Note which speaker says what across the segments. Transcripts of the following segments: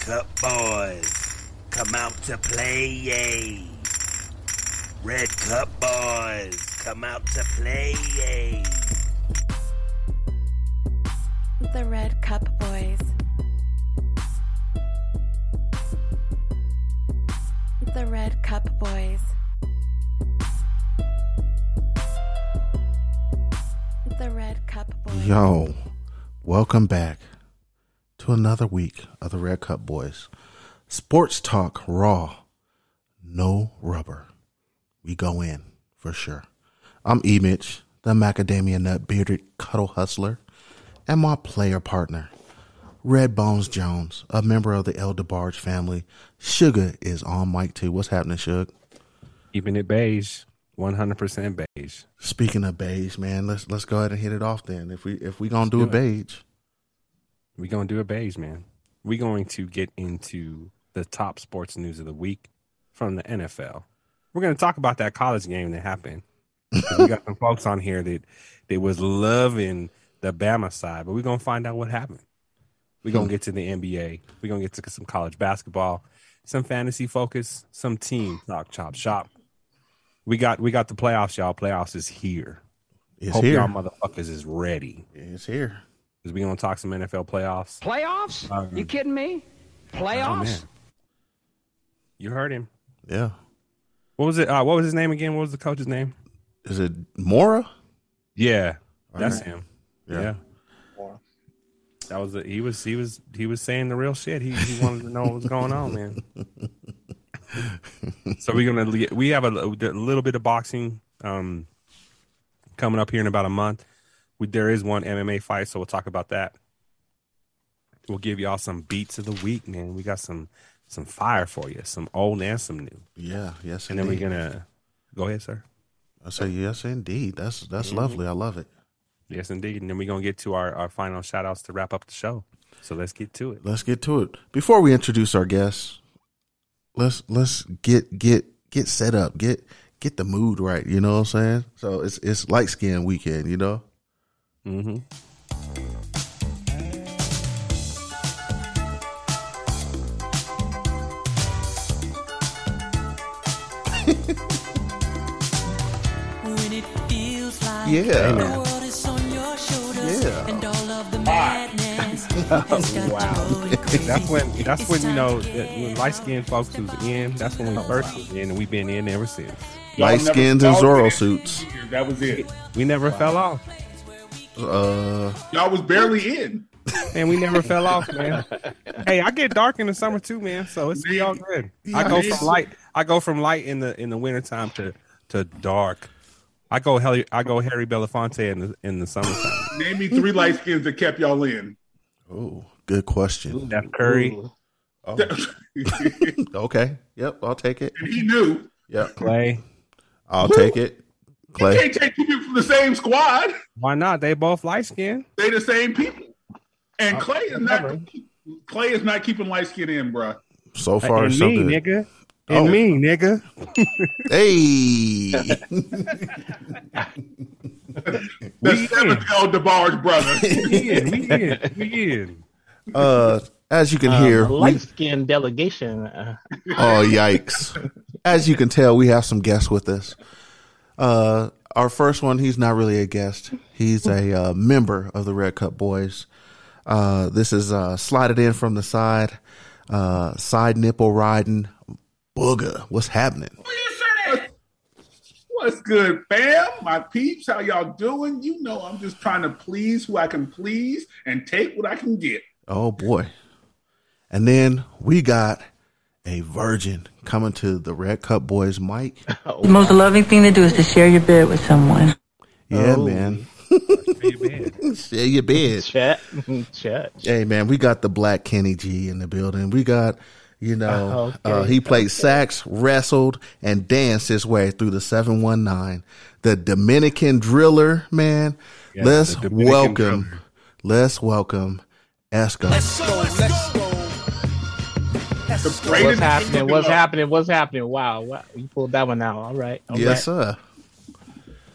Speaker 1: Cup boys, come out to play, yay. Red Cup boys, come out to play, yay.
Speaker 2: The Red Cup Boys. The Red Cup Boys. The Red Cup Boys.
Speaker 3: Yo, welcome back to another week of the Red Cup Boys. Sports talk raw, no rubber. We go in for sure. I'm E Mitch, the macadamia nut bearded cuddle hustler, and my player partner, Red Bones Jones, a member of the El DeBarge family. Sugar is on mic too. What's happening, Sugar?
Speaker 4: Even it beige, one hundred percent beige.
Speaker 3: Speaking of beige, man, let's let's go ahead and hit it off then. If we if we gonna do a
Speaker 4: do
Speaker 3: beige,
Speaker 4: We gonna do a beige, man. We going to get into the top sports news of the week from the NFL. We're gonna talk about that college game that happened. 'Cause we got some folks on here that that was loving the Bama side, but we're gonna find out what happened. We're
Speaker 3: Hmm.
Speaker 4: gonna get to the NBA. We're gonna get to some college basketball, some fantasy focus, some team talk, chop, shop. We got we got the playoffs, y'all. Playoffs is here.
Speaker 3: it's
Speaker 4: Hope y'all
Speaker 3: here.
Speaker 4: motherfuckers is ready.
Speaker 3: It's here.
Speaker 4: Because we're gonna talk some NFL playoffs. Um,
Speaker 5: Playoffs? you kidding me?
Speaker 4: Oh,
Speaker 5: Playoffs?
Speaker 4: man. You heard him.
Speaker 3: Yeah.
Speaker 4: What was it? Uh, what was his name again? What was the coach's name?
Speaker 3: Is it Mora?
Speaker 4: Yeah, that's
Speaker 3: right.
Speaker 4: him.
Speaker 3: Yeah.
Speaker 4: Yeah. That was it. He was he was he was saying the real shit. He he wanted to know what was going on, man. so we're gonna le- we have a, a little bit of boxing um coming up here in about a month. We, there is one MMA fight, so we'll talk about that. We'll give y'all some beats of the week, man. We got some some fire for you, some old and some new.
Speaker 3: Yeah. Yes.
Speaker 4: And then we're
Speaker 3: indeed.
Speaker 4: gonna go ahead, sir.
Speaker 3: I say yes, indeed. That's that's
Speaker 4: Mm-hmm.
Speaker 3: lovely. I love it.
Speaker 4: Yes, indeed. And then we're gonna get to our, our final shout outs to wrap up the show. So let's get to it.
Speaker 3: Let's get to it. Before we introduce our guests, let's let's get get get set up. Get get the mood right. You know what I'm saying? So it's it's light skin weekend. You know.
Speaker 4: Mm-hmm.
Speaker 6: When it feels like
Speaker 3: Yeah.
Speaker 6: the world is on your shoulders
Speaker 3: Yeah.
Speaker 6: and all of the madness has got you
Speaker 4: Wow.
Speaker 6: going crazy.
Speaker 4: That's when that's when you know that when light skinned folks was in, that's when we first was in and we've been in ever since.
Speaker 7: Y'all
Speaker 3: Light
Speaker 7: never-
Speaker 3: skins and
Speaker 7: y'all
Speaker 3: Zorro
Speaker 7: was in it
Speaker 3: suits.
Speaker 7: for years. That was it.
Speaker 4: We never fell off.
Speaker 3: Uh.
Speaker 7: Y'all was barely in.
Speaker 4: Man, we never fell off, man. Hey, I get dark in the summer too, man. So it's be all good. I go from light I go from light in the in the wintertime to to dark. I go Harry I go Harry Belafonte in the in the summertime.
Speaker 7: Name me three light skins that kept y'all in.
Speaker 3: Oh, good question.
Speaker 4: Steph Curry.
Speaker 3: Oh,
Speaker 7: and
Speaker 3: okay. Yep. I'll take it.
Speaker 7: he knew.
Speaker 3: Yep.
Speaker 4: Clay.
Speaker 3: I'll take it. Clay.
Speaker 7: Can't take two people from the same squad.
Speaker 4: Why not? They both light skinned.
Speaker 7: They the same people. And Clay is not Clay is not keeping light skin in, bruh.
Speaker 3: So far,
Speaker 4: and
Speaker 3: so
Speaker 4: me,
Speaker 3: good.
Speaker 4: nigga. And
Speaker 3: Oh.
Speaker 4: me, nigga.
Speaker 3: Hey.
Speaker 7: The
Speaker 4: We
Speaker 7: seventh El DeBarge brother.
Speaker 4: We in, we in, we in.
Speaker 3: uh, as you can hear, we-
Speaker 8: light skinned um, delegation. Uh,
Speaker 3: Oh yikes! As you can tell, we have some guests with us. Uh, our first one, he's not really a guest; he's a uh, member of the Red Cup Boys. Uh, this is uh, slided in from the side, uh, side nipple riding booger. What's happening?
Speaker 7: What's good, fam? My peeps, how y'all doing? You know I'm just trying to please who I can please and take what I can get.
Speaker 3: Oh boy! And then we got a virgin coming to the Red Cup Boys mic.
Speaker 9: The most loving thing to do is to share your bed with someone.
Speaker 3: Yeah,
Speaker 8: Oh.
Speaker 3: man.
Speaker 4: Where you been?
Speaker 3: Share your bed.
Speaker 8: chat, chat.
Speaker 3: Hey man, we got the black Kenny G in the building. We got, you
Speaker 4: Oh,
Speaker 3: know,
Speaker 8: Okay.
Speaker 3: uh, he played sax, wrestled, and danced his way through the seven one nine. The Dominican driller, man. let's
Speaker 4: the Dominican
Speaker 3: welcome,
Speaker 4: driller.
Speaker 3: let's welcome Esco.
Speaker 7: The
Speaker 8: What's
Speaker 7: greatest
Speaker 8: happening?
Speaker 7: duo.
Speaker 8: What's happening? What's happening? Wow, wow. You pulled that one out. All right. all
Speaker 3: Yes,
Speaker 8: right.
Speaker 3: sir.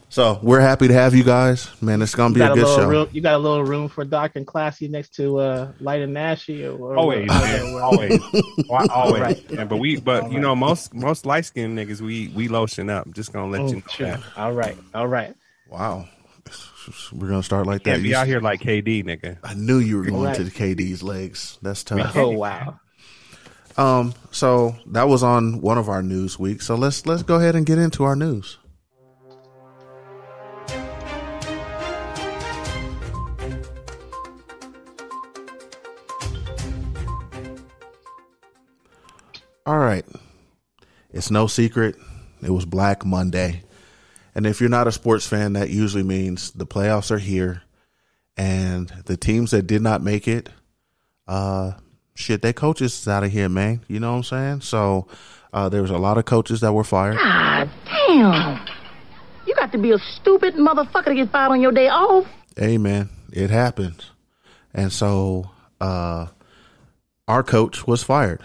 Speaker 3: So we're happy to have you guys. Man, it's gonna be
Speaker 8: You got
Speaker 3: a
Speaker 8: a
Speaker 3: good
Speaker 8: little
Speaker 3: show.
Speaker 8: room. You got a little room for Doc and Classy next to uh, Light and Nashy. Or,
Speaker 7: Oh,
Speaker 8: or
Speaker 4: Always, man. always, Why- always.
Speaker 8: Right.
Speaker 4: Yeah, but we, but you know, most most light skinned niggas, we we lotion up. Just gonna let
Speaker 8: Oh,
Speaker 4: you know
Speaker 8: sure.
Speaker 4: that.
Speaker 8: All right, all right.
Speaker 3: Wow, we're gonna start like that.
Speaker 4: Can't be
Speaker 3: You-
Speaker 4: out here like KD, nigga.
Speaker 3: I knew you were going
Speaker 8: Right.
Speaker 3: to the KD's legs. That's tough.
Speaker 8: Oh wow.
Speaker 3: Um, so that was on one of our news weeks. So let's let's go ahead and get into our news. All right. It's no secret. It was Black Monday. And if you're not a sports fan, that usually means the playoffs are here and the teams that did not make it uh shit they coaches is out of here man you know what i'm saying so uh there was a lot of coaches that were fired
Speaker 10: God Ah, damn. You got to be a stupid motherfucker to get fired on your day off.
Speaker 3: amen it happens and so uh our coach was fired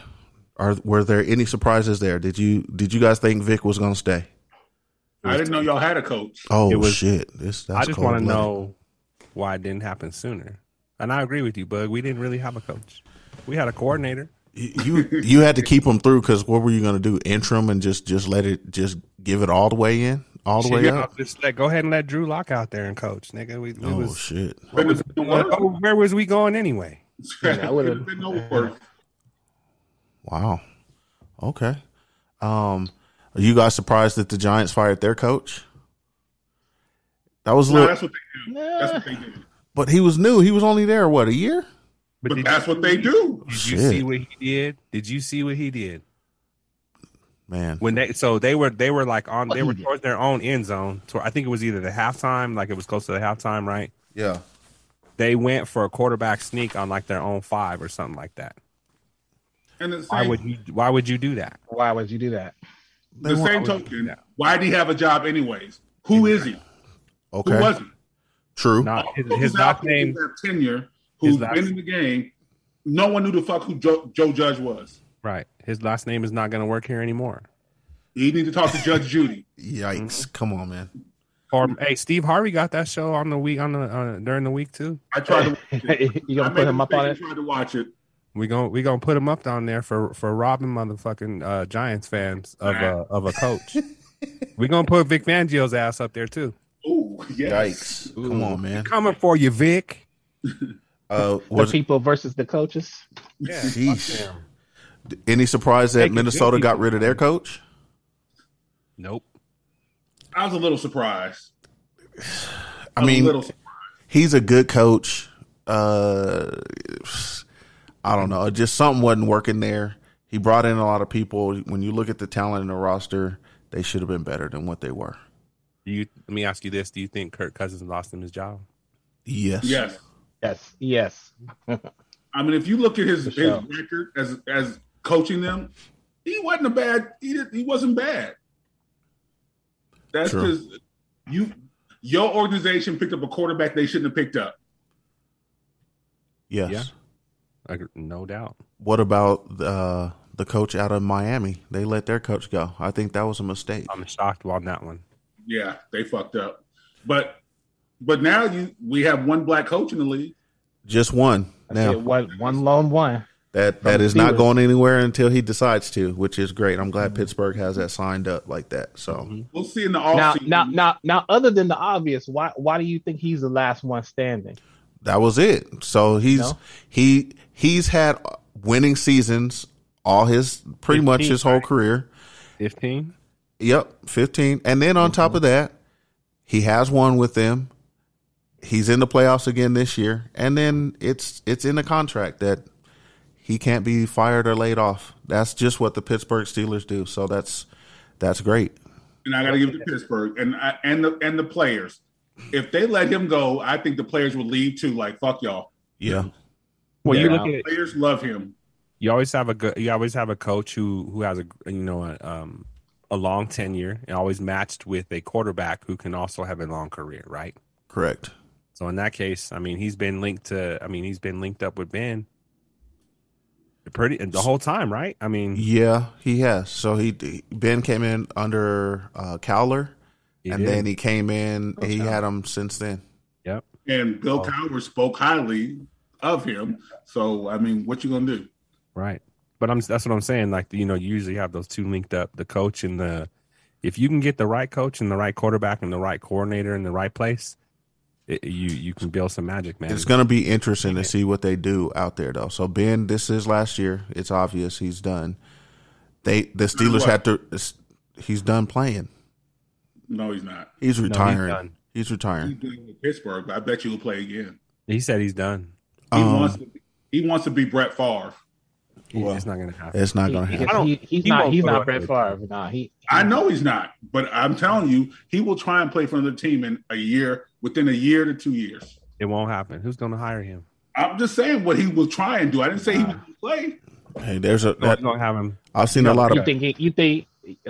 Speaker 3: are were there any surprises there did you did you guys think vic was gonna stay
Speaker 7: I didn't know y'all had a coach.
Speaker 3: oh
Speaker 4: It was-
Speaker 3: shit this that's
Speaker 4: I just want to
Speaker 3: cold-blooded.
Speaker 4: know why it didn't happen sooner. And I agree with you, Bug. We didn't really have a coach. We had a coordinator.
Speaker 3: you you had to keep them through because what were you gonna do interim and just just let it just give it all the way in all the
Speaker 4: Shit,
Speaker 3: way
Speaker 4: y'all
Speaker 3: up
Speaker 4: Just let, go ahead and let Drew Lock out there and coach, nigga. We, we
Speaker 3: oh
Speaker 4: was,
Speaker 3: shit
Speaker 7: Couldn't have been no
Speaker 4: Oh, where was we going anyway?
Speaker 7: worse.
Speaker 8: I would've-
Speaker 7: Couldn't have been no worse.
Speaker 3: Wow. Okay. Um, are you guys surprised that the Giants fired their coach? That was a
Speaker 7: No,
Speaker 3: little,
Speaker 7: that's what they do. That's what they do.
Speaker 3: but he was new. He was only there what a year.
Speaker 7: But
Speaker 4: did
Speaker 7: that's
Speaker 4: you,
Speaker 7: what they do.
Speaker 4: Did you
Speaker 3: Shit.
Speaker 4: see what he did? Did you see what he did
Speaker 3: Man,
Speaker 4: when they? So they were they were like on
Speaker 8: What
Speaker 4: they
Speaker 8: he
Speaker 4: were
Speaker 8: did?
Speaker 4: towards their own end zone. To, I think it was either the halftime, like it was close to the halftime, right?
Speaker 3: yeah,
Speaker 4: They went for a quarterback sneak on like their own five or something like that.
Speaker 7: And the same,
Speaker 4: Why would you? Why would you do that?
Speaker 8: Why would you do that?
Speaker 7: the
Speaker 3: They
Speaker 7: same
Speaker 3: want-
Speaker 7: token, why do he have a job anyways? Who is he? Who
Speaker 3: okay,
Speaker 7: was he?
Speaker 3: true.
Speaker 4: Not his,
Speaker 7: Who's
Speaker 4: his
Speaker 7: out
Speaker 4: doc
Speaker 7: there
Speaker 4: name.
Speaker 7: with that tenure,
Speaker 4: his
Speaker 7: who's
Speaker 4: last-
Speaker 7: been in the game. No one knew the fuck who Joe, Joe Judge was.
Speaker 4: Right. His last name is not going to work here anymore.
Speaker 7: He need to talk to Judge Judy.
Speaker 3: Yikes!
Speaker 7: Mm-hmm.
Speaker 3: Come on, man.
Speaker 4: Or hey, Steve Harvey got that show on the week on the uh, during the week too.
Speaker 7: I tried to watch it.
Speaker 8: you
Speaker 7: I
Speaker 8: gonna
Speaker 7: made
Speaker 8: put
Speaker 7: a
Speaker 8: him up
Speaker 7: mistake
Speaker 8: on
Speaker 7: and
Speaker 8: it?
Speaker 7: tried to watch it.
Speaker 4: We gon' we gonna put him up down there for for robbing motherfucking uh, Giants fans of a of a coach. we gonna put Vic Fangio's ass up there too.
Speaker 7: Ooh, yes.
Speaker 3: Yikes! Come on, man.
Speaker 4: Coming for you, Vic.
Speaker 3: Uh,
Speaker 8: The
Speaker 3: was
Speaker 8: people versus the coaches.
Speaker 4: Yeah,
Speaker 3: Jeez. any surprise that
Speaker 4: Taking
Speaker 3: Minnesota
Speaker 4: good
Speaker 3: got
Speaker 4: people.
Speaker 3: rid of their coach?
Speaker 4: Nope.
Speaker 7: I was a little surprised.
Speaker 3: I
Speaker 7: A
Speaker 3: mean,
Speaker 7: little surprised.
Speaker 3: he's a good coach. Uh, I don't know. Just something wasn't working there. He brought in a lot of people. When you look at the talent in the roster, they should have been better than what they were.
Speaker 4: Do you let me ask you this? Do you think Kirk Cousins lost him his job?
Speaker 3: Yes.
Speaker 7: yes.
Speaker 8: Yes, yes.
Speaker 7: I mean, if you look at his, his
Speaker 8: sure.
Speaker 7: record as as coaching them, he wasn't a bad. He did, he wasn't bad. That's
Speaker 3: True.
Speaker 7: because you your organization picked up a quarterback they shouldn't have picked up.
Speaker 3: Yes.
Speaker 4: Yeah. I gr- no doubt.
Speaker 3: What about the uh, the coach out of Miami? They let their coach go. I think that was a mistake.
Speaker 4: I'm shocked on that one.
Speaker 7: Yeah, they fucked up. But but now you we have one black coach in the league.
Speaker 3: Just one.
Speaker 8: Yeah.
Speaker 3: Now
Speaker 8: One, one lone one.
Speaker 3: that
Speaker 8: From
Speaker 3: that
Speaker 8: the
Speaker 3: is not
Speaker 8: Steelers.
Speaker 3: going anywhere until he decides to, which is great. I'm glad Pittsburgh has that signed up like that. So
Speaker 8: Mm-hmm.
Speaker 7: We'll see in the
Speaker 8: Now,
Speaker 7: offseason.
Speaker 8: now, now, now. Other than the obvious, why, why do you think he's the last one standing?
Speaker 3: that was it. So he's
Speaker 8: No?
Speaker 3: he he's had winning seasons all his pretty much
Speaker 4: Fifteen,
Speaker 3: his whole
Speaker 4: right?
Speaker 3: career.
Speaker 4: Fifteen.
Speaker 3: Yep, 15. And then on top of that, he has one with them. He's in the playoffs again this year. And then it's it's in the contract that he can't be fired or laid off. That's just what the Pittsburgh Steelers do. So that's that's great.
Speaker 7: and I got to give it to Pittsburgh and I, and the and the players. If they let him go, I think the players would leave too. Like fuck y'all.
Speaker 3: Yeah.
Speaker 4: Well, you
Speaker 8: Yeah.
Speaker 4: look at
Speaker 7: Players love him.
Speaker 4: you always have a good you always have a coach who who has a you know a, um a long tenure and always matched with a quarterback who can also have a long career right
Speaker 3: Correct.
Speaker 4: so in that case i mean he's been linked to i mean he's been linked up with ben pretty the whole time right i mean
Speaker 3: Yeah, he Oh, has. So he Ben came in under uh, Cowler and
Speaker 4: did.
Speaker 3: then he came in. he had him since then.
Speaker 4: Yep.
Speaker 7: And Bill Cowher spoke highly of him. So I mean, what you gonna do?
Speaker 4: Right. But I'm that's what I'm saying. Like you know, you usually have those two linked up, the coach and the if you can get the right coach and the right quarterback and the right coordinator in the right place, it, you you can build some magic, man.
Speaker 3: It's going to be interesting to see what they do out there, though. So Ben, this is last year. It's obvious he's done. They the Steelers
Speaker 7: what?
Speaker 3: had to. He's done playing.
Speaker 7: No, he's not.
Speaker 3: He's
Speaker 4: he's
Speaker 3: retiring. he's,
Speaker 4: done.
Speaker 7: He's
Speaker 3: retiring.
Speaker 7: doing with Pittsburgh, but I bet you he'll play again.
Speaker 4: He said he's done.
Speaker 7: He
Speaker 3: Um,
Speaker 7: wants to. He wants to be Brett Favre.
Speaker 4: He-
Speaker 3: Well,
Speaker 4: it's not gonna happen.
Speaker 3: It's not
Speaker 8: He-
Speaker 3: going to
Speaker 8: he-
Speaker 3: happen.
Speaker 4: don't-
Speaker 8: he- he's
Speaker 4: he
Speaker 8: not.
Speaker 4: won't
Speaker 8: He's
Speaker 4: go
Speaker 8: not
Speaker 4: to
Speaker 8: Brett
Speaker 4: it.
Speaker 8: Favre. Nah, he.
Speaker 7: I know he's not, but I'm telling you, he will try and play for another team in a year, within a year to two years.
Speaker 4: It won't happen. Who's gonna hire him?
Speaker 7: I'm just saying what he will try and do. I didn't say he would play.
Speaker 3: Hey, there's a.
Speaker 4: No,
Speaker 3: That,
Speaker 4: Who's gonna have him?
Speaker 3: I've seen a lot
Speaker 8: You
Speaker 3: of.
Speaker 8: think he, you think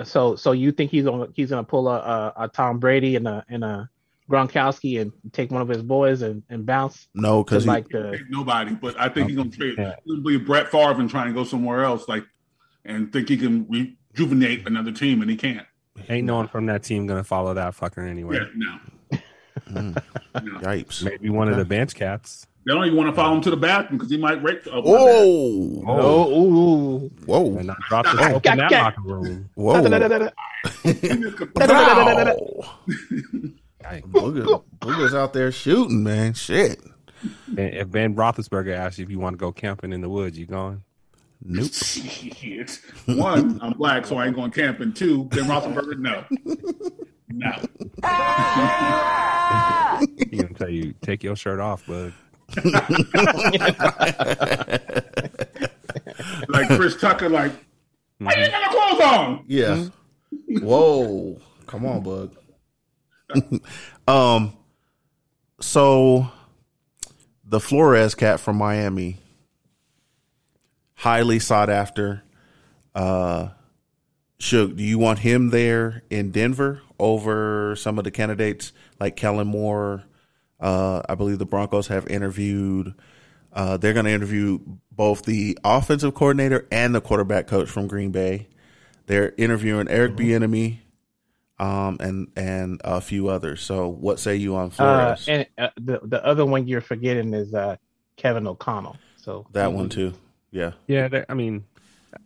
Speaker 8: so? So you think he's gonna he's gonna pull a, a, a Tom Brady and a and a Gronkowski and take one of his boys and, and bounce
Speaker 3: No,
Speaker 8: to
Speaker 3: because
Speaker 8: like the
Speaker 7: Ain't Nobody, but I think he's gonna trade.
Speaker 4: Yeah.
Speaker 7: He'll be Brett Favre and try and go somewhere else, like, and think he can rejuvenate another team, and he can't.
Speaker 4: Ain't no one from that team gonna follow that fucker anyway.
Speaker 7: Yeah, no, no.
Speaker 3: mm, yipes.
Speaker 4: Maybe one of the bench cats.
Speaker 7: They don't even want to follow him to the bathroom because he might rape. Oh, my bad.
Speaker 3: Whoa,
Speaker 8: oh ooh,
Speaker 4: And
Speaker 3: whoa,
Speaker 4: not drop this open that locker room.
Speaker 3: whoa! Wow.
Speaker 4: Yikes.
Speaker 3: Booger, Booger's out there shooting, man. Shit.
Speaker 4: And if Ben Roethlisberger asks you if you want to go camping in the woods, you going?
Speaker 3: Nope.
Speaker 7: Shit. One, I'm black, so I ain't going camping. Two, Ben Roethlisberger, no, no.
Speaker 4: He gonna tell you take your shirt off, bud.
Speaker 7: Like Chris Tucker, like, why you ain't got no clothes on?
Speaker 3: Yeah. Whoa. Come on, bug. um so the Flores cat from Miami highly sought after uh Shook, do you want him there in Denver over some of the candidates like Kellen Moore? Uh, I believe the Broncos have interviewed. Uh, they're going to interview both the offensive coordinator and the quarterback coach from Green Bay. They're interviewing Eric Bieniemy, um, and and a few others. So, what say you on
Speaker 8: uh,
Speaker 3: Flores?
Speaker 8: and uh, the the other one you're forgetting is uh, Kevin O'Connell. So
Speaker 3: that one too. Yeah,
Speaker 4: Yeah, that, I mean,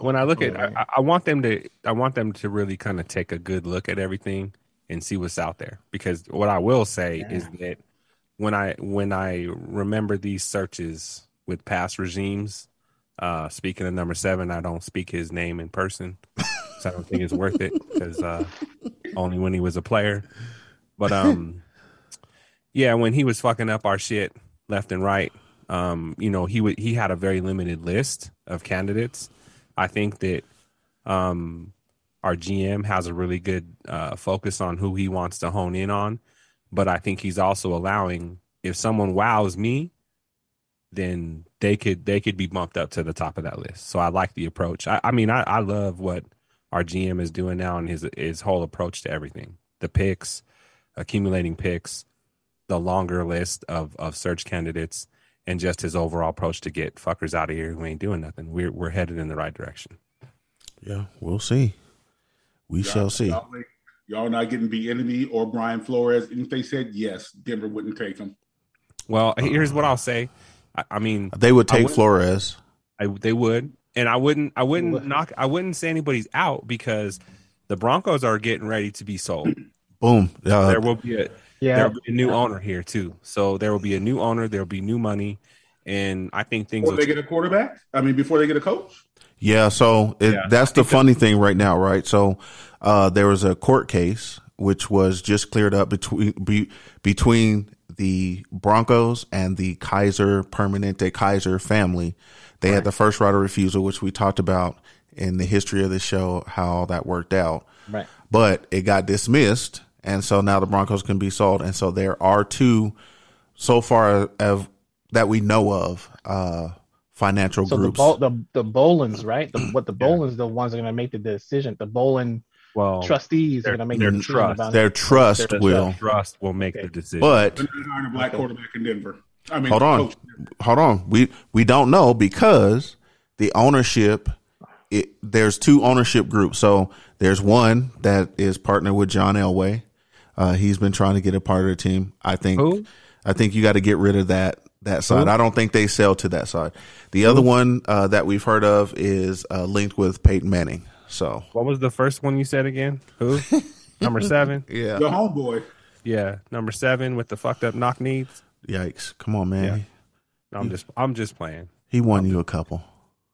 Speaker 4: when I look at, I, I want them to, I want them to really kind of take a good look at everything and see what's out there. Because what I will say is that when I when I remember these searches with past regimes, uh, speaking of number seven, I don't speak his name in person, so I don't think it's worth it because uh, only when he was a player. But um, yeah, when he was fucking up our shit left and right, um, you know, he would he had a very limited list of candidates. I think that um, our GM has a really good uh, focus on who he wants to hone in on, but I think he's also allowing if someone wows me, then they could they could be bumped up to the top of that list. So I like the approach. I, I mean, I, I love what our GM is doing now and his his whole approach to everything, the picks, accumulating picks, the longer list of of search candidates and just his overall approach to get fuckers out of here who ain't doing nothing. We're we're headed in the right direction.
Speaker 3: yeah. We'll see. We shall see.
Speaker 7: Y'all, like, y'all not getting the enemy or Brian Flores. And if they said yes, Denver wouldn't take him.
Speaker 4: Well, here's what I'll say. I, I mean,
Speaker 3: They would take
Speaker 4: wouldn't-
Speaker 3: Flores.
Speaker 4: I, they would, and I wouldn't. I wouldn't knock. I wouldn't say anybody's out because the Broncos are getting ready to be sold.
Speaker 3: Boom. Uh,
Speaker 4: there will be a there
Speaker 8: yeah,
Speaker 4: will be a new owner here too. So there will be a new owner. There will be new money, and I think things.
Speaker 7: Before
Speaker 4: Will
Speaker 7: they get a quarterback? I mean, before they get a coach?
Speaker 3: Yeah, so it,
Speaker 4: Yeah,
Speaker 3: that's the funny thing right now, right? So uh, there was a court case which was just cleared up between be, between the Broncos and the Kaiser Permanente Kaiser family. They had the first right of refusal, which we talked about in the history of the show, how that worked out.
Speaker 8: right.
Speaker 3: But it got dismissed, and so now the Broncos can be sold, and so there are two so far of that we know of uh, financial
Speaker 8: So the,
Speaker 3: groups.
Speaker 8: Bol- the the Bolins, right? The, what the Bolins, the ones that are going to make the decision. The Bolin
Speaker 4: well, trust
Speaker 8: trustees are going to make the
Speaker 4: their
Speaker 8: decision
Speaker 4: trust,
Speaker 8: about
Speaker 3: Oh. their trust
Speaker 8: Their
Speaker 3: will.
Speaker 4: trust will make the decision.
Speaker 3: But
Speaker 7: They're not hiring a black quarterback in Denver. I mean,
Speaker 3: hold on,
Speaker 7: coach.
Speaker 3: hold on. We we don't know because the ownership. It, there's two ownership groups. So there's one that is partnered with John Elway. Uh, he's been trying to get a part of the team. I think.
Speaker 4: Who?
Speaker 3: I think you got to get rid of that that side. I don't think they sell to that side. The other one uh, that we've heard of is uh, linked with Peyton Manning. So
Speaker 4: What was the first one you said again? Who? number seven.
Speaker 3: yeah,
Speaker 7: Your homeboy.
Speaker 4: Yeah, number seven with the fucked up knock knees.
Speaker 3: yikes! Come on, man.
Speaker 4: Yeah. No, I'm just I'm just playing.
Speaker 3: He won you a couple.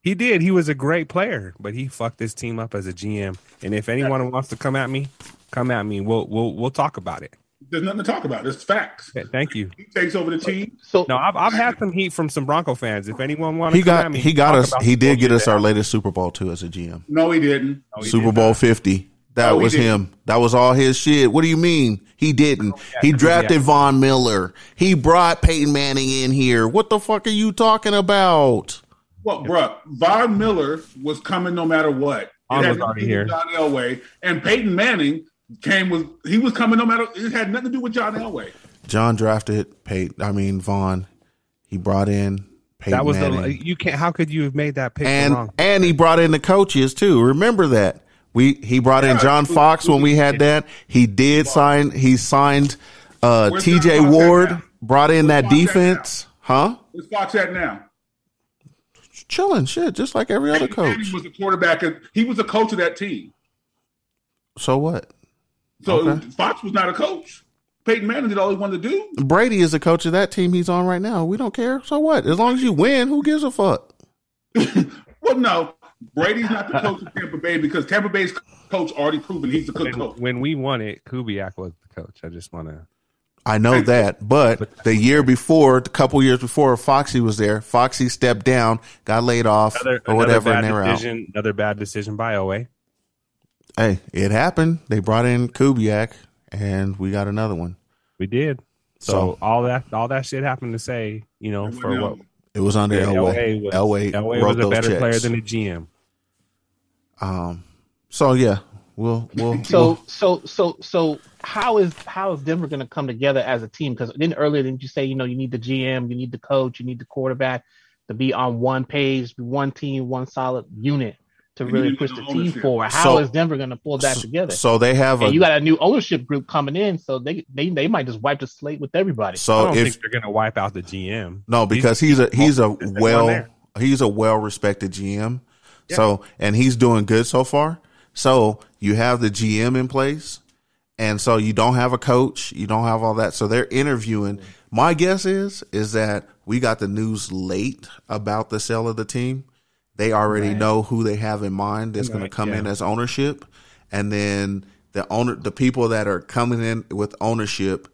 Speaker 4: He did. He was a great player, but he fucked his team up as a GM. And if anyone wants to come at me, come at me. We'll we'll we'll talk about it.
Speaker 7: There's nothing to talk about. It's facts.
Speaker 4: Okay, Thank you.
Speaker 7: He takes over the team.
Speaker 8: So
Speaker 4: No, I've, I've had some heat from some Bronco fans. If anyone wants,
Speaker 3: He
Speaker 4: to come at
Speaker 3: got
Speaker 4: me,
Speaker 3: he got
Speaker 4: talk
Speaker 3: us.
Speaker 4: about
Speaker 3: He
Speaker 4: the
Speaker 3: did get
Speaker 4: bullshit
Speaker 3: us our
Speaker 4: that-
Speaker 3: latest Super Bowl too as a GM.
Speaker 7: No, he didn't.
Speaker 4: No, he
Speaker 3: Super
Speaker 4: did Oh,
Speaker 3: Bowl
Speaker 4: not.
Speaker 3: fifty. That
Speaker 7: No, he
Speaker 3: was
Speaker 7: didn't.
Speaker 3: him. That was all his shit. What do you mean he didn't? He
Speaker 4: Oh, yeah.
Speaker 3: drafted Von Miller. He brought Peyton Manning in here. What the fuck are you talking about?
Speaker 7: Well, bruh, Von Miller was coming no matter what. It
Speaker 4: Von
Speaker 7: had
Speaker 4: was
Speaker 7: nothing
Speaker 4: already
Speaker 7: to do
Speaker 4: here.
Speaker 7: with John Elway and Peyton Manning came with he was coming no matter. It had nothing to do with John Elway.
Speaker 3: John drafted Peyton. I mean Von. He brought in Peyton
Speaker 4: That was
Speaker 3: Manning.
Speaker 4: the you can't. How could you have made that pick
Speaker 3: and
Speaker 4: wrong?
Speaker 3: and he brought in the coaches too. Remember that we he brought in John Fox when we had that. He did sign. He signed uh,
Speaker 7: Where's
Speaker 3: T.J.
Speaker 7: John Fox at
Speaker 3: Ward.
Speaker 7: now?
Speaker 3: Brought in
Speaker 7: Where's
Speaker 3: that
Speaker 7: Fox at now?
Speaker 3: defense, huh?
Speaker 7: Where's Fox at now?
Speaker 3: Chilling shit, just like every other
Speaker 7: Peyton Manning
Speaker 3: coach.
Speaker 7: was the quarterback. Of, he was the coach of that team.
Speaker 3: So what?
Speaker 7: So
Speaker 3: Okay.
Speaker 7: Fox was not a coach. Peyton Manning did all he wanted to do.
Speaker 3: Brady is the coach of that team he's on right now. We don't care. So what? As long as you win, who gives a fuck?
Speaker 7: Well, no, Brady's not the coach of Tampa Bay because Tampa Bay's coach already proven he's the good coach.
Speaker 4: When, when we won it, Kubiak was the coach. I just want to.
Speaker 3: I know that, but the year before, a couple years before, Foxy was there. Foxy stepped down, got laid off, or whatever, and
Speaker 4: bad
Speaker 3: they were out.
Speaker 4: decision. Another bad decision by OA.
Speaker 3: hey, it happened. They brought in Kubiak, and we got another one.
Speaker 4: We did. So,
Speaker 3: So-
Speaker 4: all that all that shit happened to say, you know, for what
Speaker 3: It was under
Speaker 4: yeah,
Speaker 3: Elway.
Speaker 4: was,
Speaker 3: Elway,
Speaker 4: Elway
Speaker 3: wrote
Speaker 4: was a
Speaker 3: those
Speaker 4: better
Speaker 3: checks.
Speaker 4: player than the GM.
Speaker 3: um. So yeah, we'll we'll
Speaker 8: So
Speaker 3: we'll-
Speaker 8: so so so how is how is Denver going to come together as a team? Because then earlier, didn't you say you know you need the GM, you need the coach, you need the quarterback to be on one page, one team, one solid unit to
Speaker 7: You
Speaker 8: really
Speaker 7: need
Speaker 8: push
Speaker 7: new
Speaker 8: the team
Speaker 7: ownership.
Speaker 8: forward? How
Speaker 3: So-
Speaker 8: is Denver going to pull that together?
Speaker 3: So they have
Speaker 8: and
Speaker 3: a.
Speaker 8: you got a new ownership group coming in, so they they, they might just wipe the slate with everybody.
Speaker 4: I
Speaker 3: so
Speaker 4: don't
Speaker 3: if
Speaker 4: think they're gonna wipe out the GM.
Speaker 3: no, because he's a he's a
Speaker 4: There's everyone
Speaker 3: well
Speaker 4: there.
Speaker 3: he's a well respected GM. So and he's doing good so far. So you have the GM in place, and so you don't have a coach, you don't have all that. So they're interviewing. My guess is is that we got the news late about the sale of the team. They already know who they have in mind that's going to come in as ownership, and then the owner, the people that are coming in with ownership,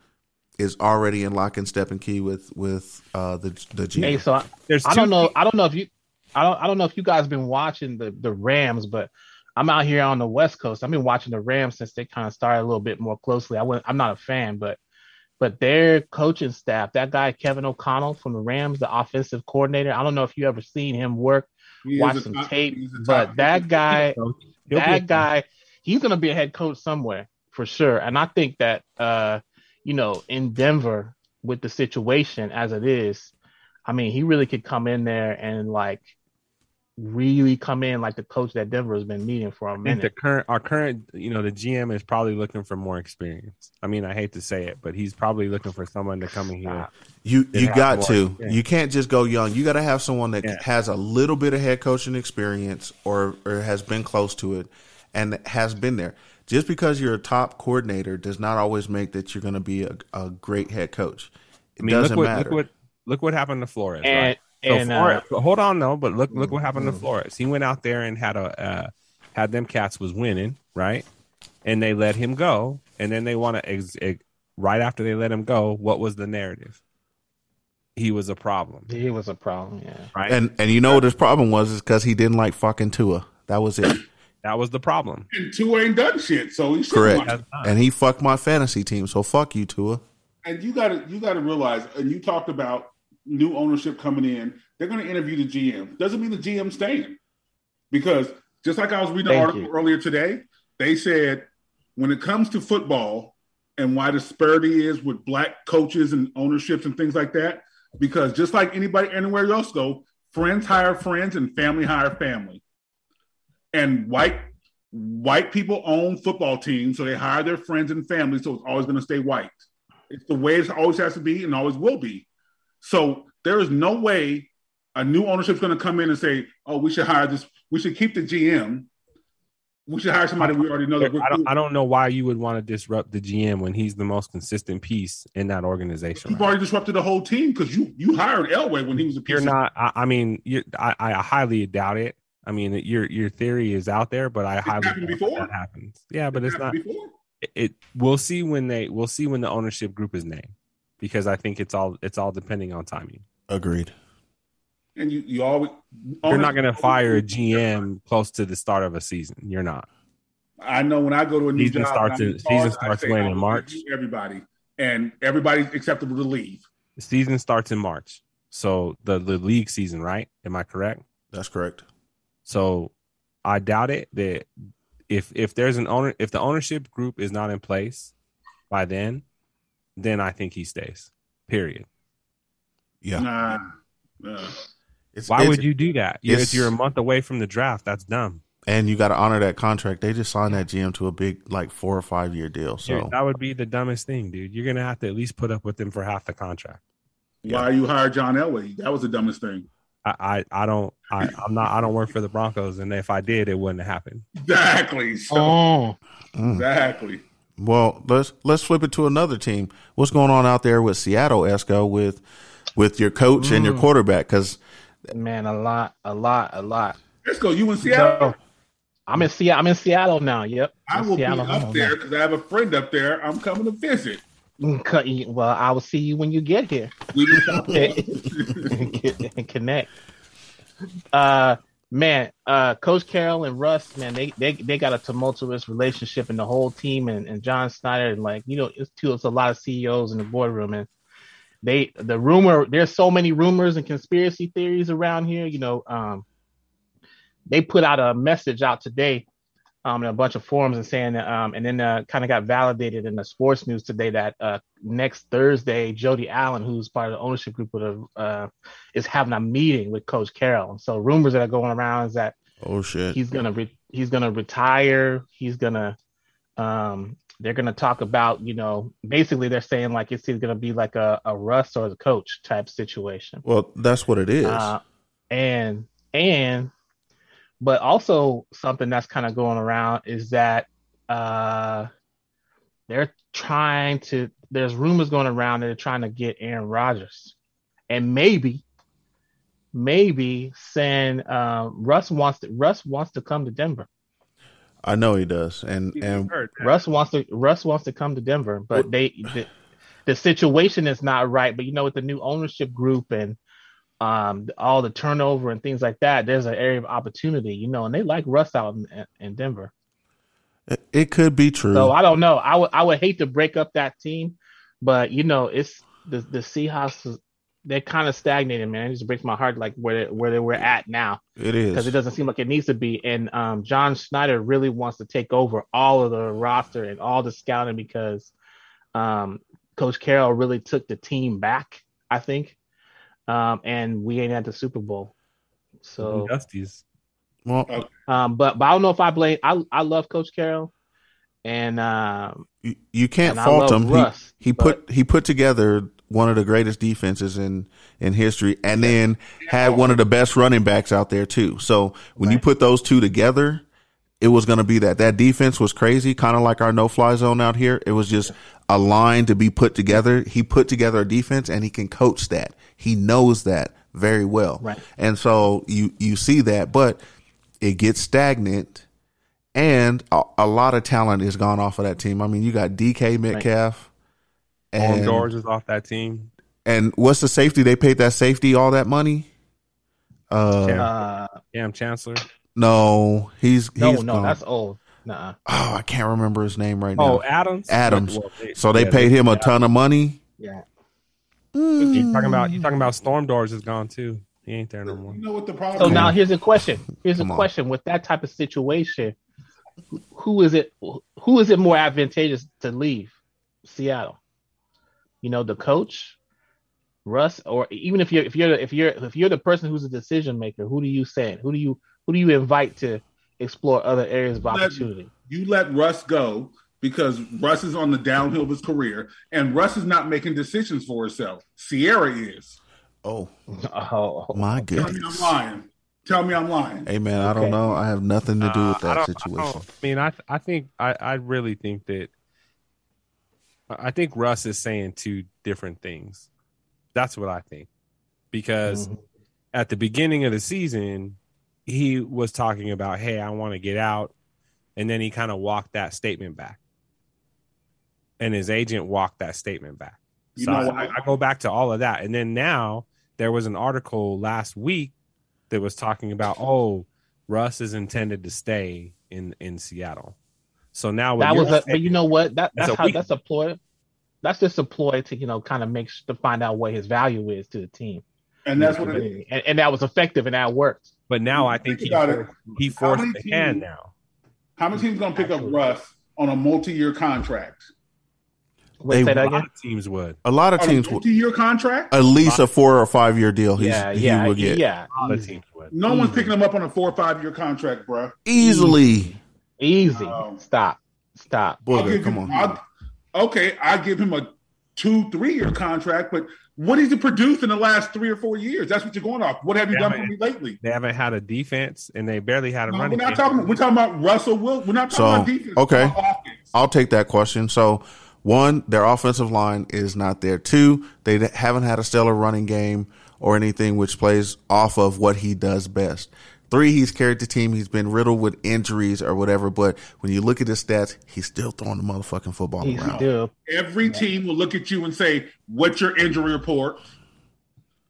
Speaker 3: is already in lock and step and key with with uh, the the GM.
Speaker 8: Hey, so I,
Speaker 4: There's
Speaker 8: I
Speaker 4: two
Speaker 8: don't know. I don't know if you, I don't, I don't know if you guys been watching the the Rams, but I'm out here on the West Coast. I've been watching the Rams since they kind of started a little bit more closely. I went, I'm not a fan, but but their coaching staff, that guy Kevin O'Connell from the Rams, the offensive coordinator. I don't know if you ever seen him work,
Speaker 7: He is
Speaker 8: watch
Speaker 7: a
Speaker 8: some
Speaker 7: top-
Speaker 8: tape,
Speaker 7: he's a top-
Speaker 8: but that guy,
Speaker 4: He'll be a-
Speaker 8: that guy, he's gonna be a head coach somewhere for sure. And I think that uh, you know, in Denver with the situation as it is, I mean, he really could come in there and like really come in like the coach that Denver has been needing for a
Speaker 4: I think the
Speaker 8: minute.
Speaker 4: current our current you know the GM is probably looking for more experience. I mean, I hate to say it, but he's probably looking for someone to come in here.
Speaker 3: You you
Speaker 4: Yeah.
Speaker 3: got to.
Speaker 4: Yeah.
Speaker 3: You can't just go young. You got to have someone that
Speaker 4: Yeah.
Speaker 3: has a little bit of head coaching experience or or has been close to it and has been there. Just because you're a top coordinator does not always make that you're going to be a, a great head coach. It
Speaker 4: I mean,
Speaker 3: doesn't
Speaker 4: look what
Speaker 3: matter.
Speaker 4: look what look what happened to Flores.
Speaker 8: And
Speaker 4: right? So
Speaker 8: and uh,
Speaker 4: Flores, hold on though, but look look what happened
Speaker 3: Mm.
Speaker 4: to Flores. He went out there and had a uh, had them cats was winning right, and they let him go, and then they want to ex- ex- right after they let him go. What was the narrative? He was a problem,
Speaker 8: he was a problem. Yeah.
Speaker 4: right?
Speaker 3: and and you know what his problem was is because he didn't like fucking Tua. That was it.
Speaker 4: that was the problem.
Speaker 7: and two ain't done shit. So he shouldn't watch
Speaker 3: Correct.
Speaker 7: it.
Speaker 3: And he fucked my fantasy team. So fuck you, Tua.
Speaker 7: And you gotta you gotta realize, and you talked about new ownership coming in. They're gonna interview the GM. Doesn't mean the GM's staying. Because just like I was reading an
Speaker 8: Thank
Speaker 7: article
Speaker 8: you.
Speaker 7: earlier today, they said when it comes to football and why disparity is with black coaches and ownerships and things like that, because just like anybody anywhere else though, friends hire friends and family hire family. And white white people own football teams, so they hire their friends and family, so it's always going to stay white. It's the way it always has to be and always will be. So there is no way a new ownership's going to come in and say, "Oh, we should hire this. We should keep the GM. We should hire somebody we already know." That we're
Speaker 4: I don't, I don't know why you would want to disrupt the GM when he's the most consistent piece in that organization.
Speaker 7: You've already disrupted the whole team because you you hired Elway when he was a piece.
Speaker 4: You're
Speaker 7: of-
Speaker 4: not. I, I mean, you I, I highly doubt it. I mean, your your theory is out there, but I highly
Speaker 7: happened
Speaker 4: doubt
Speaker 7: before.
Speaker 4: that happens. Yeah, but it's not.
Speaker 7: happened
Speaker 4: It, it- We'll see when they. We'll see when the ownership group is named, because I think it's all it's all depending on timing.
Speaker 3: Agreed.
Speaker 7: and you you always
Speaker 4: You're not going to fire a GM close to the start of a season. You're not.
Speaker 7: I know when I go to a new
Speaker 4: Season
Speaker 7: job,
Speaker 4: starts
Speaker 7: and I'm
Speaker 4: in- season
Speaker 7: charged, I
Speaker 4: starts
Speaker 7: say,
Speaker 4: when, in
Speaker 7: "I'll
Speaker 4: March?"
Speaker 7: review Everybody and everybody's acceptable to leave.
Speaker 4: The season starts in March, so the the league season, right? Am I correct?
Speaker 3: That's correct.
Speaker 4: So I doubt it that if if there's an owner if the ownership group is not in place by then, then I think he stays. Period.
Speaker 3: Yeah.
Speaker 7: Nah. Uh,
Speaker 3: It's,
Speaker 4: Why
Speaker 3: it's-
Speaker 4: would you do that? You-
Speaker 3: it's-
Speaker 4: If you're a month away from the draft, that's dumb.
Speaker 3: And you got to honor that contract. They just signed that GM to a big, like four or five year deal.
Speaker 4: You're-
Speaker 3: So
Speaker 4: that would be the dumbest thing, dude. You're gonna have to at least put up with them for half the contract.
Speaker 7: Why you hired John Elway? That was the dumbest thing.
Speaker 4: I I, I don't I, I'm not I don't work for the Broncos, and if I did, it wouldn't happen.
Speaker 7: Exactly. So,
Speaker 8: Oh,
Speaker 3: Mm.
Speaker 7: Exactly.
Speaker 3: well, let's let's flip it to another team. What's going on out there with Seattle, Esco, with with your coach and
Speaker 8: Mm.
Speaker 3: your quarterback? Because
Speaker 8: man, a lot, a lot, a lot.
Speaker 7: Let's go. You in Seattle?
Speaker 8: So, I'm in Seattle. I'm in Seattle now. Yep.
Speaker 7: I
Speaker 8: I'm
Speaker 7: will
Speaker 8: Seattle
Speaker 7: be up
Speaker 8: now.
Speaker 7: there because I have a friend up there. I'm coming to visit.
Speaker 8: Mm, cut you- Well, I will see you when you get here.
Speaker 7: We can talk
Speaker 8: Okay. and connect. Uh, man, uh, Coach Carroll and Russ, man, they, they they got a tumultuous relationship, and the whole team, and, and John Snyder, and like you know, it's too, it's a lot of CEOs in the boardroom, and they the rumor there's so many rumors and conspiracy theories around here. You know, um, they put out a message out today. Um, in a bunch of forums and saying, that, um, and then uh, kind of got validated in the sports news today that uh, next Thursday, Jody Allen, who's part of the ownership group of the uh, is having a meeting with Coach Carroll. And so rumors that are going around is that
Speaker 3: oh shit,
Speaker 8: he's gonna re- he's gonna retire. He's gonna um they're gonna talk about you know basically they're saying like it's either gonna be like a a Russ or the coach type situation.
Speaker 3: well, that's what it is.
Speaker 8: Uh, and and but also something that's kind of going around is that uh they're trying to there's rumors going around that they're trying to get Aaron Rodgers. And maybe maybe send uh, Russ wants to Russ wants to come to Denver.
Speaker 3: I know he does, and and
Speaker 4: Heard that.
Speaker 8: Russ wants to Russ wants to come to Denver, but they the, the situation is not right. But you know, with the new ownership group and um, all the turnover and things like that, there's an area of opportunity, you know, and they like Russ out in, in Denver.
Speaker 3: it, it could be true.
Speaker 8: So I don't know. I would I would hate to break up that team, but you know, it's the the Seahawks. is- They're kind of stagnating, man. It just breaks my heart, like where they, where they were at now
Speaker 3: it
Speaker 8: because
Speaker 3: is.
Speaker 8: it doesn't seem like it needs to be. And um, John Schneider really wants to take over all of the roster and all the scouting because um, Coach Carroll really took the team back, I think. Um, and we ain't at the Super Bowl. So,
Speaker 4: Dusty's.
Speaker 3: well,
Speaker 8: um, but, but I don't know if I blame. I, I love Coach Carroll. And um,
Speaker 3: you, you can't
Speaker 8: And I
Speaker 3: fault
Speaker 8: love
Speaker 3: him.
Speaker 8: Russ,
Speaker 3: he he
Speaker 8: but-
Speaker 3: put he put together one of the greatest defenses in in history, and then had one of the best running backs out there too. So when you
Speaker 8: Right.
Speaker 3: put those two together, it was going to be that that defense was crazy, kind of like our no fly zone out here. It was just a line to be put together. He put together a defense, and he can coach that. He knows that very well,
Speaker 8: Right.
Speaker 3: and so you you see that, but it gets stagnant and a, a lot of talent is gone off of that team. I mean, you got DK Metcalf
Speaker 4: Owen
Speaker 3: and
Speaker 4: George is off that team.
Speaker 3: and what's the safety? They paid that safety all that money. Uh,
Speaker 4: Cam,
Speaker 8: uh,
Speaker 4: Cam Chancellor.
Speaker 3: no, he's
Speaker 8: no,
Speaker 3: he's
Speaker 8: no,
Speaker 3: gone.
Speaker 8: that's old. Nuh-uh.
Speaker 3: oh, I can't remember his name right
Speaker 4: Oh,
Speaker 3: now.
Speaker 4: Adams.
Speaker 3: Adams.
Speaker 4: Well, they-
Speaker 3: so they
Speaker 4: yeah,
Speaker 3: paid him a
Speaker 4: yeah.
Speaker 3: ton of money.
Speaker 8: Yeah.
Speaker 4: You talking about you talking
Speaker 7: Mm.
Speaker 4: about Storm Doors is gone too. He ain't there no more.
Speaker 7: You know what the problem
Speaker 8: So
Speaker 7: is?
Speaker 8: now here's a question. Here's
Speaker 3: Come
Speaker 8: a
Speaker 3: on.
Speaker 8: question. With that type of situation, who- who is it? Who is it more advantageous to leave Seattle? You know, the coach, Russ, or even if you're if you're if you're if you're the person who's a decision maker, who do you send? Who do you who do you invite to explore other areas of opportunity.
Speaker 7: You let Russ go because Russ is on the downhill of his career, and Russ is not making decisions for herself. Sierra is.
Speaker 3: Oh,
Speaker 8: oh
Speaker 3: my
Speaker 7: Tell me I'm
Speaker 3: goodness.
Speaker 7: lying. Tell me I'm lying.
Speaker 3: Hey man, I don't know. I have nothing to do with that
Speaker 4: Uh, I don't- I
Speaker 3: situation.
Speaker 4: don't- I, mean, I I think I I really think that I I think Russ is saying two different things. That's what I think because
Speaker 7: Mm-hmm.
Speaker 4: at the beginning of the season he was talking about, "Hey, I want to get out," and then he kind of walked that statement back, and his agent walked that statement back.
Speaker 7: You
Speaker 4: so
Speaker 7: know,
Speaker 4: I,
Speaker 7: I-
Speaker 4: I go back to all of that, and then now there was an article last week that was talking about, "Oh, Russ is intended to stay in in Seattle." So now what
Speaker 8: that
Speaker 4: you're
Speaker 8: was a, but
Speaker 4: saying-
Speaker 8: you know what? That
Speaker 4: That's
Speaker 8: that's
Speaker 4: a
Speaker 8: how
Speaker 4: weak-
Speaker 8: that's a ploy. That's just a ploy to you know kind of make s- to find out what his value is to the team,
Speaker 7: and that's what it is.
Speaker 8: and, and that was effective and that worked.
Speaker 4: but now I think
Speaker 7: Think
Speaker 4: he
Speaker 7: about it.
Speaker 4: forced, he
Speaker 7: How
Speaker 4: forced
Speaker 7: many
Speaker 4: the hand
Speaker 7: teams-
Speaker 4: now.
Speaker 7: How many teams gonna pick up Russ on a multi-year contract?
Speaker 8: Wait,
Speaker 3: They-
Speaker 8: say that
Speaker 4: A lot
Speaker 8: again.
Speaker 4: of teams would.
Speaker 3: A lot of
Speaker 7: On a
Speaker 3: teams will
Speaker 7: multi-year contract?
Speaker 3: at least a four or five year deal. Oh, He's,
Speaker 8: Yeah, yeah,
Speaker 3: he will get
Speaker 8: yeah.
Speaker 4: A lot of teams would.
Speaker 7: No one's picking him up on a four or five-year contract, bruh.
Speaker 3: easily.
Speaker 8: Easy.
Speaker 7: Oh.
Speaker 8: Stop. Stop.
Speaker 7: I'll
Speaker 3: Booger,
Speaker 7: give
Speaker 3: come on.
Speaker 7: him- I'll- okay, I give him a two, three-year contract, but what has he produced in the last three or four years? That's what you're going off. What have you
Speaker 4: Yeah,
Speaker 7: done for
Speaker 4: man.
Speaker 7: me lately?
Speaker 4: They haven't had a defense, and they barely had a
Speaker 7: No, we're
Speaker 4: running.
Speaker 7: not
Speaker 4: game.
Speaker 7: talking. We're talking about Russell Wilson. We're not talking
Speaker 3: So,
Speaker 7: about defense. we're
Speaker 3: okay.
Speaker 7: talking about offense.
Speaker 3: I'll take that question. So, one, their offensive line is not there. Two, they d- haven't had a stellar running game or anything which plays off of what he does best. Three, he's carried the team. He's been riddled with injuries or whatever. But when you look at his stats, he's still throwing the motherfucking football
Speaker 8: He's
Speaker 3: around.
Speaker 8: still
Speaker 7: Every team will look at you and say, "What's your injury report?"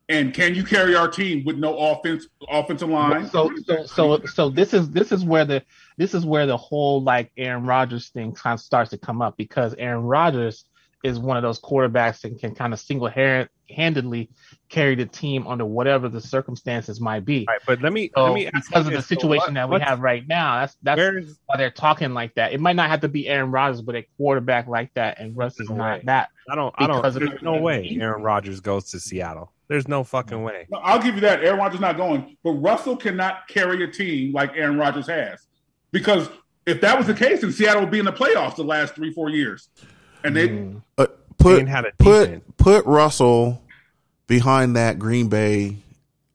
Speaker 7: And can you carry our team with no offense, offensive line?
Speaker 8: so so so so this is this is where the this is where the whole like Aaron Rodgers thing kind of starts to come up because Aaron Rodgers is one of those quarterbacks that can kind of single handedly carry the team under whatever the circumstances might be.
Speaker 4: All right, but let me let
Speaker 8: So
Speaker 4: me ask
Speaker 8: because
Speaker 4: you
Speaker 8: of the
Speaker 4: this. So
Speaker 8: situation
Speaker 4: what-
Speaker 8: that we
Speaker 4: what's-
Speaker 8: have right now, that's that's
Speaker 4: where is-
Speaker 8: why they're talking like that. It might not have to be Aaron Rodgers, but a quarterback like that, and Russ is
Speaker 4: No way.
Speaker 8: not that.
Speaker 4: I don't I don't
Speaker 8: because of
Speaker 4: there's
Speaker 8: the-
Speaker 4: no way Aaron Rodgers goes to Seattle. There's no fucking way.
Speaker 7: No, I'll give you that. Aaron Rodgers not going, but Russell cannot carry a team like Aaron Rodgers has, because if that was the case, then Seattle would be in the playoffs the last three, four years, and they
Speaker 8: Mm,
Speaker 3: Uh,
Speaker 4: They
Speaker 3: put
Speaker 4: didn't have a defense.
Speaker 3: put put Russell behind that Green Bay
Speaker 8: You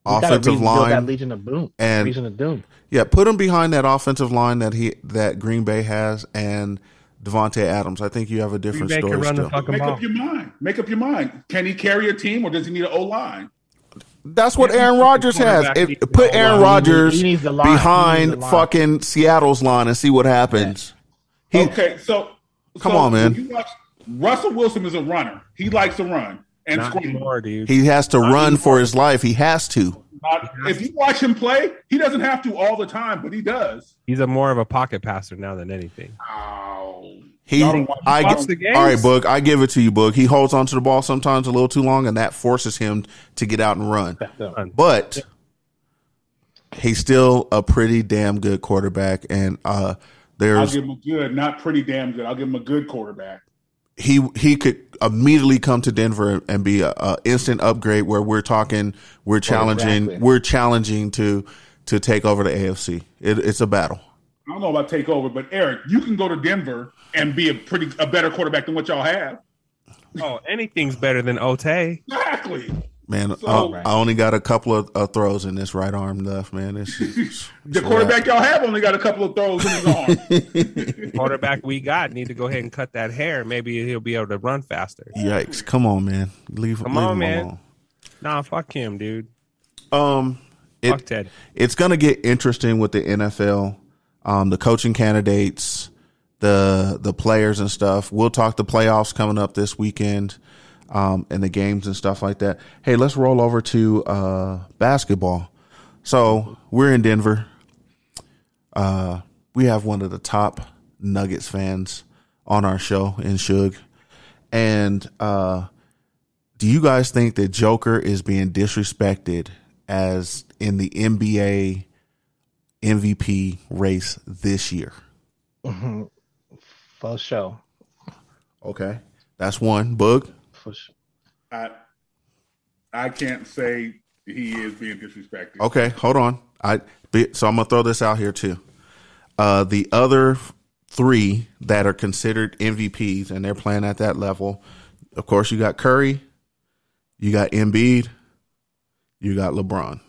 Speaker 8: gotta
Speaker 3: offensive
Speaker 8: rebuild
Speaker 3: line.
Speaker 8: that Legion of Boom,
Speaker 3: and-
Speaker 8: Legion of Doom.
Speaker 3: Yeah, put him behind that offensive line that he that Green Bay has and Devonte Adams. I think you have a
Speaker 4: Green
Speaker 3: different
Speaker 4: Bay can
Speaker 3: story
Speaker 4: run the
Speaker 3: still.
Speaker 4: fucking
Speaker 7: make
Speaker 4: ball.
Speaker 7: up your mind. Make up your mind. Can he carry a team, or does he need an O line?
Speaker 3: That's what Aaron Rodgers has.
Speaker 4: quarterback
Speaker 3: If,
Speaker 4: needs
Speaker 3: put
Speaker 4: the
Speaker 3: Aaron
Speaker 8: line.
Speaker 3: Rodgers
Speaker 8: He needs the line. He needs the
Speaker 3: behind
Speaker 8: line.
Speaker 3: fucking Seattle's line and see what happens. He,
Speaker 7: okay, so
Speaker 3: Come
Speaker 7: so
Speaker 3: on, man.
Speaker 7: when you watch- Russell Wilson is a runner. He likes to run and
Speaker 4: Not
Speaker 7: scream.
Speaker 4: anymore, dude.
Speaker 3: he has to run for his life. He has to.
Speaker 7: Not- Uh, if you watch him play, he doesn't have to all the time, but he does.
Speaker 4: He's a more of a pocket passer now than anything.
Speaker 7: Ow.
Speaker 3: He,
Speaker 7: Y'all don't watch-
Speaker 3: I,
Speaker 7: y'all don't-
Speaker 4: the games.
Speaker 3: all right, Boog, I give it to you, Boog. He holds onto the ball sometimes a little too long, and that forces him to get out and run. But he's still a pretty damn good quarterback, and uh,
Speaker 7: I'll
Speaker 3: there's
Speaker 7: give him a good, not pretty damn good. I'll give him a good quarterback.
Speaker 3: he he could immediately come to Denver and be a, a instant upgrade where we're talking we're challenging
Speaker 8: exactly.
Speaker 3: we're challenging to to take over the AFC. It, it's a battle.
Speaker 7: I don't know about takeover, but Eric, you can go to Denver and be a pretty a better quarterback than what y'all have.
Speaker 4: Oh, anything's better than Ote.
Speaker 7: Exactly.
Speaker 3: Man,
Speaker 7: So-
Speaker 3: I, I only got a couple of uh, throws in this right arm left, man. It's, it's- it's
Speaker 7: The
Speaker 3: a wrap.
Speaker 7: quarterback y'all have only got a couple of throws in his arm.
Speaker 4: Quarterback we got need to go ahead and cut that hair. Maybe he'll be able to run faster.
Speaker 3: Yikes! Come on, man. Leave,
Speaker 4: Come
Speaker 3: leave
Speaker 4: on,
Speaker 3: him
Speaker 4: man. Nah, fuck him, dude.
Speaker 3: alone. Um,
Speaker 4: Fuck
Speaker 3: it,
Speaker 4: Ted.
Speaker 3: it's going to get interesting with the NFL, um, the coaching candidates, the the players and stuff. We'll talk the playoffs coming up this weekend, um, and the games and stuff like that. Hey, let's roll over to uh, basketball. So we're in Denver. Uh, we have one of the top Nuggets fans on our show in Suge, and uh, do you guys think that Joker is being disrespected as in the NBA MVP race this year?
Speaker 8: For sure.
Speaker 3: Okay. That's one. Boog.
Speaker 8: For sure.
Speaker 7: I, I can't say he is being disrespected.
Speaker 3: Okay, hold on. I be- so I'm gonna throw this out here too. Uh, the other three that are considered MVPs and they're playing at that level, of course, you got Curry, you got Embiid, you got LeBron.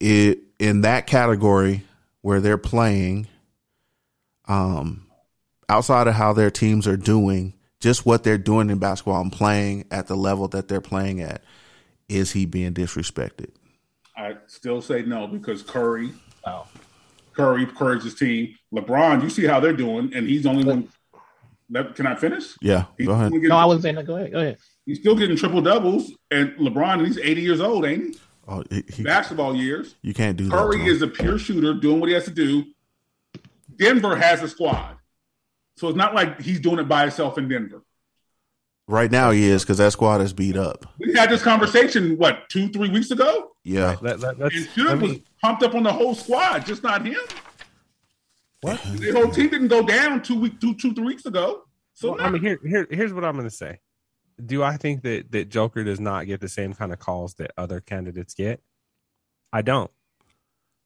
Speaker 3: It in that category where they're playing, um, outside of how their teams are doing, just what they're doing in basketball and playing at the level that they're playing at, is he being disrespected?
Speaker 7: I still say no because Curry,
Speaker 8: oh.
Speaker 7: Curry, Curry's his team. LeBron, you see how they're doing, and he's the only one. That, can I finish?
Speaker 3: Yeah,
Speaker 7: He's
Speaker 3: go ahead.
Speaker 7: still getting-
Speaker 8: No, I wasn't saying that. Go ahead. Go ahead.
Speaker 7: he's still getting triple doubles, and LeBron, he's 80 years old, ain't he?
Speaker 3: Oh, he- he-
Speaker 7: Basketball years.
Speaker 3: you can't do that. to
Speaker 7: Curry
Speaker 3: him.
Speaker 7: is a pure shooter doing what he has to do. Denver has a squad. So it's not like he's doing it by himself in Denver.
Speaker 3: right now. He is because that squad is beat up.
Speaker 7: We had this conversation, what, two, three weeks ago?
Speaker 3: Yeah,
Speaker 4: Let, let,
Speaker 7: And
Speaker 4: let's,
Speaker 7: Shug
Speaker 4: let me-
Speaker 7: was pumped up on the whole squad, just not him.
Speaker 4: What?
Speaker 7: The whole team didn't go down two week, two, two, three weeks ago. So
Speaker 4: Well,
Speaker 7: no.
Speaker 4: I mean, here, here, here's what I'm going to say. Do I think that that Joker does not get the same kind of calls that other candidates get? I don't.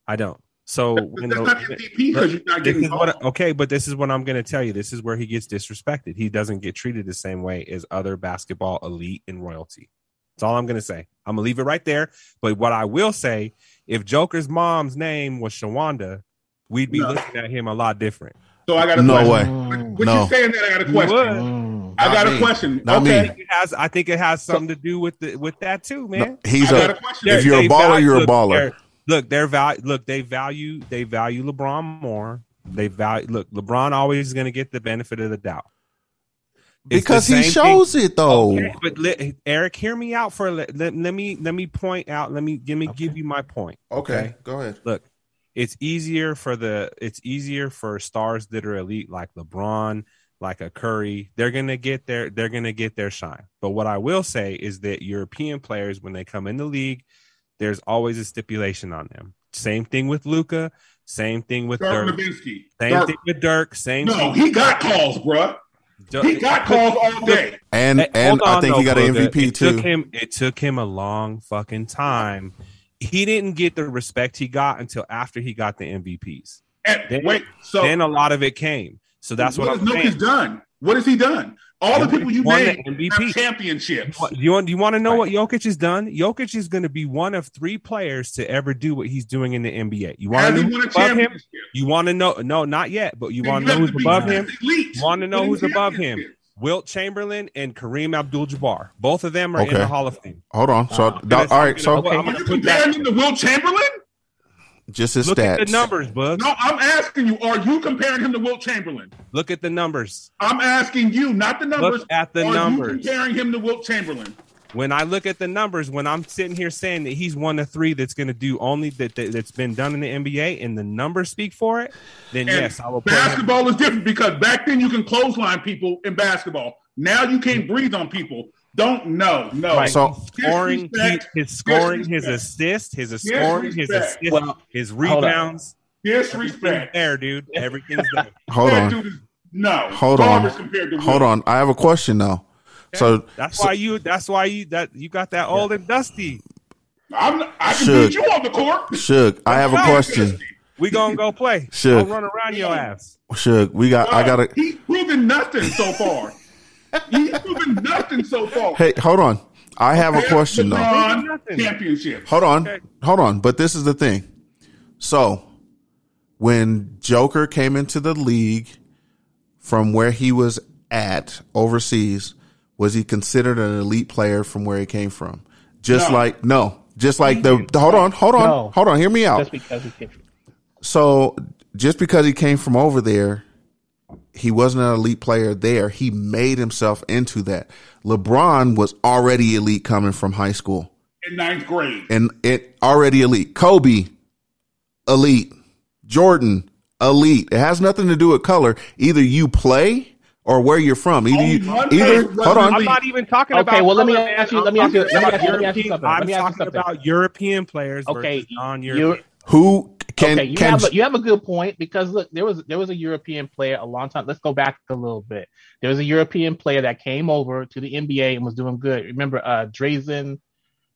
Speaker 4: I don't. So
Speaker 7: that's
Speaker 4: when the-
Speaker 7: not MVP because you're not
Speaker 4: this
Speaker 7: getting
Speaker 4: is what-
Speaker 7: called.
Speaker 4: okay, but this is what I'm going to tell you. This is where he gets disrespected. He doesn't get treated the same way as other basketball elite and royalty. That's all I'm going to say. I'm going to leave it right there. But what I will say, if Joker's mom's name was Shawanda, we'd be
Speaker 7: No.
Speaker 4: looking at him a lot different.
Speaker 7: So I got a
Speaker 3: no
Speaker 7: question.
Speaker 3: way.
Speaker 7: When
Speaker 3: No.
Speaker 7: you saying that, I got a
Speaker 4: You
Speaker 7: question.
Speaker 4: would.
Speaker 8: Mm.
Speaker 7: I got
Speaker 3: Not me.
Speaker 7: a question.
Speaker 3: Not me.
Speaker 7: okay.
Speaker 4: It has, I think it has something to do with the, with that too, man.
Speaker 3: No, he's
Speaker 7: I got
Speaker 3: a.
Speaker 7: a question.
Speaker 4: They're-
Speaker 3: if you're a
Speaker 4: they
Speaker 3: baller,
Speaker 4: value-
Speaker 3: you're a
Speaker 4: look,
Speaker 3: baller.
Speaker 4: they're- Look, they're val- look, they value they value LeBron more. They value look, LeBron always is going to get the benefit of the doubt. It's the
Speaker 3: because he
Speaker 4: same
Speaker 3: shows it though.
Speaker 4: thing- Okay, but let, Eric, hear me out for a li- let, let me let me point out, let me give me give you my point.
Speaker 3: okay, go ahead.
Speaker 4: Look, it's easier for the it's easier for stars that are elite like LeBron, like a Curry. They're gonna get their they're gonna get their shine. But what I will say is that European players, when they come in the league, there's always a stipulation on them. Same thing with Luca. Same thing with
Speaker 7: Dirk
Speaker 4: Dirk.
Speaker 7: Nowitzki.
Speaker 4: Same
Speaker 7: Dirk-
Speaker 4: thing with Dirk. Same.
Speaker 7: No,
Speaker 4: thing
Speaker 7: he got calls, bruh.
Speaker 4: Du-
Speaker 7: He got calls all day.
Speaker 3: And
Speaker 4: Hey,
Speaker 3: and
Speaker 4: hold
Speaker 3: I
Speaker 4: on,
Speaker 3: think
Speaker 4: though,
Speaker 3: he got an
Speaker 4: Luka.
Speaker 3: MVP
Speaker 4: it Took
Speaker 3: too.
Speaker 4: him, it took him a long fucking time. He didn't get the respect he got until after he got the MVPs.
Speaker 7: And
Speaker 4: Then-
Speaker 7: wait, so
Speaker 4: then a lot of it came. So that's what,
Speaker 7: has
Speaker 4: I'm saying.
Speaker 7: Nokia's done? What has he done? All the
Speaker 4: Jokic
Speaker 7: people you
Speaker 4: won the
Speaker 7: named
Speaker 4: MVP.
Speaker 7: have championships.
Speaker 4: What- Do you want? Do you want to know what Jokic has done? Jokic is going to be one of three players to ever do what he's doing in the NBA. You want
Speaker 7: Has
Speaker 4: to
Speaker 7: he
Speaker 4: know
Speaker 7: won a
Speaker 4: who's above him?
Speaker 7: championship?
Speaker 4: You want to know? No, not yet. But you want to know
Speaker 7: have
Speaker 4: who's
Speaker 7: be
Speaker 4: above him?
Speaker 7: elite.
Speaker 4: Want to know
Speaker 7: Winning
Speaker 4: who's above him?
Speaker 7: championships.
Speaker 4: Wilt Chamberlain and Kareem Abdul-Jabbar. Both of them are in
Speaker 3: Okay.
Speaker 4: the Hall of Fame.
Speaker 3: Hold on. So
Speaker 8: Wow.
Speaker 3: doc- all right. So
Speaker 4: Okay, I'm
Speaker 7: Are you
Speaker 4: gonna put that-
Speaker 7: comparing him to Will Chamberlain?
Speaker 3: just his
Speaker 4: Look
Speaker 3: stats.
Speaker 4: at the numbers, Bug.
Speaker 7: No, I'm asking you. Are you comparing him to Will Chamberlain?
Speaker 4: Look at the numbers.
Speaker 7: I'm asking you, not the numbers.
Speaker 4: at the
Speaker 7: are
Speaker 4: numbers.
Speaker 7: you comparing him to Will Chamberlain?
Speaker 4: When I look at the numbers, when I'm sitting here saying that he's one of three that's going to do only that, that that's been done in the NBA, and the numbers speak for it, then
Speaker 7: And
Speaker 4: yes, I will. put him-
Speaker 7: basketball is different because back then you can clothesline people in basketball. Now you can't breathe on people. Don't no no.
Speaker 4: Right.
Speaker 3: So-
Speaker 4: scoring, he-
Speaker 7: Disrespect,
Speaker 4: his scoring, his
Speaker 7: disrespect,
Speaker 4: assists, his scoring, his
Speaker 7: Disrespect.
Speaker 4: assists,
Speaker 8: Well,
Speaker 4: his
Speaker 8: hold on.
Speaker 4: rebounds. Everything's
Speaker 7: disrespect.
Speaker 4: there, dude. Everything's there.
Speaker 3: Hold
Speaker 7: That
Speaker 3: on.
Speaker 7: dude is- no.
Speaker 3: Hold on.
Speaker 7: Garbage compared to
Speaker 3: Hold
Speaker 7: Will.
Speaker 3: on. I have a question now. So
Speaker 4: That's
Speaker 3: so-
Speaker 4: why you. That's why you. That you got that old and dusty.
Speaker 7: I'm, not- I can
Speaker 3: Should.
Speaker 7: beat you on the court.
Speaker 3: Suge, I have a question.
Speaker 4: We gonna go play.
Speaker 3: Sure.
Speaker 4: I'll run around your ass.
Speaker 3: Suge, we got. I got to
Speaker 7: He's proven nothing so far. He's proven nothing so far.
Speaker 3: Hey, hold on. I have a question though.
Speaker 7: LeBron
Speaker 4: Nothing.
Speaker 7: championship.
Speaker 3: Hold on. Hold on. But this is the thing. So, when Joker came into the league from where he was at overseas, was he considered an elite player from where he came from? Just
Speaker 7: No.
Speaker 3: like, no. Just like the, the- hold on, hold on,
Speaker 8: No.
Speaker 3: hold on, hear me out.
Speaker 8: Just because he can.
Speaker 3: So, just because he came from over there, he wasn't an elite player there. He made himself into that. LeBron was already elite coming from high school
Speaker 7: in ninth grade.
Speaker 3: and it already elite. Kobe, elite. Jordan, elite. It has nothing to do with color. Either you play or where you're from. Either you,
Speaker 7: Only one
Speaker 3: either
Speaker 7: player
Speaker 3: hold
Speaker 7: wasn't
Speaker 3: on.
Speaker 4: I'm not even talking
Speaker 8: Okay,
Speaker 4: about.
Speaker 8: well, let me
Speaker 4: color,
Speaker 8: ask you-
Speaker 4: man.
Speaker 8: let me
Speaker 4: I'm
Speaker 8: ask you- let me
Speaker 4: talking
Speaker 8: ask you- let me
Speaker 4: about
Speaker 8: ask you
Speaker 4: European-
Speaker 8: something. Let
Speaker 4: I'm
Speaker 8: me ask you
Speaker 4: talking
Speaker 8: something.
Speaker 4: about European players
Speaker 8: Okay,
Speaker 4: versus non-European.
Speaker 8: you're,
Speaker 3: Who can
Speaker 8: okay, you
Speaker 3: can
Speaker 8: have a, you have a good point because look, there was there was a European player a long time. Let's go back a little bit. There was a European player that came over to the NBA and was doing good. Remember uh Drazen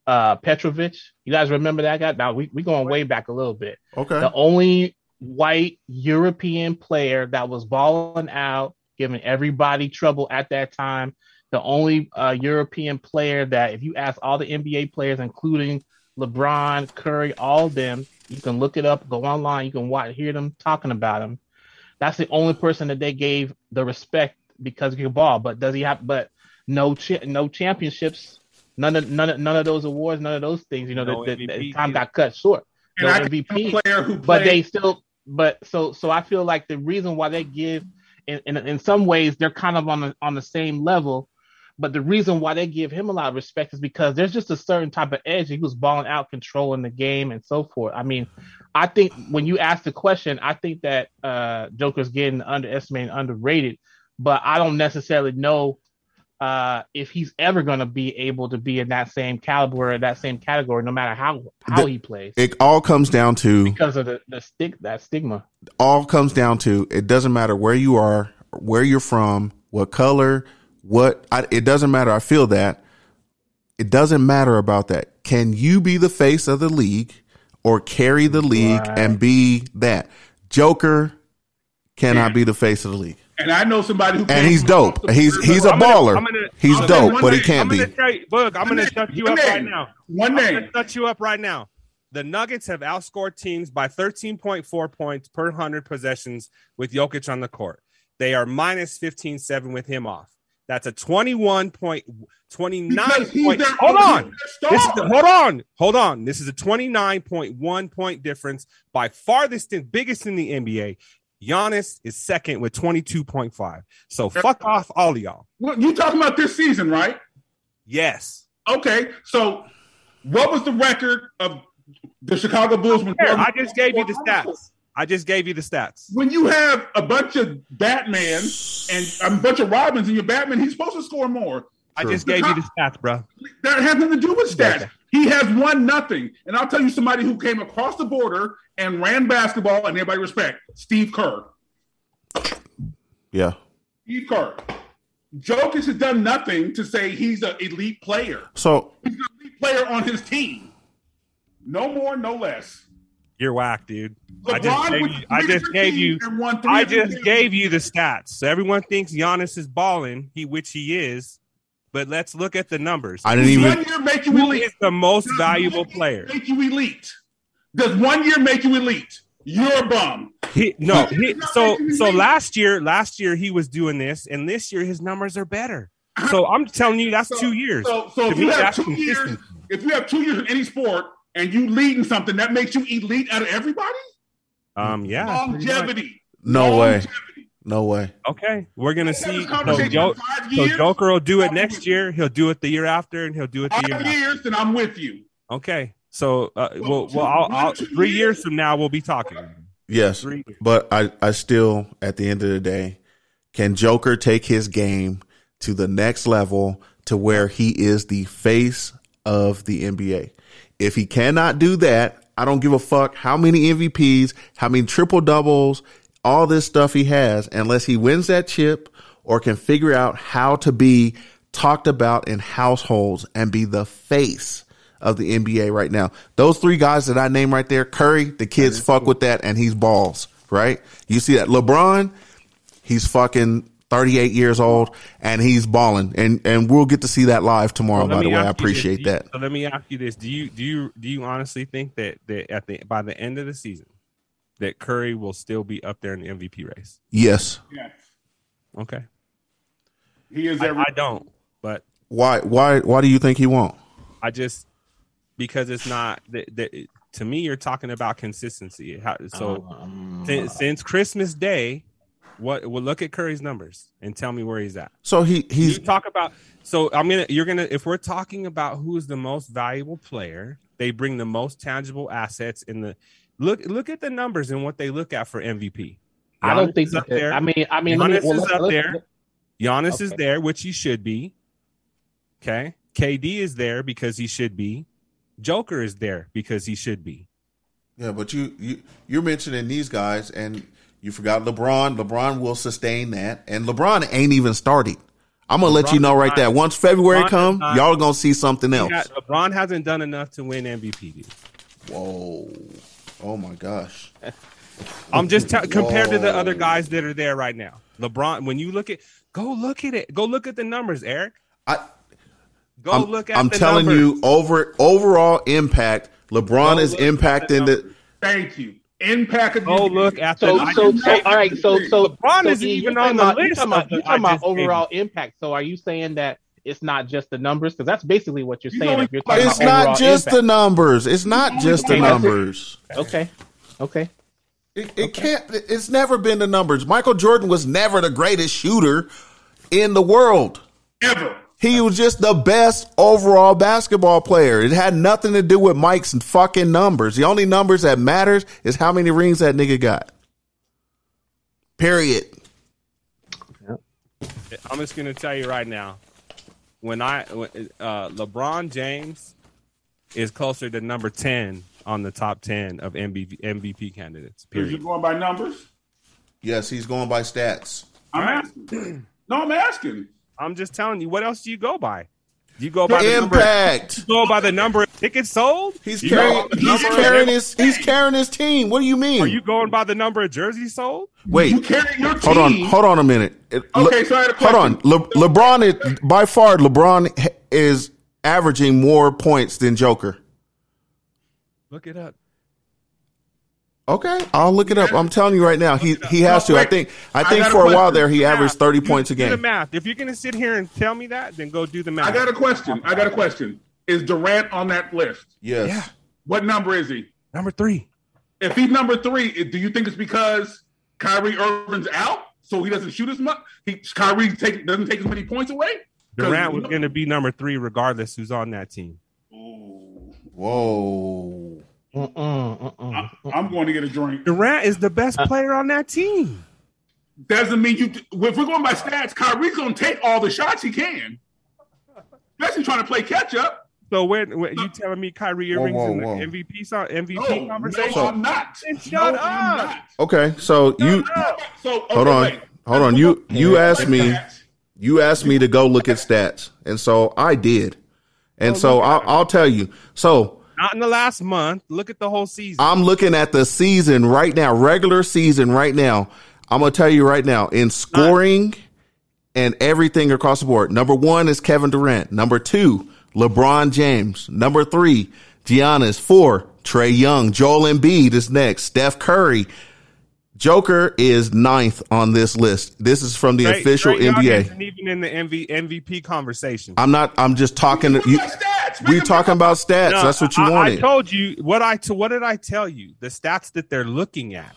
Speaker 8: uh Petrovic? You guys remember that guy? Now we we going way back a little bit.
Speaker 3: okay?
Speaker 8: The only white European player that was balling out, giving everybody trouble at that time. The only uh, European player that, if you ask all the NBA players, including LeBron, Curry, all of them, you can look it up, go online, you can watch, hear them talking about him. That's the only person that they gave the respect because he could ball. But does he have? But no, cha- no championships, none of none of none of those awards, none of those things. You know,
Speaker 4: No
Speaker 8: the, the, the
Speaker 4: MVP
Speaker 8: time
Speaker 4: either.
Speaker 8: got cut short.
Speaker 7: And
Speaker 8: No
Speaker 7: I can see
Speaker 8: MVP,
Speaker 7: a player who
Speaker 8: but they
Speaker 7: played-
Speaker 8: still. But so so I feel like the reason why they give, in in, in some ways, they're kind of on the, on the same level. But the reason why they give him a lot of respect is because there's just a certain type of edge. He was balling out, controlling the game, and so forth. I mean, I think when you ask the question, I think that uh, Joker's getting underestimated, underrated. But I don't necessarily know uh, if he's ever going to be able to be in that same caliber, or that same category, no matter how how
Speaker 3: The-
Speaker 8: he plays,
Speaker 3: It all comes down to
Speaker 8: because of the, the stick that stigma.
Speaker 3: all comes down to it doesn't matter where you are, where you're from, what color, what I, it doesn't matter. I feel that it doesn't matter about that. Can you be the face of the league or carry the league and be that Joker? Cannot be the face of the league,
Speaker 7: And I know somebody who
Speaker 3: and he's dope. He's he's a
Speaker 4: I'm gonna-
Speaker 3: baller.
Speaker 4: I'm gonna-
Speaker 3: he's
Speaker 4: I'm
Speaker 7: gonna-
Speaker 3: dope, but he
Speaker 4: I'm
Speaker 3: can't be.
Speaker 4: gonna tell you, look, I'm gonna
Speaker 7: name,
Speaker 4: shut you
Speaker 7: one
Speaker 4: up right
Speaker 7: name,
Speaker 4: now.
Speaker 7: one
Speaker 4: I'm
Speaker 7: name.
Speaker 4: gonna shut you up right now. The Nuggets have outscored teams by 13.4 points per 100 possessions with Jokic on the court. They are minus 15-7 with him off. That's a 21 point, 29
Speaker 7: Because he's
Speaker 4: point.
Speaker 7: their-
Speaker 4: Hold
Speaker 7: he's
Speaker 4: on.
Speaker 7: their
Speaker 4: This is
Speaker 7: star.
Speaker 4: the- hold on. Hold on. This is a 29.1 point difference by farthest and biggest in the NBA. Giannis is second with 22.5. So fuck off all of y'all.
Speaker 7: Well, you talking about this season, right?
Speaker 4: Yes.
Speaker 7: Okay, so what was the record of the Chicago Bulls? When
Speaker 4: Here, I just gave you the stats. I just gave you the stats.
Speaker 7: When you have a bunch of Batman and a bunch of Robins in your Batman, he's supposed to score more.
Speaker 4: I just gave you the stats, bro.
Speaker 7: That has nothing to do with stats.
Speaker 4: Okay.
Speaker 7: He has won nothing. And I'll tell you somebody who came across the border and ran basketball and everybody respect Steve Kerr.
Speaker 3: Yeah,
Speaker 7: Steve Kerr. Jokic has done nothing to say he's an elite player.
Speaker 3: so
Speaker 7: He's an elite player on his team. No more, no less.
Speaker 4: You're whack, dude. I
Speaker 7: LeBron
Speaker 4: just gave
Speaker 7: with
Speaker 4: you. I just
Speaker 7: 15
Speaker 4: gave you.
Speaker 7: and won three
Speaker 4: I
Speaker 7: of them
Speaker 4: just
Speaker 7: games.
Speaker 4: gave you the stats. So everyone thinks Giannis is balling, he which he is. But let's look at the numbers.
Speaker 3: I didn't even.
Speaker 7: One year make you
Speaker 4: Who
Speaker 7: elite.
Speaker 4: is the most
Speaker 7: Does
Speaker 4: valuable
Speaker 7: one year
Speaker 4: player?
Speaker 7: Make you elite. Does one year make you elite? You're a bum.
Speaker 4: He, no,
Speaker 7: Who is
Speaker 4: he,
Speaker 7: not
Speaker 4: so
Speaker 7: making the
Speaker 4: so
Speaker 7: league?
Speaker 4: last year, last year he was doing this, and this year his numbers are better. So I'm telling you, that's
Speaker 7: Uh-huh. So-
Speaker 4: two years.
Speaker 7: So, so
Speaker 4: To
Speaker 7: if
Speaker 4: me,
Speaker 7: you have
Speaker 4: that's
Speaker 7: two years,
Speaker 4: consistent.
Speaker 7: if you have two years in any sport and you lead in something, that makes you elite out of everybody.
Speaker 4: Um, yeah. pretty much.
Speaker 7: Longevity.
Speaker 3: No way.
Speaker 7: Longevity.
Speaker 3: No way.
Speaker 4: Okay, we're gonna
Speaker 7: Let's have
Speaker 4: see.
Speaker 7: this
Speaker 4: So,
Speaker 7: conversation
Speaker 4: Jo-
Speaker 7: in five
Speaker 4: so
Speaker 7: years.
Speaker 4: Joker will do it
Speaker 7: I'm
Speaker 4: next
Speaker 7: with you.
Speaker 4: year. He'll do it the year after, and he'll do it the year.
Speaker 7: Five
Speaker 4: after.
Speaker 7: years, then I'm with you.
Speaker 4: Okay, so uh, well,
Speaker 7: two-
Speaker 4: well, I'll,
Speaker 7: one,
Speaker 4: I'll,
Speaker 7: two
Speaker 4: three
Speaker 7: years.
Speaker 4: years from now we'll be talking.
Speaker 3: Yes.
Speaker 4: Three.
Speaker 3: But I, I still, at the end of the day, can Joker take his game to the next level to where he is the face of the NBA? If he cannot do that, I don't give a fuck how many MVPs, how many triple doubles, all this stuff he has, unless he wins that chip or can figure out how to be talked about in households and be the face of the NBA right now. Those three guys that I name right there, Curry, the kids fuck with that and he's balls, right? You see that LeBron, he's fucking 38 years old and he's balling and and we'll get to see that live tomorrow
Speaker 4: Let
Speaker 3: Oh, by the
Speaker 4: me
Speaker 3: way.
Speaker 4: ask
Speaker 3: I
Speaker 4: you this.
Speaker 3: appreciate
Speaker 4: Do you-
Speaker 3: that.
Speaker 4: So let me ask you this: Do you do you do you honestly think that that at the by the end of the season that Curry will still be up there in the MVP race?
Speaker 3: Yes.
Speaker 7: Yes.
Speaker 4: Okay,
Speaker 7: He is
Speaker 4: I,
Speaker 7: every.
Speaker 4: I don't, but
Speaker 3: Why why why do you think he won't?
Speaker 4: I just because it's not that, that to me you're talking about consistency. How,
Speaker 3: Uh-huh.
Speaker 4: so
Speaker 8: um,
Speaker 4: since, since Christmas Day, what well look at Curry's numbers and tell me where he's at.
Speaker 3: So he he's
Speaker 4: you talk about so I'm gonna you're gonna if we're talking about who is the most valuable player, they bring the most tangible assets in the look look at the numbers and what they look at for MVP.
Speaker 8: I
Speaker 4: Giannis
Speaker 8: don't think
Speaker 4: is up
Speaker 8: that.
Speaker 4: there.
Speaker 8: I mean, I mean, let me-
Speaker 4: Giannis
Speaker 8: well,
Speaker 4: is
Speaker 8: let's-
Speaker 4: up
Speaker 8: let's-
Speaker 4: there. Giannis is
Speaker 8: Okay.
Speaker 4: there, which he should be. Okay. KD is there because he should be. Joker is there because he should be.
Speaker 3: Yeah, but you you you're mentioning these guys and you forgot LeBron. LeBron will sustain that and LeBron ain't even starting. I'm gonna let you
Speaker 4: LeBron
Speaker 3: know right
Speaker 4: is
Speaker 3: there.
Speaker 4: not-
Speaker 3: Once February
Speaker 4: LeBron is
Speaker 3: come,
Speaker 4: not-
Speaker 3: y'all gonna see something
Speaker 4: He
Speaker 3: else.
Speaker 4: got- LeBron hasn't done enough to win MVP. dude.
Speaker 3: Whoa. Oh my gosh.
Speaker 4: I'm just tell compared to the other guys that are there right now. LeBron, when you look at, go look at it. Go look at the numbers, Eric.
Speaker 3: I
Speaker 4: go
Speaker 3: I'm,
Speaker 4: look at.
Speaker 3: I'm
Speaker 4: the
Speaker 3: telling
Speaker 4: numbers.
Speaker 3: you, over overall impact, LeBron is impacting the.
Speaker 7: Thank you. Impact. of
Speaker 4: Go
Speaker 7: the-
Speaker 4: Oh, look at the.
Speaker 8: So,
Speaker 4: numbers.
Speaker 8: so, so, all right. So, so
Speaker 4: LeBron
Speaker 8: so,
Speaker 4: isn't
Speaker 8: Ian,
Speaker 4: even
Speaker 8: you're
Speaker 4: on
Speaker 8: talking
Speaker 4: the
Speaker 8: about- you're
Speaker 4: list
Speaker 8: talking about-
Speaker 4: of the-
Speaker 8: You're talking
Speaker 4: I
Speaker 8: about
Speaker 4: just gave you.
Speaker 8: overall impact. So, are you saying that it's not just the numbers? Because that's basically what you're
Speaker 7: He's
Speaker 8: saying.
Speaker 7: only-
Speaker 8: If you're talking
Speaker 3: It's
Speaker 8: about overall
Speaker 3: not just the
Speaker 8: impact.
Speaker 3: numbers. It's not just the
Speaker 8: Okay, that's it.
Speaker 3: numbers.
Speaker 8: Okay. Okay.
Speaker 3: It, it can't. It's never been the numbers. Michael Jordan was never the greatest shooter in the world.
Speaker 7: Ever.
Speaker 3: He was just the best overall basketball player. It had nothing to do with Mike's fucking numbers. The only numbers that matters is how many rings that nigga got. Period.
Speaker 4: I'm just gonna tell you right now. When I when, uh, LeBron James is closer to number ten on the top ten of MVP, MVP candidates.
Speaker 7: If you're
Speaker 4: Period.
Speaker 7: going by numbers,
Speaker 3: Yes, he's going by stats.
Speaker 7: I'm asking. No, I'm asking.
Speaker 4: I'm just telling you. What else do you go by? Do you go by the number?
Speaker 3: Impact.
Speaker 4: you Go by the number of tickets sold.
Speaker 3: He's
Speaker 4: You
Speaker 3: carrying.
Speaker 4: go-
Speaker 3: He's
Speaker 4: number-
Speaker 3: carrying his. He's carrying his team. What do you mean?
Speaker 4: Are you going by the number of jerseys sold?
Speaker 3: Wait.
Speaker 7: You carry your team.
Speaker 3: Hold on, hold on a minute. It-
Speaker 7: Okay, so I had a
Speaker 3: hold on.
Speaker 7: question.
Speaker 3: Le, LeBron is by far LeBron h- is averaging more points than Joker.
Speaker 4: Look it up.
Speaker 3: Okay, I'll look it up. I'm telling you right now, he he has to. I think I
Speaker 7: I
Speaker 3: think
Speaker 7: got a
Speaker 3: for a while
Speaker 7: question.
Speaker 3: there he averaged
Speaker 4: Math.
Speaker 3: thirty
Speaker 4: You
Speaker 3: points a
Speaker 4: Do the
Speaker 3: game.
Speaker 4: math. If you're gonna sit here and tell me that, then go do the math.
Speaker 7: I got a question. I got a question. Is Durant on that list?
Speaker 3: Yes.
Speaker 7: What number is he?
Speaker 4: number three.
Speaker 7: If he's number three, it- do you think it's because Kyrie Irving's out, so he doesn't shoot as much? He Kyrie take, doesn't take as many points away. 'Cause-
Speaker 4: Durant was gonna be number three regardless who's on that team.
Speaker 7: Ooh.
Speaker 3: Whoa.
Speaker 8: Mm-mm, mm-mm.
Speaker 7: I'm going to get a drink.
Speaker 4: Durant is the best player on that team.
Speaker 7: Doesn't mean you. If we're going by stats, Kyrie's going to take all the shots he can. Especially trying to play catch up.
Speaker 4: So when, when you telling me Kyrie
Speaker 3: Whoa,
Speaker 4: Irving's
Speaker 3: whoa,
Speaker 4: in the
Speaker 3: whoa.
Speaker 4: MVP so- MVP
Speaker 7: No,
Speaker 4: conversation?
Speaker 7: Oh, no, I'm not.
Speaker 4: Then shut
Speaker 7: No, I'm
Speaker 4: up.
Speaker 7: not.
Speaker 3: Okay, so you
Speaker 7: So okay,
Speaker 3: hold on,
Speaker 7: wait.
Speaker 3: hold on. You you asked
Speaker 7: Like
Speaker 3: me
Speaker 7: that.
Speaker 3: you asked me to go look at stats, and so I did,
Speaker 7: Oh,
Speaker 3: and so I'll, I'll tell you. So
Speaker 4: Not in the last month. Look at the whole season.
Speaker 3: I'm looking at the season right now, regular season right now. I'm gonna tell you right now in scoring and everything across the board. Number one is Kevin Durant. Number two, LeBron James. Number three, Giannis. Four, Trey Young. Joel Embiid is next. Steph Curry. Joker is ninth on this list. This is from the
Speaker 4: Trey-
Speaker 3: official
Speaker 4: Trey Young
Speaker 3: NBA.
Speaker 4: isn't even in the MV, MVP conversation.
Speaker 3: I'm not. I'm just talking.
Speaker 7: Look
Speaker 3: You,
Speaker 7: at stats.
Speaker 3: we
Speaker 7: Make a-
Speaker 3: talking about stats.
Speaker 4: No,
Speaker 3: That's what you
Speaker 4: I, I
Speaker 3: wanted.
Speaker 4: told you what I to what did I tell you? The stats that they're looking at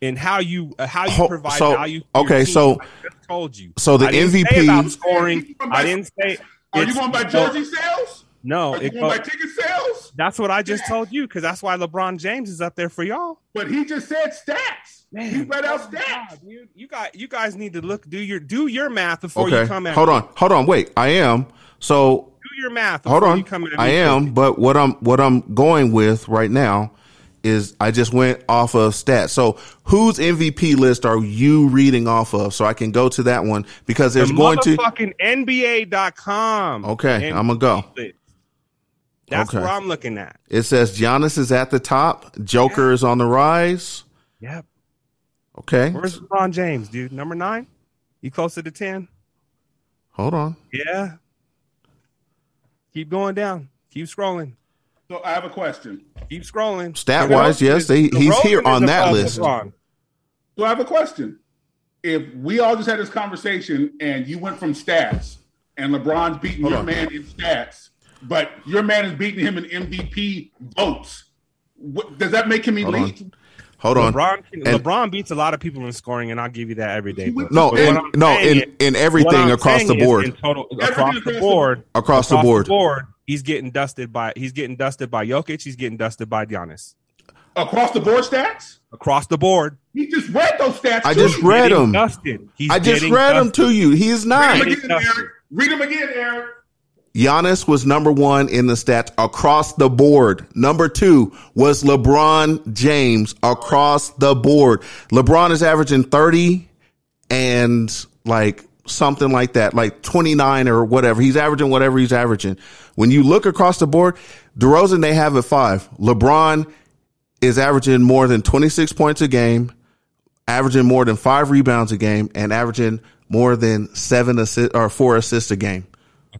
Speaker 4: and how you uh, how you
Speaker 3: Ho-
Speaker 4: provide
Speaker 3: so-
Speaker 4: value. to your
Speaker 3: okay,
Speaker 4: team.
Speaker 3: so-
Speaker 4: I just told you.
Speaker 3: so the
Speaker 4: I didn't say
Speaker 3: MVP
Speaker 4: about scoring. I didn't say.
Speaker 7: Are Oh, you
Speaker 4: it's-
Speaker 7: going by jersey sales?
Speaker 4: No,
Speaker 7: Are Oh, you
Speaker 4: it
Speaker 7: going by
Speaker 4: go-
Speaker 7: ticket sales?
Speaker 4: that's what I just told you because that's why LeBron James is up there for y'all.
Speaker 7: But he just said stats. he read out
Speaker 4: God,
Speaker 7: stats.
Speaker 4: you, you got you guys need to look do your do your math before you come at
Speaker 3: Hold
Speaker 4: me.
Speaker 3: on. Hold on. Wait. I am. So
Speaker 4: Do your math.
Speaker 3: hold
Speaker 4: before
Speaker 3: on.
Speaker 4: You come at me.
Speaker 3: I am, but what I'm what I'm going with right now is I just went off of stats. So whose MVP list are you reading off of? So I can go to that one because
Speaker 4: The
Speaker 3: there's going to
Speaker 4: motherfucking NBA.com.
Speaker 3: Okay,
Speaker 4: and
Speaker 3: I'ma go.
Speaker 4: list. That's
Speaker 3: Okay.
Speaker 4: where I'm looking at.
Speaker 3: it says Giannis is at the top, Joker is on the rise.
Speaker 4: Yep.
Speaker 3: Okay.
Speaker 4: Where's LeBron James, dude? Number nine? You closer to ten?
Speaker 3: Hold on.
Speaker 4: Yeah. Keep going down. Keep scrolling.
Speaker 7: So I have a question.
Speaker 4: Keep scrolling.
Speaker 3: Stat wise, yes, they- he's
Speaker 4: DeRozan
Speaker 3: here
Speaker 4: is
Speaker 3: on that
Speaker 4: above
Speaker 3: list.
Speaker 4: LeBron.
Speaker 7: So I have a question. If we all just had this conversation and you went from stats and LeBron's beating your
Speaker 3: on.
Speaker 7: man in stats, but your man is beating him in MVP votes, what, does that make him
Speaker 3: Hold
Speaker 7: elite?
Speaker 3: on. Hold on.
Speaker 4: LeBron, can-
Speaker 3: And-
Speaker 4: LeBron beats a lot of people in scoring, and I'll give you that every day. bro.
Speaker 3: No,
Speaker 4: But what
Speaker 3: in-
Speaker 4: I'm
Speaker 3: no,
Speaker 4: saying
Speaker 3: in- in everything
Speaker 4: what I'm
Speaker 3: across
Speaker 4: saying
Speaker 3: the
Speaker 4: is
Speaker 3: board.
Speaker 4: in total-
Speaker 7: Everything
Speaker 4: across
Speaker 7: across
Speaker 4: the
Speaker 7: the
Speaker 4: board,
Speaker 3: Across the board.
Speaker 4: he's getting dusted by he's getting dusted by Jokic. He's getting dusted by Giannis.
Speaker 7: Across the board stats?
Speaker 4: Across the board,
Speaker 7: He just read those stats.
Speaker 3: I
Speaker 7: to
Speaker 3: just
Speaker 7: you.
Speaker 3: read-
Speaker 4: getting
Speaker 3: him.
Speaker 4: Dusted. He's
Speaker 3: I just
Speaker 4: getting
Speaker 3: read him
Speaker 4: dusted.
Speaker 3: to you. He's
Speaker 7: Read
Speaker 3: nine.
Speaker 7: them again, Eric. Read them again, Eric.
Speaker 3: Giannis was number one in the stats across the board. Number two was LeBron James across the board. LeBron is averaging 30 and like something like that, like 29 or whatever. He's averaging whatever he's averaging. When you look across the board, DeRozan, they have at five. LeBron is averaging more than 26 points a game, averaging more than five rebounds a game, and averaging more than seven assist or four assists a game.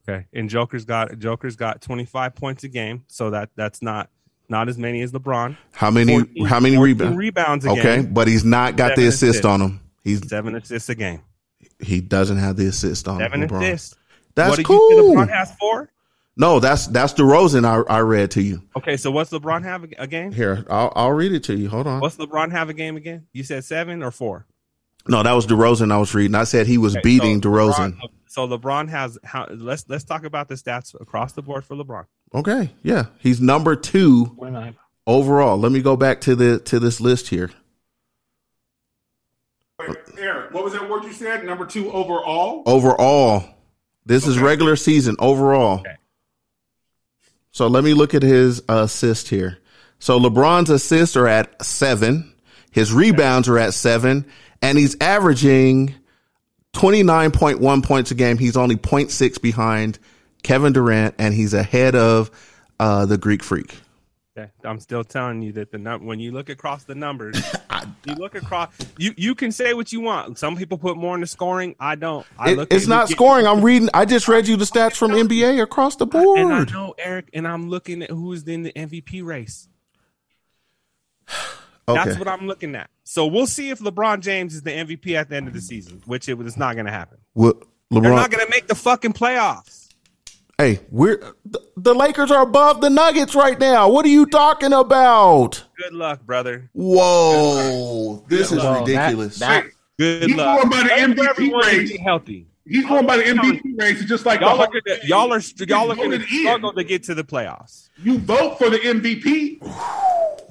Speaker 4: Okay. And Joker's got Joker's got 25 points a game, so that that's not not as many as LeBron.
Speaker 3: How many?
Speaker 4: 14
Speaker 3: how many
Speaker 4: 14
Speaker 3: rebounds?
Speaker 4: rebounds a
Speaker 3: Okay,
Speaker 4: game.
Speaker 3: but he's not got
Speaker 4: Seven
Speaker 3: the assist,
Speaker 4: assists.
Speaker 3: on him. He's
Speaker 4: Seven assists a game.
Speaker 3: he doesn't have the assist on
Speaker 4: Seven
Speaker 3: Oh, LeBron.
Speaker 4: assists.
Speaker 3: That's
Speaker 4: what do
Speaker 3: cool.
Speaker 4: You think LeBron has four.
Speaker 3: No, that's that's DeRozan I I read to you.
Speaker 4: Okay, so what's LeBron have a, a game?
Speaker 3: Here, I'll I'll read it to you. Hold on.
Speaker 4: What's LeBron have a game again? You said seven or four?
Speaker 3: No, that was DeRozan I was reading. I said he was
Speaker 4: Okay,
Speaker 3: beating
Speaker 4: so
Speaker 3: DeRozan.
Speaker 4: LeBron- so LeBron has how? Let's let's talk about the stats across the board for LeBron.
Speaker 3: Okay, yeah, he's number two
Speaker 8: Wait a minute.
Speaker 3: overall. Let me go back to the to this list here.
Speaker 7: Wait, Eric, what was that word you said? Number two overall.
Speaker 3: Overall, this is
Speaker 7: Okay.
Speaker 3: regular season overall.
Speaker 4: Okay.
Speaker 3: So let me look at his assist here. So LeBron's assists are at seven, his rebounds are at seven, and he's averaging 29.1 points a game. He's only 0.6 behind Kevin Durant, and he's ahead of uh, the Greek Freak.
Speaker 4: Okay, I'm still telling you that the num- when you look across the numbers, you look across. You you can say what you want. Some people put more in the scoring. I don't. I
Speaker 3: It-
Speaker 4: look.
Speaker 3: it's
Speaker 4: at-
Speaker 3: not
Speaker 4: you get-
Speaker 3: scoring. I'm reading. I just read you the stats from NBA across the board.
Speaker 4: And I know Eric, and I'm looking at who's in the MVP race. That's what I'm looking at. So we'll see if LeBron James is the MVP at the end of the season, which it was not going to happen.
Speaker 3: What, LeBron.
Speaker 4: They're not going to make the fucking playoffs.
Speaker 3: Hey, we're th- the Lakers are above the Nuggets right now. What are you talking about?
Speaker 4: Good luck, brother.
Speaker 3: Whoa, this is
Speaker 8: Well, that-
Speaker 3: ridiculous.
Speaker 8: that-
Speaker 4: Good
Speaker 7: He's
Speaker 4: luck.
Speaker 7: going by the
Speaker 4: Wait for
Speaker 7: MVP
Speaker 4: everyone to
Speaker 7: race.
Speaker 4: get healthy.
Speaker 7: He's going by the MVP race, just like
Speaker 4: Y'all
Speaker 7: the
Speaker 4: are gonna, y'all are str- y'all are going to
Speaker 7: He's
Speaker 4: struggle
Speaker 7: voted
Speaker 4: to get to the playoffs.
Speaker 7: in. You vote for the MVP.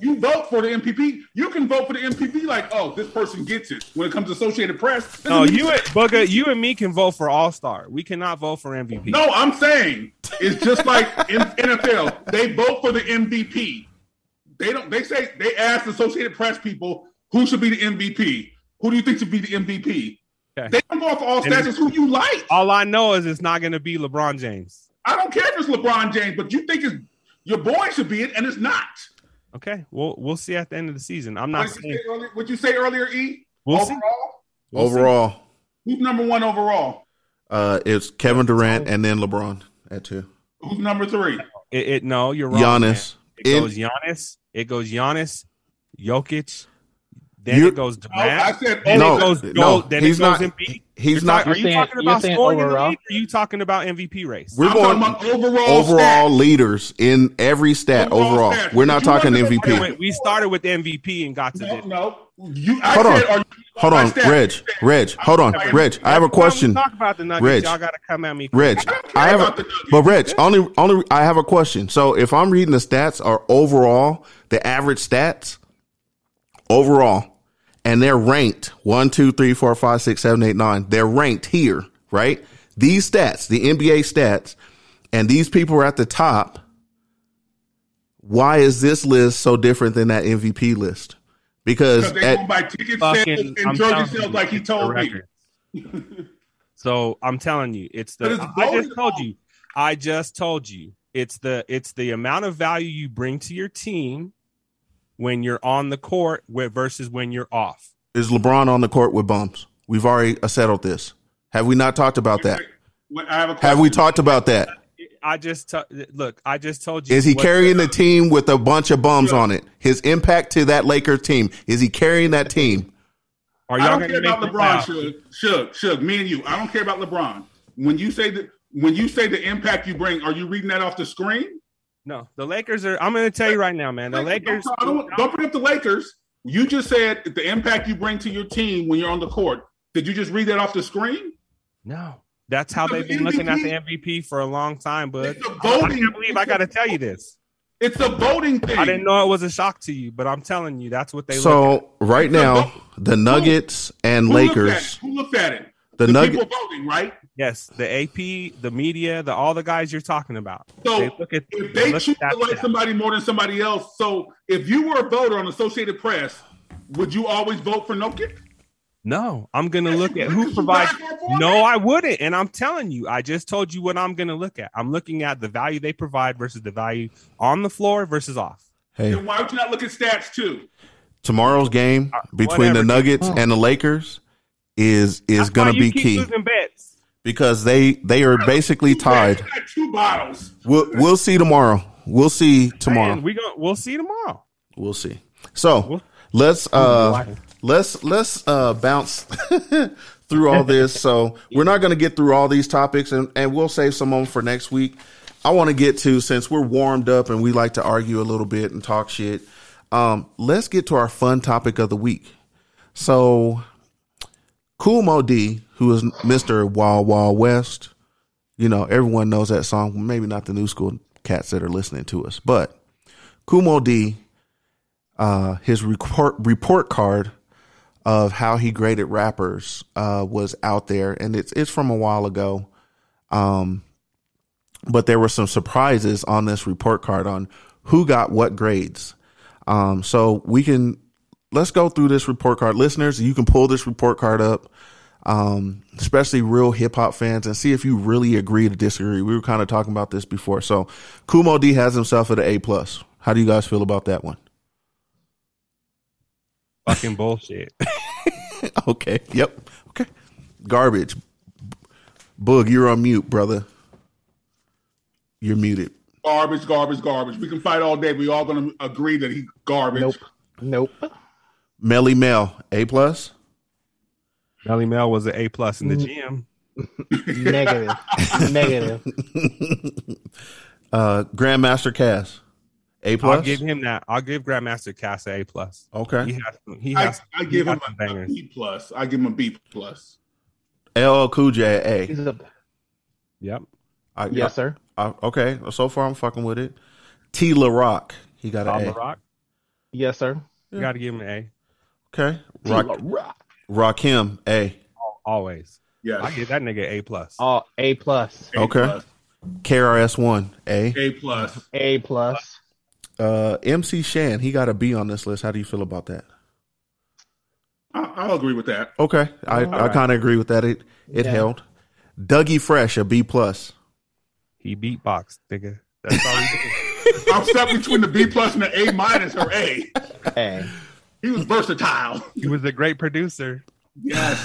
Speaker 7: You vote for the MVP. You can vote for the MVP like, oh, this person gets it. When it comes to Associated Press,
Speaker 4: No, you and Booger, you and me can vote for All Star. We cannot vote for MVP.
Speaker 7: No, I'm saying it's just like in NFL. They vote for the MVP. They don't. They say they ask the Associated Press people who should be the MVP. Who do you think should be the MVP?
Speaker 4: Okay.
Speaker 7: They don't go off all
Speaker 4: And-
Speaker 7: stats. It's who you like.
Speaker 4: All I know is it's not going to be LeBron James.
Speaker 7: I don't care if it's LeBron James, but you think it's, your boy should be it, and it's not.
Speaker 4: Okay, we'll we'll see at the end of the season. I'm not
Speaker 7: What did you
Speaker 4: saying
Speaker 7: say earlier? What'd you say earlier, E?
Speaker 4: We'll see.
Speaker 7: overall,
Speaker 4: we'll see.
Speaker 3: overall,
Speaker 7: who's number one overall?
Speaker 3: uh, it's Kevin Durant
Speaker 7: Oh.
Speaker 3: and then LeBron at two.
Speaker 7: Who's number three?
Speaker 4: It, it no, you're wrong. man.
Speaker 3: Giannis.
Speaker 4: It
Speaker 3: In-
Speaker 4: goes Giannis. It goes Giannis, Jokic. Then
Speaker 3: You're-
Speaker 4: it goes
Speaker 7: Oh, I
Speaker 4: Durant.
Speaker 7: said
Speaker 4: Then
Speaker 3: No,
Speaker 4: it goes
Speaker 3: no,
Speaker 4: no, Then
Speaker 3: he's
Speaker 4: it
Speaker 3: not-
Speaker 4: goes Embiid.
Speaker 3: He's
Speaker 4: You're
Speaker 3: not.
Speaker 4: talking- Are you
Speaker 8: You're
Speaker 4: talking about
Speaker 8: saying- you're saying
Speaker 4: scoring in the
Speaker 8: overall?
Speaker 4: league? Or are you talking about MVP race?
Speaker 3: We're
Speaker 7: I'm
Speaker 3: going
Speaker 7: talking about overall.
Speaker 3: overall
Speaker 7: stats.
Speaker 3: leaders in every stat.
Speaker 7: Overall
Speaker 3: Overall,
Speaker 7: stats.
Speaker 3: we're not
Speaker 7: You want
Speaker 3: talking
Speaker 7: to-
Speaker 4: We
Speaker 3: MVP.
Speaker 4: went- we started with MVP and got to
Speaker 7: No,
Speaker 4: this.
Speaker 7: no. You, I
Speaker 3: Hold on.
Speaker 7: said, are you-
Speaker 3: Hold on,
Speaker 7: my stats-
Speaker 3: Reg. Reg, hold on, Reg. I have a
Speaker 4: Every time we
Speaker 3: question.
Speaker 4: Talk about the Nuggets.
Speaker 3: Reg.
Speaker 4: Y'all got to come at me.
Speaker 3: Reg, I have
Speaker 7: about
Speaker 3: a,
Speaker 7: the Nuggets.
Speaker 3: but Reg, only only I have a question. So if I'm reading the stats are overall the average stats overall, and they're ranked one, two, three, four, five, six, seven, eight, nine. They're ranked here, right? These stats, the NBA stats, and these people are at the top. Why is this list so different than that MVP list? Because
Speaker 7: Because they
Speaker 3: at,
Speaker 7: going by ticket sales
Speaker 4: Fucking,
Speaker 7: and
Speaker 4: I'm telling
Speaker 7: jersey
Speaker 4: you,
Speaker 7: sales, like he
Speaker 4: it's the
Speaker 7: told me.
Speaker 4: record. so I'm telling you, it's the.
Speaker 7: But it's
Speaker 4: I I just
Speaker 7: voted
Speaker 4: told
Speaker 7: on.
Speaker 4: you. I just told you. It's the it's the amount of value you bring to your team when you're on the court with, versus when you're off.
Speaker 3: is LeBron on the court with bums? We've already uh, settled this. Have we not talked about that?
Speaker 7: Wait, I have a
Speaker 3: Have we
Speaker 7: question.
Speaker 3: talked about that?
Speaker 4: I just t- look. I just told you.
Speaker 3: Is he
Speaker 4: what-
Speaker 3: carrying the team with a bunch of bums on it? His impact to that Lakers team. Is he carrying that team?
Speaker 4: Are
Speaker 7: I
Speaker 4: y'all
Speaker 7: don't
Speaker 4: going
Speaker 7: care
Speaker 4: to make
Speaker 7: about
Speaker 4: the
Speaker 7: LeBron,
Speaker 4: playoffs?
Speaker 7: Shug, Shug, Shug, me and you. I don't care about LeBron. When you say that, when you say the impact you bring, are you reading that off the screen?
Speaker 4: No, the Lakers are. I'm going to tell you right now, man. The
Speaker 7: Like,
Speaker 4: Lakers.
Speaker 7: Don't, I don't, don't bring up the Lakers. You just said the impact you bring to your team when you're on the court. Did you just read that off the screen?
Speaker 4: No, that's how they've been looking at the MVP for a long time, bud.
Speaker 7: It's a
Speaker 4: I
Speaker 7: voting.
Speaker 4: can't believe I got to tell you this.
Speaker 7: It's a voting thing.
Speaker 4: I didn't know it was a shock to you, but I'm telling you, that's what they. look
Speaker 3: So right now, the Nuggets and
Speaker 7: Who Looked at it?
Speaker 3: Lakers,
Speaker 7: Who looked at it?
Speaker 3: the
Speaker 7: people
Speaker 3: Nuggets.
Speaker 7: voting, right?
Speaker 4: at. yes, the AP, the media, the all the guys you're talking about.
Speaker 7: So
Speaker 4: they look at
Speaker 7: if
Speaker 4: they
Speaker 7: they
Speaker 4: look
Speaker 7: choose
Speaker 4: at
Speaker 7: to like
Speaker 4: that.
Speaker 7: somebody more than somebody else, so if you were a voter on Associated Press, would you always vote for Nokic?
Speaker 4: No, I'm gonna
Speaker 7: Yes,
Speaker 4: look
Speaker 7: you
Speaker 4: at
Speaker 7: would,
Speaker 4: who
Speaker 7: 'cause you
Speaker 4: provides.
Speaker 7: guys are for
Speaker 4: No,
Speaker 7: it.
Speaker 4: I wouldn't, and I'm telling you, I just told you what I'm gonna look at. I'm looking at the value they provide versus the value on the floor versus off.
Speaker 3: Hey.
Speaker 7: Then why would you not look at stats too?
Speaker 3: Tomorrow's game between the
Speaker 7: Uh, whatever.
Speaker 3: Nuggets and the Lakers is is going to be key
Speaker 7: bets.
Speaker 3: because they they are basically tied.
Speaker 7: I got two bottles.
Speaker 3: We'll we'll see tomorrow. We'll see tomorrow.
Speaker 4: Man, we go. We'll see you tomorrow.
Speaker 3: We'll see. So let's uh let's let's uh bounce through all this. So we're not gonna get through all these topics and, and we'll save some of them for next week. I wanna get to since we're warmed up and we like to argue a little bit and talk shit, um, let's get to our fun topic of the week. So Cool Mo D, who is Mr. Wild Wild West, you know, everyone knows that song. Maybe not the new school cats that are listening to us, but Kumo D, uh, his report report card of how he graded rappers uh, was out there, and it's it's from a while ago. Um, but there were some surprises on this report card on who got what grades. Um, so we can let's go through this report card, listeners. You can pull this report card up, um, especially real hip hop fans, and see if you really agree to disagree. We were kind of talking about this before. So Kumo D has himself at an A plus. How do you guys feel about that one?
Speaker 4: Fucking bullshit.
Speaker 3: okay. Yep. Okay. Garbage. Boog, you're on mute, brother. You're muted.
Speaker 7: Garbage, garbage, garbage. We can fight all day. We all gonna agree that he garbage. Nope.
Speaker 8: Nope.
Speaker 3: Melly Mel, A plus.
Speaker 4: Melly Mel was an A plus in
Speaker 3: Mm-hmm.
Speaker 4: the gym.
Speaker 8: Negative. Negative.
Speaker 3: Uh, Grandmaster Cass, A
Speaker 4: I'll
Speaker 3: plus.
Speaker 4: give him that. I'll give Grandmaster Cass an A plus. He
Speaker 3: Okay.
Speaker 4: has. some- He
Speaker 7: I,
Speaker 4: has.
Speaker 7: I
Speaker 4: he
Speaker 7: give
Speaker 4: has
Speaker 7: him
Speaker 4: some
Speaker 7: a B
Speaker 4: bangers.
Speaker 7: plus. I give him a B plus.
Speaker 3: LL Cool J, A.
Speaker 8: He's a,
Speaker 4: Yep.
Speaker 3: I-
Speaker 8: yes, sir.
Speaker 3: I- okay. So far, I'm fucking with it. T. La Rock, he got
Speaker 4: Bob
Speaker 3: an A.
Speaker 4: Rock.
Speaker 8: Yes, sir.
Speaker 4: You got to give him an A.
Speaker 3: Okay. Rock, Rakim, A.
Speaker 4: Al- Always.
Speaker 7: Yes.
Speaker 4: I give that nigga A plus.
Speaker 8: All Uh, A plus.
Speaker 7: A
Speaker 3: Okay.
Speaker 7: plus.
Speaker 3: KRS One, A.
Speaker 7: A plus.
Speaker 8: A plus.
Speaker 3: Uh, MC Shan, he got a B on this list. How do you feel about that?
Speaker 7: I, I'll agree with that.
Speaker 3: Okay, I, I kind of agree with that. It it
Speaker 8: Yeah.
Speaker 3: held. Dougie Fresh, a B plus.
Speaker 4: He beatbox, nigga. That's all he did.
Speaker 7: I'm stuck between the B plus and the A minus or A.
Speaker 8: A.
Speaker 7: He was versatile.
Speaker 4: He was a great producer.
Speaker 7: Yes.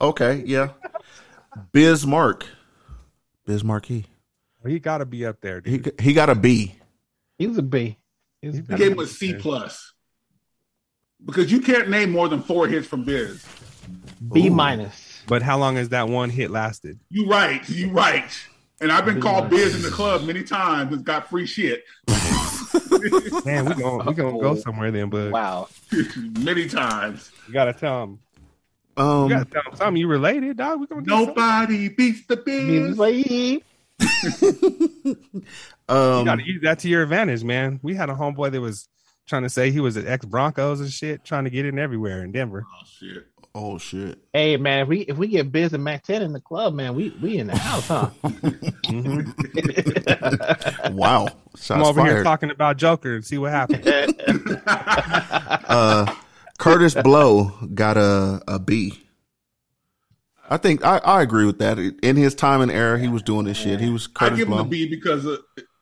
Speaker 3: Okay, yeah. Bismarck, Bismarcky,
Speaker 4: He got to be up there, dude.
Speaker 3: he g- he got a B.
Speaker 8: He's a B. He's a
Speaker 7: I
Speaker 8: B.
Speaker 7: gave him a C plus. Because you can't name more than four hits from Biz.
Speaker 8: B minus.
Speaker 4: But how long has that one hit lasted?
Speaker 7: You right. You right. And I've been called Biz in the club many times and got free shit
Speaker 4: Man, we going we gonna go somewhere then, but
Speaker 8: Wow.
Speaker 7: many times.
Speaker 4: you gotta tell him. You gotta
Speaker 3: Um,
Speaker 4: tell him something. You related, dog? We gonna get something.
Speaker 7: Nobody beats the
Speaker 8: He's
Speaker 7: Biz.
Speaker 8: like,
Speaker 4: You
Speaker 3: um,
Speaker 4: gotta use that to your advantage, man. We had a homeboy that was trying to say he was an ex Broncos and shit, trying to get in everywhere in Denver.
Speaker 7: Oh, shit.
Speaker 3: oh shit.
Speaker 8: Hey man, if we if we get Biz and Mac Ten in the club, man, we we in the house, huh?
Speaker 3: Wow.
Speaker 4: I'm
Speaker 3: Shots
Speaker 4: over here
Speaker 3: fired.
Speaker 4: talking about Joker and see what happens.
Speaker 3: uh, Curtis Blow got a, a B. I think I, I agree with that. In his time and era, he was doing this shit. He was
Speaker 7: I
Speaker 3: Curtis
Speaker 7: give him
Speaker 3: Blow.
Speaker 7: a B because, uh,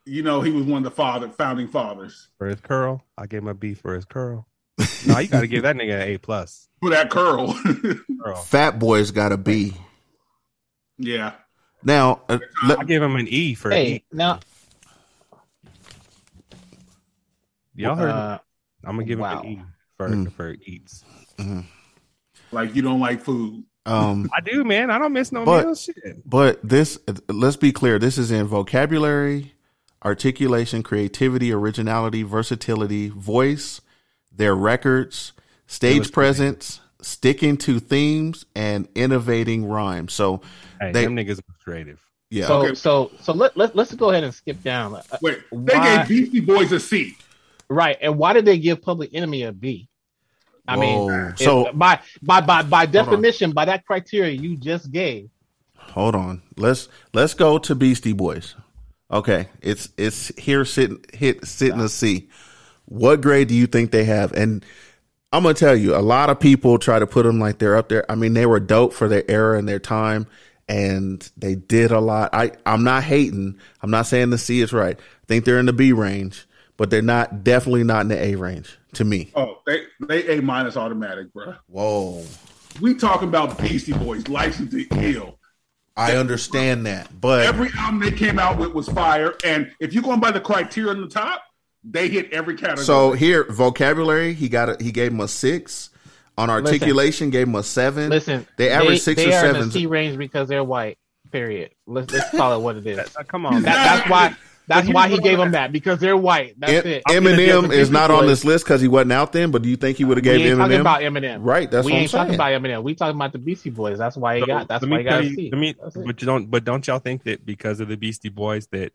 Speaker 7: you know, he was one of the father, founding fathers.
Speaker 4: For his curl. I gave him a B for his curl. No, you gotta give that nigga an A plus.
Speaker 7: For that curl.
Speaker 4: Curl.
Speaker 3: Fat Boy's got a B.
Speaker 7: yeah.
Speaker 3: Now, uh,
Speaker 4: I
Speaker 3: let-
Speaker 4: give him an E for
Speaker 8: hey,
Speaker 4: E.
Speaker 8: now
Speaker 4: Y'all heard me.
Speaker 8: uh,
Speaker 4: I'm gonna give
Speaker 8: wow.
Speaker 4: him an E for
Speaker 3: Hmm.
Speaker 4: for eats.
Speaker 7: Like you don't like food.
Speaker 3: um,
Speaker 4: I do, man. I don't miss no
Speaker 3: But-
Speaker 4: meal shit.
Speaker 3: but this, let's be clear. This is in vocabulary, articulation, creativity, originality, versatility, voice, their records, stage presence, sticking to themes, and innovating rhymes. So,
Speaker 4: Hey,
Speaker 3: They-
Speaker 4: them niggas are creative.
Speaker 3: yeah.
Speaker 8: so
Speaker 7: okay.
Speaker 8: so so let let let's go ahead and skip down. Uh,
Speaker 7: Wait, they
Speaker 8: Why-
Speaker 7: gave Beastie Boys a C.
Speaker 8: right, and why did they give Public Enemy a B? I mean,
Speaker 3: Whoa.
Speaker 8: if-
Speaker 3: so
Speaker 8: by by by by
Speaker 3: on.
Speaker 8: definition, by that criteria you just gave,
Speaker 3: Hold on. Let's let's go to Beastie Boys. Okay, it's it's here sitting hit sitting a C. What grade do you think they have? And I'm gonna tell you, a lot of people try to put them like they're up there. I mean, they were dope for their era and their time, and they did a lot. I I'm not hating. I'm not saying the C is right. I think they're in the B range, but they're not definitely not in the A range to me.
Speaker 7: Oh, they they A minus automatic, bro.
Speaker 3: Whoa.
Speaker 7: We talking about Beastie Boys, License to Kill.
Speaker 3: I understand that, but
Speaker 7: Every album they came out with was fire, and if you're going by the criteria on the top, they hit every category.
Speaker 3: so here vocabulary he got a, he gave him a six on articulation gave him a seven.
Speaker 8: Listen,
Speaker 3: they average six
Speaker 8: they
Speaker 3: or
Speaker 8: are in
Speaker 3: seven.
Speaker 8: the C range because they're white. Period. Let's let's call it what it is.
Speaker 4: uh, come
Speaker 8: That,
Speaker 4: on,
Speaker 8: that's why. That's why he gave him that because they're white. That's
Speaker 3: Em-
Speaker 8: it.
Speaker 3: Eminem is not on this
Speaker 8: list.
Speaker 3: list because he wasn't out then. But do you think he would have
Speaker 8: We
Speaker 3: gave
Speaker 8: ain't talking
Speaker 3: Eminem?
Speaker 8: about Eminem,
Speaker 3: Right, that's
Speaker 8: we
Speaker 3: what I'm
Speaker 8: ain't talking
Speaker 3: saying.
Speaker 8: about Eminem. We talking about the Beastie Boys. That's why he
Speaker 4: So,
Speaker 8: got. That's
Speaker 4: let me
Speaker 8: why he got
Speaker 4: tell
Speaker 8: a
Speaker 4: you-
Speaker 8: C.
Speaker 4: Let me,
Speaker 8: That's it.
Speaker 4: but you don't. But don't y'all think that because of the Beastie Boys that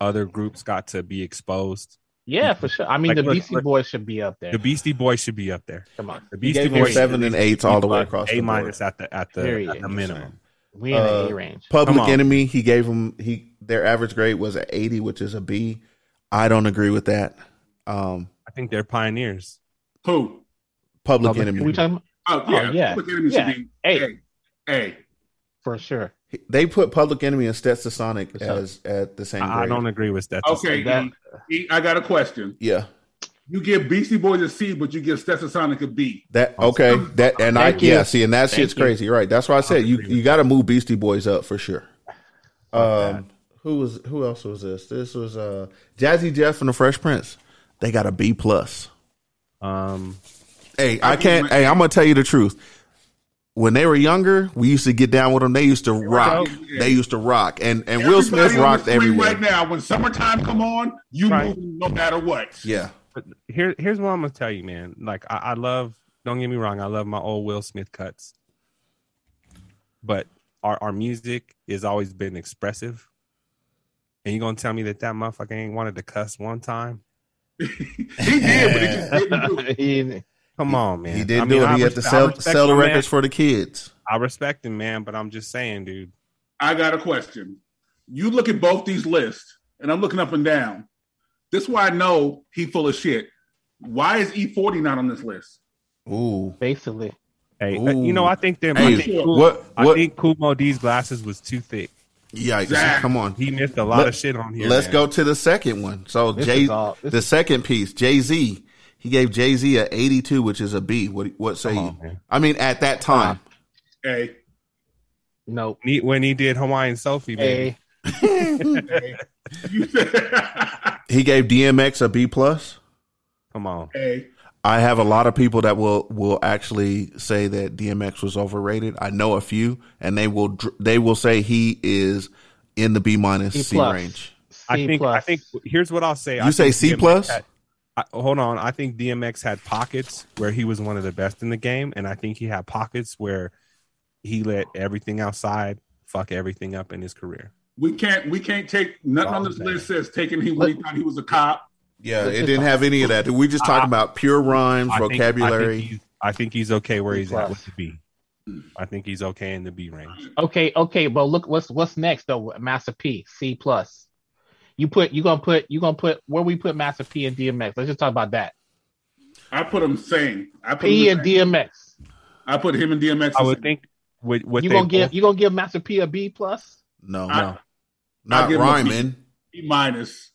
Speaker 4: other groups got to be exposed?
Speaker 8: yeah, for sure. I mean,
Speaker 4: Like,
Speaker 8: the
Speaker 4: look,
Speaker 8: Beastie
Speaker 4: look.
Speaker 8: Boys should be up there.
Speaker 4: The Beastie Boys should be up there.
Speaker 8: Come on,
Speaker 4: The
Speaker 3: He
Speaker 4: Beastie
Speaker 3: gave him
Speaker 4: Boys
Speaker 3: seven and eights all the way
Speaker 4: should
Speaker 3: across.
Speaker 4: be
Speaker 3: the
Speaker 4: A
Speaker 3: board.
Speaker 4: minus at the at the,
Speaker 8: Period.
Speaker 4: at the minimum.
Speaker 8: we in
Speaker 3: Uh,
Speaker 8: the A range.
Speaker 3: Public
Speaker 4: Come on.
Speaker 3: Enemy, he gave him he their average grade was an eighty, which is a B. I don't agree with that. Um,
Speaker 4: I think they're pioneers.
Speaker 7: who?
Speaker 3: Public,
Speaker 4: Public
Speaker 3: Enemy,
Speaker 8: We talking about-
Speaker 7: Oh
Speaker 8: Oh,
Speaker 7: yeah,
Speaker 8: yeah.
Speaker 7: Public Enemy should
Speaker 8: Yeah.
Speaker 7: be
Speaker 8: Hey.
Speaker 7: A. A.
Speaker 8: for sure.
Speaker 3: they put Public Enemy and Stetsasonic
Speaker 8: What's up?
Speaker 3: as at the same grade.
Speaker 4: I, I don't agree with that.
Speaker 7: Okay,
Speaker 8: that-
Speaker 7: E, E, I got a question.
Speaker 3: yeah,
Speaker 7: You give Beastie Boys a C, but you give Stetsasonic a B.
Speaker 3: that okay. That and I
Speaker 8: Thank you.
Speaker 3: yeah. See, and that
Speaker 8: Thank
Speaker 3: shit's
Speaker 8: you.
Speaker 3: crazy. You're right. That's why I said you you got to move Beastie Boys up for sure. Um, who was who else was this? This was uh Jazzy Jeff and the Fresh Prince. They got a B plus.
Speaker 4: Um,
Speaker 3: Hey, I can't. Hey, I'm gonna tell you the truth. When they were younger, we used to get down with them. They used to rock. They used to rock, and and Will Smith
Speaker 7: Everybody on the
Speaker 3: rocked
Speaker 7: screen
Speaker 3: everywhere.
Speaker 7: Right now, when summertime come on, you
Speaker 4: Right.
Speaker 7: move no matter what.
Speaker 3: Yeah,
Speaker 4: but here here's what I'm gonna tell you, man. Like I, I love. Don't get me wrong. I love my old Will Smith cuts. But our our music has always been expressive. And you gonna tell me that that motherfucker ain't wanted to cuss one time?
Speaker 7: He did, but he just didn't do it.
Speaker 8: He-
Speaker 4: Come on, man.
Speaker 3: he didn't
Speaker 4: I mean,
Speaker 3: do it.
Speaker 4: I
Speaker 3: He had to
Speaker 4: res- I
Speaker 3: sell
Speaker 4: respect
Speaker 3: sell the
Speaker 4: my man.
Speaker 3: records for the kids.
Speaker 4: I respect him, man, but I'm just saying, dude.
Speaker 7: I got a question. You look at both these lists, and I'm looking up and down. This why I know he full of shit. Why is E40 not on this list?
Speaker 3: Ooh,
Speaker 8: basically,
Speaker 4: Hey, uh,
Speaker 3: Ooh.
Speaker 4: you know, I think that
Speaker 3: Hey,
Speaker 4: I think,
Speaker 3: what-
Speaker 4: I
Speaker 3: what-
Speaker 4: think Kumo D's glasses was too thick.
Speaker 3: yikes!
Speaker 7: Zach.
Speaker 3: Come on.
Speaker 4: He missed a lot of shit on here.
Speaker 3: Let's
Speaker 4: man.
Speaker 3: go to the second one. So
Speaker 8: This
Speaker 3: Jay,
Speaker 8: is all- this
Speaker 3: the second piece, Jay Z. He gave Jay Z a 82, which is a B. What what say
Speaker 4: Come
Speaker 3: you?
Speaker 4: on, man.
Speaker 3: I mean, at that time,
Speaker 7: A.
Speaker 8: nope.
Speaker 4: When he- when he did Hawaiian Sophie, man.
Speaker 8: A.
Speaker 7: You
Speaker 3: he gave DMX a B plus.
Speaker 4: Come on.
Speaker 7: a.
Speaker 3: I have a lot of people that will will actually say that DMX was overrated. I know a few, and they will dr- they will say he is in the B minus
Speaker 8: C
Speaker 3: C
Speaker 8: plus.
Speaker 3: range.
Speaker 8: C
Speaker 4: I think
Speaker 8: plus.
Speaker 4: I think here's what I'll say. I
Speaker 3: You say
Speaker 4: think
Speaker 3: C
Speaker 4: DMX
Speaker 3: plus?
Speaker 4: had- I, hold on. I think DMX had pockets where he was one of the best in the game, and I think he had pockets where he let everything outside fuck everything up in his career.
Speaker 7: We can't we can't take nothing on this
Speaker 3: Oh,
Speaker 4: Wrong
Speaker 7: list says taking he when he thought he was a cop.
Speaker 3: Yeah,
Speaker 8: Let's
Speaker 3: it
Speaker 8: just
Speaker 3: didn't have any of that. We just talking about pure rhymes,
Speaker 4: I think- I think
Speaker 3: vocabulary.
Speaker 4: he's- I think he's okay where
Speaker 8: C
Speaker 4: he's at
Speaker 8: plus.
Speaker 4: with the B. I think he's okay in the B range.
Speaker 8: Okay, okay, but look what's what's next though. Master P, C plus. You put you gonna put you gonna put where we put Master P and DMX. Let's just talk about that.
Speaker 7: I put him same. I put
Speaker 8: P
Speaker 7: him
Speaker 8: and DMX.
Speaker 7: I put him and DMX.
Speaker 4: I
Speaker 7: the
Speaker 4: would
Speaker 7: same.
Speaker 4: think with what
Speaker 8: you
Speaker 4: they
Speaker 8: gonna give
Speaker 4: both-
Speaker 8: you gonna give Master P a B plus?
Speaker 3: Oh, no,
Speaker 7: I-
Speaker 4: No.
Speaker 7: I'll
Speaker 3: not
Speaker 7: give him a B.
Speaker 3: rhyming.
Speaker 7: B minus.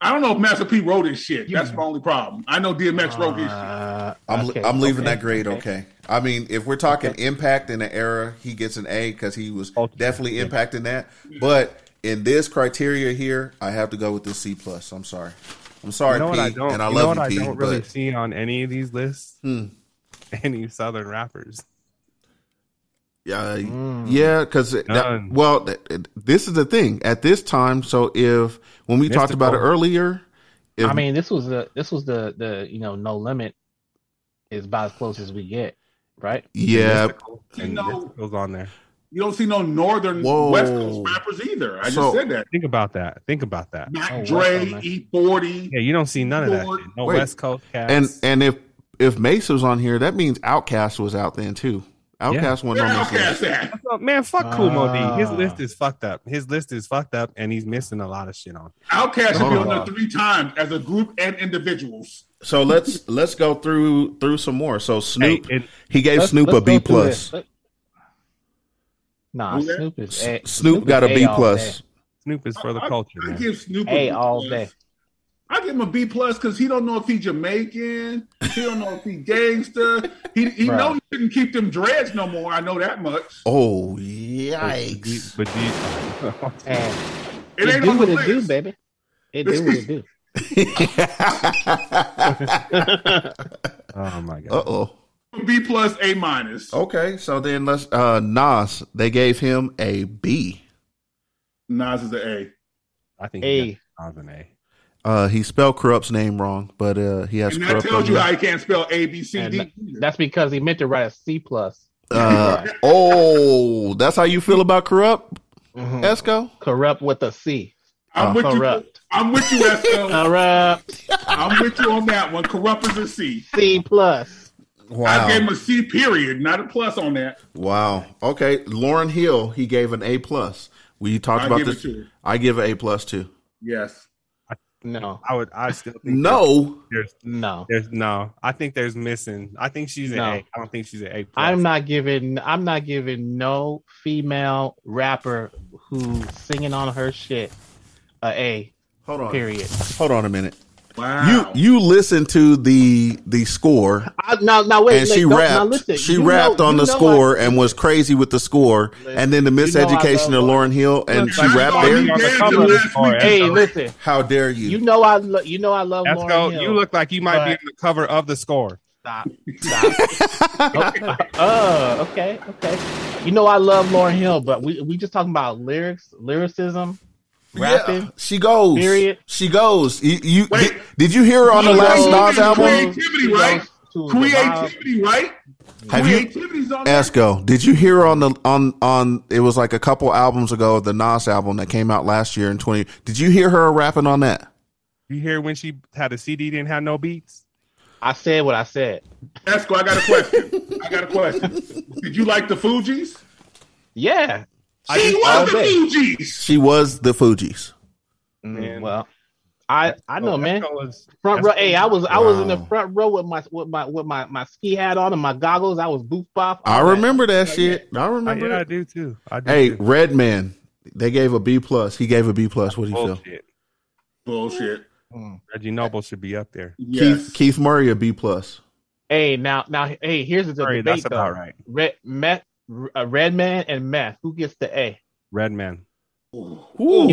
Speaker 7: I don't know if Master P wrote his shit.
Speaker 8: You-
Speaker 7: That's my only problem. I know DMX wrote his
Speaker 4: Ah.
Speaker 7: shit.
Speaker 8: Uh,
Speaker 3: I'm
Speaker 8: okay,
Speaker 3: I'm leaving
Speaker 8: okay,
Speaker 3: that grade okay. I mean, if we're talking impact in the era, he gets an A because he was
Speaker 4: Ultimate,
Speaker 3: definitely impacting that. But in this criteria here, I have to go with the C plus. I'm sorry. I'm sorry,
Speaker 4: you know
Speaker 3: P,
Speaker 4: what I don't,
Speaker 3: and I
Speaker 4: you know
Speaker 3: love
Speaker 4: what
Speaker 3: you,
Speaker 4: I
Speaker 3: P.
Speaker 4: don't really
Speaker 3: but Hmm.
Speaker 4: see on any of these lists? Any Southern rappers.
Speaker 3: Yeah, yeah, because
Speaker 4: Mm. None.
Speaker 3: well, th- th- this is the thing at this time. So if when we talked about it
Speaker 4: Mystical.
Speaker 3: earlier, if,
Speaker 8: I mean, this was the this was the the you know no limit is about as close as we get, right?
Speaker 3: yeah,
Speaker 7: You
Speaker 4: and
Speaker 7: know-
Speaker 4: goes on there.
Speaker 7: You don't see no northern
Speaker 3: Whoa.
Speaker 7: West Coast rappers either. I
Speaker 3: So-
Speaker 7: just said that.
Speaker 4: Think about that. Think about that.
Speaker 7: Mac
Speaker 8: Oh, wow,
Speaker 7: Dre, E
Speaker 8: man.
Speaker 7: E40.
Speaker 4: Yeah, you don't see none of that.
Speaker 7: Lord.
Speaker 4: shit. No
Speaker 3: Wait.
Speaker 4: West Coast cats.
Speaker 3: and and if if Mace was on here, that means Outcast was out then too. Outcast
Speaker 7: Where
Speaker 3: wasn't on this list.
Speaker 7: Outkast at?
Speaker 4: Oh, man, fuck Kumo D. His
Speaker 8: Ah.
Speaker 4: list is fucked up. His list is fucked up, and he's missing a lot of shit on.
Speaker 7: Outkast should be
Speaker 3: Hold
Speaker 7: on there
Speaker 3: on.
Speaker 7: three times as a group and individuals.
Speaker 3: So let's let's go through through some more. So Snoop,
Speaker 4: Hey, it-
Speaker 3: he gave
Speaker 8: Let's-
Speaker 3: Snoop
Speaker 8: let's
Speaker 3: a B
Speaker 8: go through
Speaker 3: plus.
Speaker 8: this. Let- Nah,
Speaker 7: Who that?
Speaker 8: Snoop is a,
Speaker 3: Snoop
Speaker 8: is
Speaker 3: got a B
Speaker 8: all
Speaker 3: plus.
Speaker 8: day.
Speaker 4: Snoop is for the
Speaker 7: I-
Speaker 4: culture,
Speaker 7: I,
Speaker 4: man.
Speaker 7: give Snoop a
Speaker 8: Hey,
Speaker 7: B
Speaker 8: all
Speaker 7: plus.
Speaker 8: day.
Speaker 7: I give him a B plus because he don't know if he Jamaican, he don't know if he gangster. He he
Speaker 3: Bruh.
Speaker 7: know he couldn't keep them dreads no more. I know that much.
Speaker 3: Oh yikes!
Speaker 4: But do you,
Speaker 7: It ain't
Speaker 8: do
Speaker 7: on
Speaker 8: what
Speaker 7: the
Speaker 8: it do,
Speaker 7: list.
Speaker 8: baby. It do what it do.
Speaker 4: oh my god!
Speaker 3: Uh oh.
Speaker 7: B plus A minus.
Speaker 3: Okay, so then let's uh Nas. They gave him a B.
Speaker 7: Nas is an A.
Speaker 4: I think
Speaker 8: Hey.
Speaker 4: he got an A.
Speaker 3: Uh, he spelled Corrupt's name wrong, but uh, he has
Speaker 7: And that
Speaker 3: Corrupt
Speaker 7: tells
Speaker 3: on
Speaker 7: you
Speaker 3: there.
Speaker 7: how he can't spell A B C
Speaker 8: And
Speaker 7: D.
Speaker 8: that's because he meant to write a C plus.
Speaker 3: Uh, oh, that's how you feel about Corrupt,
Speaker 8: Mhm.
Speaker 3: Esco?
Speaker 8: Corrupt with a C.
Speaker 7: I'm with you.
Speaker 8: Corrupt.
Speaker 7: I'm with you, Esco.
Speaker 8: Corrupt.
Speaker 7: I'm with you on that one. Corrupt is a C.
Speaker 8: C plus.
Speaker 7: I gave him a C period, not a plus on that.
Speaker 3: Wow. Okay, Lauren Hill. He gave an A plus. We talked
Speaker 7: I
Speaker 3: about
Speaker 7: give it
Speaker 3: this.
Speaker 7: to her.
Speaker 3: I give an A plus too.
Speaker 7: Yes.
Speaker 8: No.
Speaker 4: I would. I still think
Speaker 3: No,
Speaker 4: There's,
Speaker 8: No.
Speaker 4: there's no. I think there's missing. I think she's an
Speaker 8: No.
Speaker 4: A. I don't think she's an A.
Speaker 8: I'm not giving I'm not giving no female rapper who's singing on her shit a A.
Speaker 3: hold on.
Speaker 8: Period.
Speaker 3: Hold on a minute.
Speaker 7: Wow.
Speaker 3: You you listen to the the score
Speaker 8: I, now, now wait.
Speaker 3: and
Speaker 8: wait,
Speaker 3: she
Speaker 8: don't- now
Speaker 3: rapped.
Speaker 8: listen,
Speaker 3: she
Speaker 8: you know-
Speaker 3: rapped on
Speaker 8: you
Speaker 3: the
Speaker 8: know I-
Speaker 3: score and was crazy with the score. and then the
Speaker 8: know I
Speaker 3: miseducation
Speaker 8: love
Speaker 3: of Lauren Hill and
Speaker 8: Look,
Speaker 3: she
Speaker 7: I saw
Speaker 3: rapped
Speaker 7: you
Speaker 3: there.
Speaker 4: On the
Speaker 7: dancing
Speaker 4: cover of the
Speaker 7: last
Speaker 4: score,
Speaker 7: week.
Speaker 8: Hey,
Speaker 4: Esco.
Speaker 8: listen.
Speaker 3: How dare you?
Speaker 8: You know I lo- you know I love
Speaker 4: Let's
Speaker 8: Lauryn
Speaker 4: go.
Speaker 8: Hill.
Speaker 4: You look like you might be
Speaker 8: But-
Speaker 4: on the cover of the score.
Speaker 8: Stop. Stop. oh, uh, okay, okay. You know I love Lauren Hill, but we we just talking about lyrics, lyricism, rapping.
Speaker 3: Yeah, she goes.
Speaker 8: Period.
Speaker 3: She goes. You, you
Speaker 7: Wait.
Speaker 3: did, did you hear her on the
Speaker 7: Hold
Speaker 3: last
Speaker 7: on.
Speaker 3: Nas album?
Speaker 7: Creativity, right?
Speaker 8: To the
Speaker 7: Creativity, right?
Speaker 3: Have you
Speaker 7: Creativity's on that.
Speaker 3: Esco? Did you hear her on the on on? It was like a couple albums ago, the Nas album that came out last year in twenty. Did you hear her rapping on that?
Speaker 4: You hear when she had a CD didn't have no beats?
Speaker 8: vibe. I said what I said.
Speaker 7: Esco, I got a question. I got a question. Did you like the Fugees?
Speaker 8: Yeah.
Speaker 4: I
Speaker 7: She
Speaker 4: just-
Speaker 7: was the
Speaker 8: all day.
Speaker 7: Fugees.
Speaker 3: She was the Fugees.
Speaker 8: Mm,
Speaker 4: Man.
Speaker 8: well, I I know, man.
Speaker 4: Esco was-
Speaker 8: Front
Speaker 4: Esco
Speaker 8: row. Hey, I was I was in the
Speaker 3: Wow.
Speaker 8: front row with my with my with my my ski hat on and my goggles. I was booth bop.
Speaker 3: I
Speaker 8: all that.
Speaker 3: remember that shit. I
Speaker 4: I,
Speaker 3: remember.
Speaker 4: yeah, I
Speaker 3: that.
Speaker 4: do too. I do
Speaker 3: Hey,
Speaker 4: too.
Speaker 3: Redman. They gave a B plus. He gave a B plus. What do you feel?
Speaker 4: Bullshit.
Speaker 7: Bullshit.
Speaker 4: Reggie Noble should be up there.
Speaker 7: Yes.
Speaker 3: Keith Keith Murray a B plus.
Speaker 8: Hey, now now hey, here's the
Speaker 4: Sorry,
Speaker 8: debate
Speaker 4: that's
Speaker 8: though.
Speaker 4: about right.
Speaker 8: Red meth, r- uh, red man, and meth. Who gets the A?
Speaker 4: Redman.
Speaker 8: You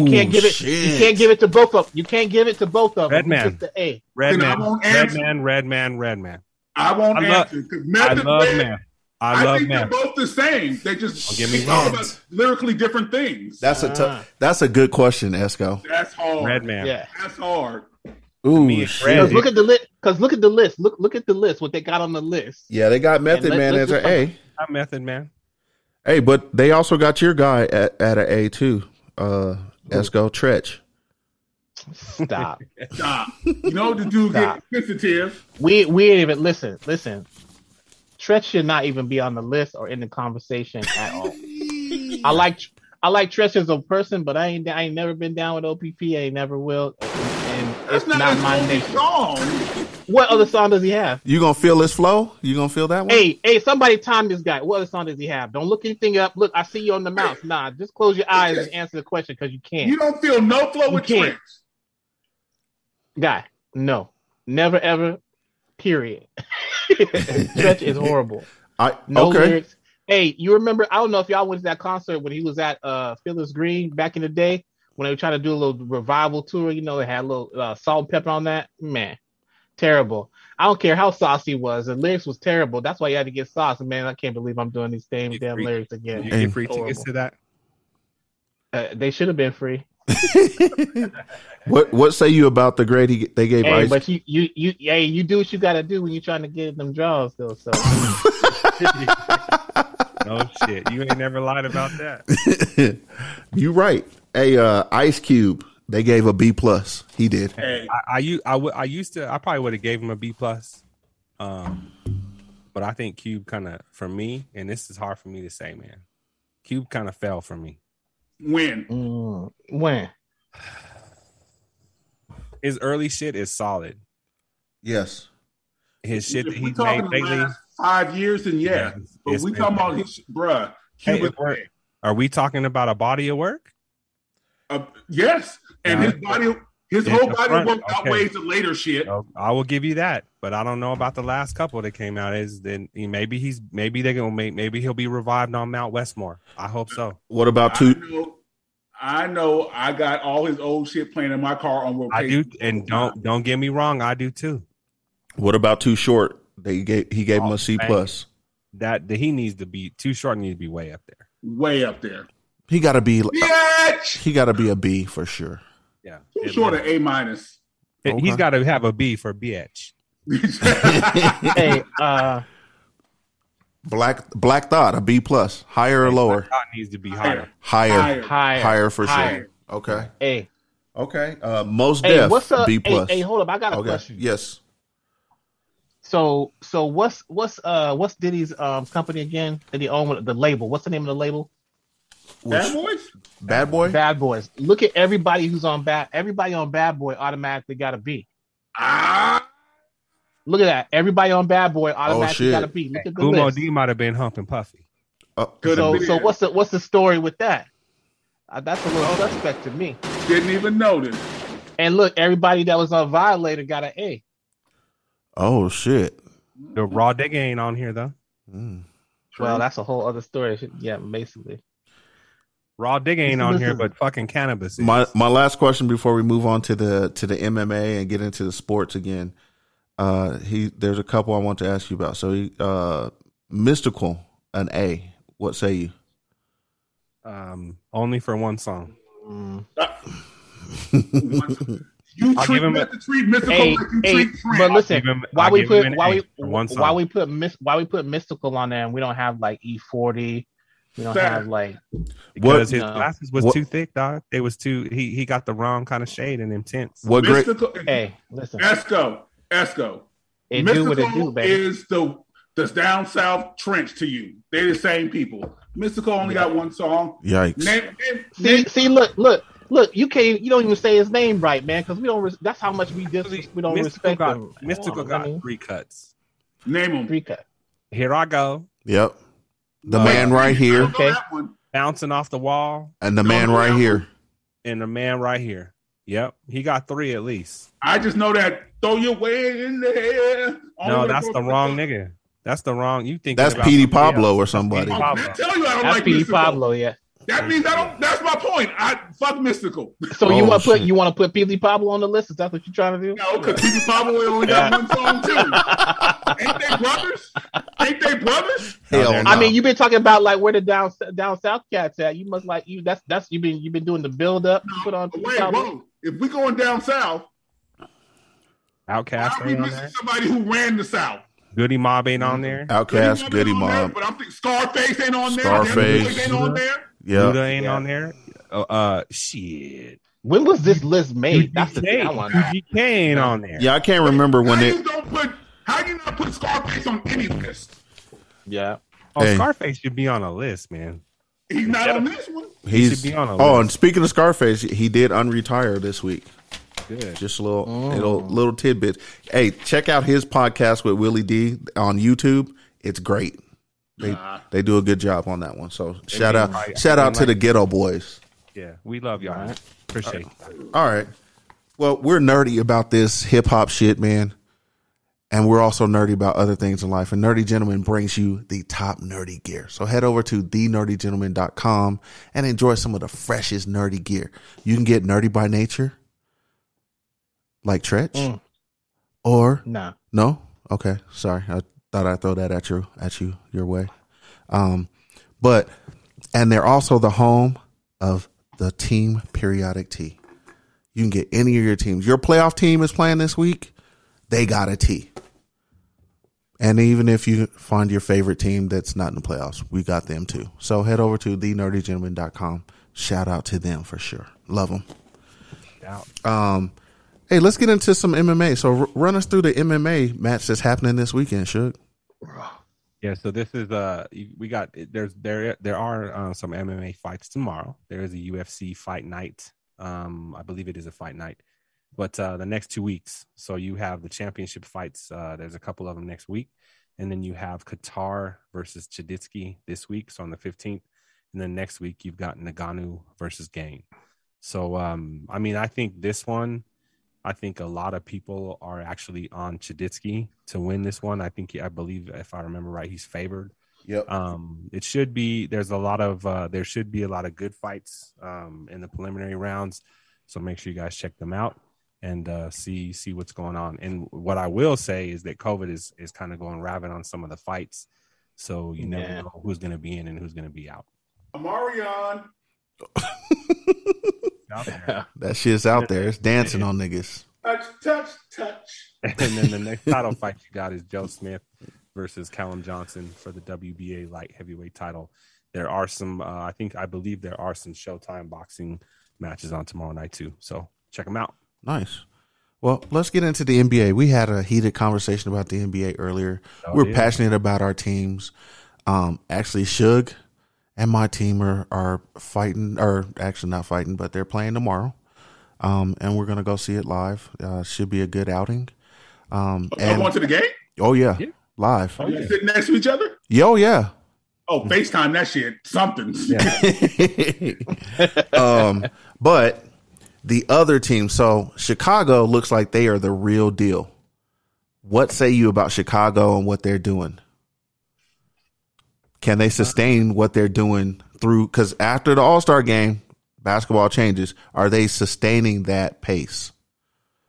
Speaker 8: can't give it. You can't give it to both of. You can't give it to both of.
Speaker 4: Red
Speaker 8: them.
Speaker 4: man.
Speaker 8: Who gets the A?
Speaker 7: Then I
Speaker 4: Redman.
Speaker 7: won't answer.
Speaker 4: Redman. Redman. Redman.
Speaker 7: I won't
Speaker 4: I love-
Speaker 7: answer because
Speaker 4: I
Speaker 7: Meth and
Speaker 4: love
Speaker 7: Red-
Speaker 4: man.
Speaker 7: I,
Speaker 4: I love
Speaker 7: think
Speaker 4: man.
Speaker 7: they're both the same. They
Speaker 4: Don't
Speaker 7: just
Speaker 4: get me
Speaker 7: they talk
Speaker 4: wrong.
Speaker 7: about lyrically different things. That's,
Speaker 3: That's a
Speaker 8: Ah.
Speaker 3: tough. That's a good question, Esco.
Speaker 7: hard.
Speaker 4: Redman.
Speaker 8: Yeah.
Speaker 7: That's hard.
Speaker 3: Ooh,
Speaker 4: Me and
Speaker 3: shit.
Speaker 4: Red.
Speaker 8: Because look at the list. Because look at the list. Look look at the list. What they got on the list.
Speaker 3: Yeah, they got Method
Speaker 8: let-
Speaker 3: Man
Speaker 8: let's
Speaker 3: as
Speaker 8: just
Speaker 3: an A.
Speaker 4: I'm Method Man.
Speaker 3: Hey, but they also got your guy at, at an A too. Uh Esco Tretch.
Speaker 8: Stop.
Speaker 7: Stop. You know the dude
Speaker 8: Stop.
Speaker 7: gets sensitive.
Speaker 8: we we ain't even listen. Listen. Tretch should not even be on the list or in the conversation at all. I like I like Tretch as a person, but I ain't I ain't never been down with OPP. I ain't never will. And
Speaker 7: That's
Speaker 8: it's
Speaker 7: not,
Speaker 8: not,
Speaker 7: his
Speaker 8: my
Speaker 7: only
Speaker 8: nation.
Speaker 7: song.
Speaker 8: What other song does he have?
Speaker 3: You gonna feel this flow? You gonna feel that one?
Speaker 8: Hey, hey, somebody time this guy. What other song does he have? Don't look anything up. Look, I see you on the mouse. Nah, just close your eyes and answer the question because you can't.
Speaker 7: You don't feel no flow
Speaker 8: You
Speaker 7: with
Speaker 8: can't.
Speaker 7: Trent.
Speaker 8: guy, no. Never ever. Period. Stretch is horrible.
Speaker 3: I
Speaker 8: No
Speaker 3: okay.
Speaker 8: lyrics. Hey, you remember I don't know if y'all went to that concert when he was at uh Phyllis Green back in the day when they were trying to do a little revival tour, you know, they had a little uh, salt and pepper on that. Man, terrible. I don't care how saucy he was, the lyrics was terrible. That's why you had to get sauce. And man, I can't believe I'm doing these same
Speaker 4: You
Speaker 8: damn
Speaker 4: freak.
Speaker 8: lyrics
Speaker 4: You
Speaker 8: again.
Speaker 3: Hey.
Speaker 4: get free tickets to that.
Speaker 8: Uh, they should have been free.
Speaker 3: What what say you about the grade he, they gave
Speaker 8: Hey,
Speaker 3: Ice?
Speaker 8: but you, you, you, hey, you do what you gotta do when you're trying to get them draws, though. So
Speaker 4: No shit. You ain't never lied about that.
Speaker 3: you right. Hey, uh Ice Cube, they gave a B plus. He did.
Speaker 7: Hey,
Speaker 4: I, I, u- I, w- I used to I probably would have gave him a B plus, um, but I think Cube kind of for me, and this is hard for me to say, man. Cube kind of fell for me.
Speaker 7: when?
Speaker 8: mm, when?
Speaker 4: His early shit is solid.
Speaker 3: Yes.
Speaker 4: His shit that
Speaker 7: If we
Speaker 4: he's
Speaker 7: talking
Speaker 4: made
Speaker 7: the
Speaker 4: lately.
Speaker 7: last five years, then yeah.
Speaker 4: Yes,
Speaker 7: But
Speaker 4: it's
Speaker 7: we
Speaker 4: been
Speaker 7: talking
Speaker 4: bad.
Speaker 7: about his bruh.
Speaker 4: Hey,
Speaker 7: Cuba,
Speaker 4: if we're- are we talking about a body of work?
Speaker 7: uh, yes, and
Speaker 4: Nah.
Speaker 7: his body, His
Speaker 4: Yeah,
Speaker 7: whole
Speaker 4: up
Speaker 7: body
Speaker 4: front,
Speaker 7: work
Speaker 4: okay.
Speaker 7: outweighs the later shit.
Speaker 4: Oh, I will give you that, but I don't know about the last couple that came out. Is then he- maybe he's maybe they gonna make maybe he'll be revived on Mount Westmore. I hope so.
Speaker 3: What about
Speaker 7: I
Speaker 3: two?
Speaker 7: know, I know. I got all his old shit playing in my car on rotation.
Speaker 4: I do, and don't don't get me wrong, I do too.
Speaker 3: What about too short? They gave he gave him
Speaker 4: Oh,
Speaker 3: a C
Speaker 4: man.
Speaker 3: plus.
Speaker 4: That, that he needs to be too short. Needs to be way up there.
Speaker 7: Way up there.
Speaker 3: He got to be
Speaker 7: Bitch!
Speaker 3: he got to be a B for sure.
Speaker 4: Yeah,
Speaker 7: Too
Speaker 4: At
Speaker 7: short
Speaker 4: least.
Speaker 7: of A minus.
Speaker 4: He- He's
Speaker 3: Okay.
Speaker 4: got to have a B for bitch.
Speaker 8: hey, uh,
Speaker 3: Black Black Thought a B plus, higher or lower?
Speaker 4: Thought needs to be higher.
Speaker 3: Higher,
Speaker 7: Higher.
Speaker 3: higher,
Speaker 7: Higher.
Speaker 8: higher,
Speaker 3: for
Speaker 8: higher.
Speaker 3: sure. Okay,
Speaker 8: Hey,
Speaker 3: okay. Uh, most
Speaker 8: hey,
Speaker 3: deaf
Speaker 8: what's up?
Speaker 3: B
Speaker 8: Hey,
Speaker 3: plus.
Speaker 8: hey, hold up, I got a
Speaker 3: okay,
Speaker 8: question.
Speaker 3: yes.
Speaker 8: So, so what's what's uh what's Diddy's um company again that he owned with the label? What's the name of the label?
Speaker 3: Which-
Speaker 7: Bad boys?
Speaker 3: bad boy.
Speaker 8: Bad Boys. Look at everybody who's on Bad. Everybody on Bad Boy automatically got a B.
Speaker 7: Ah,
Speaker 8: Look at that. Everybody on Bad Boy automatically
Speaker 3: Oh, shit.
Speaker 8: got a B. Look at the
Speaker 4: Umo
Speaker 8: list.
Speaker 4: D might have been humping Puffy.
Speaker 3: Uh,
Speaker 7: could
Speaker 8: So,
Speaker 7: have
Speaker 8: so what's the what's the story with that? Uh, that's a little
Speaker 3: Oh.
Speaker 8: suspect to me.
Speaker 7: Didn't even notice.
Speaker 8: And look, everybody that was on Violator got an A.
Speaker 3: oh shit.
Speaker 4: The raw digger ain't on here though.
Speaker 3: Mm.
Speaker 8: Well, that's a whole other story. Yeah, basically.
Speaker 4: Raw digger ain't on here,
Speaker 8: Listen.
Speaker 4: but fucking cannabis. Is.
Speaker 3: My my last question before we move on to the to the MMA and get into the sports again. Uh, he there's a couple I want to ask you about. So he, uh, mystical an A. What say you?
Speaker 4: um, only for one song.
Speaker 3: Mm.
Speaker 7: Uh, You
Speaker 4: I'll
Speaker 7: treat,
Speaker 4: give him
Speaker 7: you
Speaker 4: a-
Speaker 7: have to treat mystical
Speaker 8: Hey,
Speaker 7: like you
Speaker 8: hey,
Speaker 7: treat friends.
Speaker 8: but listen,
Speaker 4: give him-
Speaker 8: why
Speaker 4: I'll
Speaker 8: we
Speaker 4: give him
Speaker 8: put
Speaker 4: an
Speaker 8: why
Speaker 4: A
Speaker 8: we
Speaker 4: for one song.
Speaker 8: why we put mis- why we put mystical on there and we don't have like E forty, we don't
Speaker 7: Fair.
Speaker 8: have like
Speaker 4: Because his
Speaker 8: No.
Speaker 4: glasses was
Speaker 3: What-
Speaker 4: too thick, dog. It was too. He he got the wrong kind of shade and intense.
Speaker 3: What great?
Speaker 7: mystical.
Speaker 8: hey, listen,
Speaker 7: Esco, Esco.
Speaker 8: it do
Speaker 7: mystical
Speaker 8: what it do, baby.
Speaker 7: is the the down south trench to you. They're the same people. Mystical only got one song.
Speaker 3: Yikes.
Speaker 7: Name, name,
Speaker 8: See,
Speaker 7: name,
Speaker 8: see, look, look, look. You can't. You don't even say his name right, man, because we don't. Res- that's how much we dis- We don't
Speaker 4: Mystical
Speaker 8: respect
Speaker 4: got,
Speaker 8: him.
Speaker 4: Mystical
Speaker 8: Come on,
Speaker 4: got
Speaker 8: I mean,
Speaker 4: three cuts.
Speaker 7: name 'em.
Speaker 8: three cut.
Speaker 4: Here I go,
Speaker 3: Yep. The
Speaker 4: Uh,
Speaker 3: man right
Speaker 7: I
Speaker 3: here
Speaker 7: don't know
Speaker 8: Okay.
Speaker 7: that one.
Speaker 4: bouncing off the wall,
Speaker 3: and the man
Speaker 7: know
Speaker 3: right
Speaker 7: that
Speaker 3: here.
Speaker 4: and the man right here. Yep, he got three at least.
Speaker 7: I just know that throw your weight in the air.
Speaker 4: No, that's the wrong nigga. That's the wrong. You think
Speaker 3: That's Petey Pablo or somebody.
Speaker 4: Petey
Speaker 7: Oh,
Speaker 4: Pablo.
Speaker 7: man, tell you I don't
Speaker 8: That's
Speaker 7: like
Speaker 3: E
Speaker 8: P.
Speaker 7: mystical.
Speaker 8: Pablo, yeah.
Speaker 7: That means I don't. That's my point. I fuck mystical.
Speaker 8: So
Speaker 3: Oh,
Speaker 8: you want to put
Speaker 3: shit.
Speaker 8: you want to put P. Pablo on the list? Is that what you're trying to do?
Speaker 7: No, because Petey Pablo only got one song too. Ain't they brothers? Ain't they brothers?
Speaker 3: Hell,
Speaker 4: they're
Speaker 3: no.
Speaker 8: I mean, you've been talking about like where the down down south cats at. You must like you. That's that's you've been you've been doing the build up. You put on P.
Speaker 7: Wait,
Speaker 8: Pablo.
Speaker 7: whoa. If we going down south,
Speaker 4: Outcast
Speaker 7: I'll be
Speaker 4: ain't on
Speaker 7: missing
Speaker 4: there.
Speaker 7: somebody who ran the south.
Speaker 4: Goody Mob ain't on there.
Speaker 3: outcast, goody
Speaker 7: ain't on there,
Speaker 3: mob.
Speaker 7: But I'm thinking Scarface ain't on there.
Speaker 3: Scarface.
Speaker 7: The other boys ain't on there.
Speaker 3: Yeah.
Speaker 4: Luda ain't
Speaker 8: Yeah.
Speaker 4: on there. Uh, uh shit.
Speaker 8: When was this list made? That's the thing I want. to know.
Speaker 4: UGK ain't on there.
Speaker 3: Yeah, I can't remember when
Speaker 7: how
Speaker 3: it.
Speaker 7: you don't put? How you not put Scarface on any list?
Speaker 8: Yeah.
Speaker 4: Oh,
Speaker 3: Hey.
Speaker 4: Scarface should be on a list, man.
Speaker 7: He's not on this one.
Speaker 3: He's
Speaker 4: should be on a
Speaker 3: oh,
Speaker 4: list.
Speaker 3: and speaking of Scarface, he did unretire this week.
Speaker 4: Good. Oh.
Speaker 3: Just a little, little, little tidbit. Hey, check out his podcast with Willie D on YouTube. It's great. They they do a good job on that one. So shout out,
Speaker 4: right.
Speaker 3: shout out to
Speaker 4: Like-
Speaker 3: the Ghetto Boys.
Speaker 4: Yeah, we love y'all. man. Appreciate it.
Speaker 3: All right. Well, we're nerdy about this hip hop shit, man. And we're also nerdy about other things in life. And Nerdy Gentleman brings you the top nerdy gear. So head over to thenerdygentleman.com and enjoy some of the freshest nerdy gear. You can get nerdy by nature, like Tretch,
Speaker 8: Mm.
Speaker 3: or
Speaker 8: Nah.
Speaker 3: no? Okay. Sorry. I thought I'd throw that at you at you your way. Um but and they're also the home of the team periodic tee. You can get any of your teams. Your playoff team is playing this week, they got a tee. And even if you find your favorite team that's not in the playoffs, we got them too. So head over to thenerdygentleman.com. Shout out to them for sure. Love them.
Speaker 4: Out.
Speaker 3: Hey, let's get into some MMA. So r- run us through the MMA match that's happening this weekend, Shug.
Speaker 4: Yeah, so this is uh you- we got there's there there are uh, some MMA fights tomorrow. There is a UFC fight night. Um I believe it is a fight night. But uh the next 2 weeks. So you have the championship fights uh there's a couple of them next week and then you have Qatar versus Chiditsky this week so on the 15th and then next week you've got Nagano versus Gain. So um I mean I think this one I think a lot of people are actually on Chaditsky to win this one. I think, I believe, if I remember right, he's favored.
Speaker 3: Yep.
Speaker 4: Um, it should be. There's a lot of. Uh, there should be a lot of good fights um, in the preliminary rounds. So make sure you guys check them out and uh, see see what's going on. And what I will say is that COVID is is kind of going rabbit on some of the fights. So you never
Speaker 8: Yeah.
Speaker 4: know who's going to be in and who's going to be out.
Speaker 7: Amarion.
Speaker 4: Out there.
Speaker 3: That shit's out there. It's dancing on niggas.
Speaker 7: Touch, touch, touch.
Speaker 4: and then the next title fight you got is Joe Smith versus Callum Johnson for the WBA light heavyweight title. There are some, uh, I think, I believe there are some Showtime boxing matches on tomorrow night too. So check them out.
Speaker 3: Nice. Well, let's get into the NBA. We had a heated conversation about the NBA earlier.
Speaker 4: Oh,
Speaker 3: We're
Speaker 4: yeah.
Speaker 3: passionate about our teams. Um, actually, Suge and my team are, are fighting, or actually not fighting, but they're playing tomorrow. Um, and we're gonna go see it live. Uh, should be a good outing. Um,
Speaker 7: Y'all
Speaker 3: and
Speaker 7: going to the game?
Speaker 3: oh yeah, live.
Speaker 7: Y'all Sitting next to each other?
Speaker 3: Yo yeah.
Speaker 7: Oh, FaceTime that shit. Something.
Speaker 3: um, but the other team, so Chicago looks like they are the real deal. What say you about Chicago and what they're doing? Can they sustain what they're doing through? Because after the All Star game, basketball changes. Are they sustaining that pace?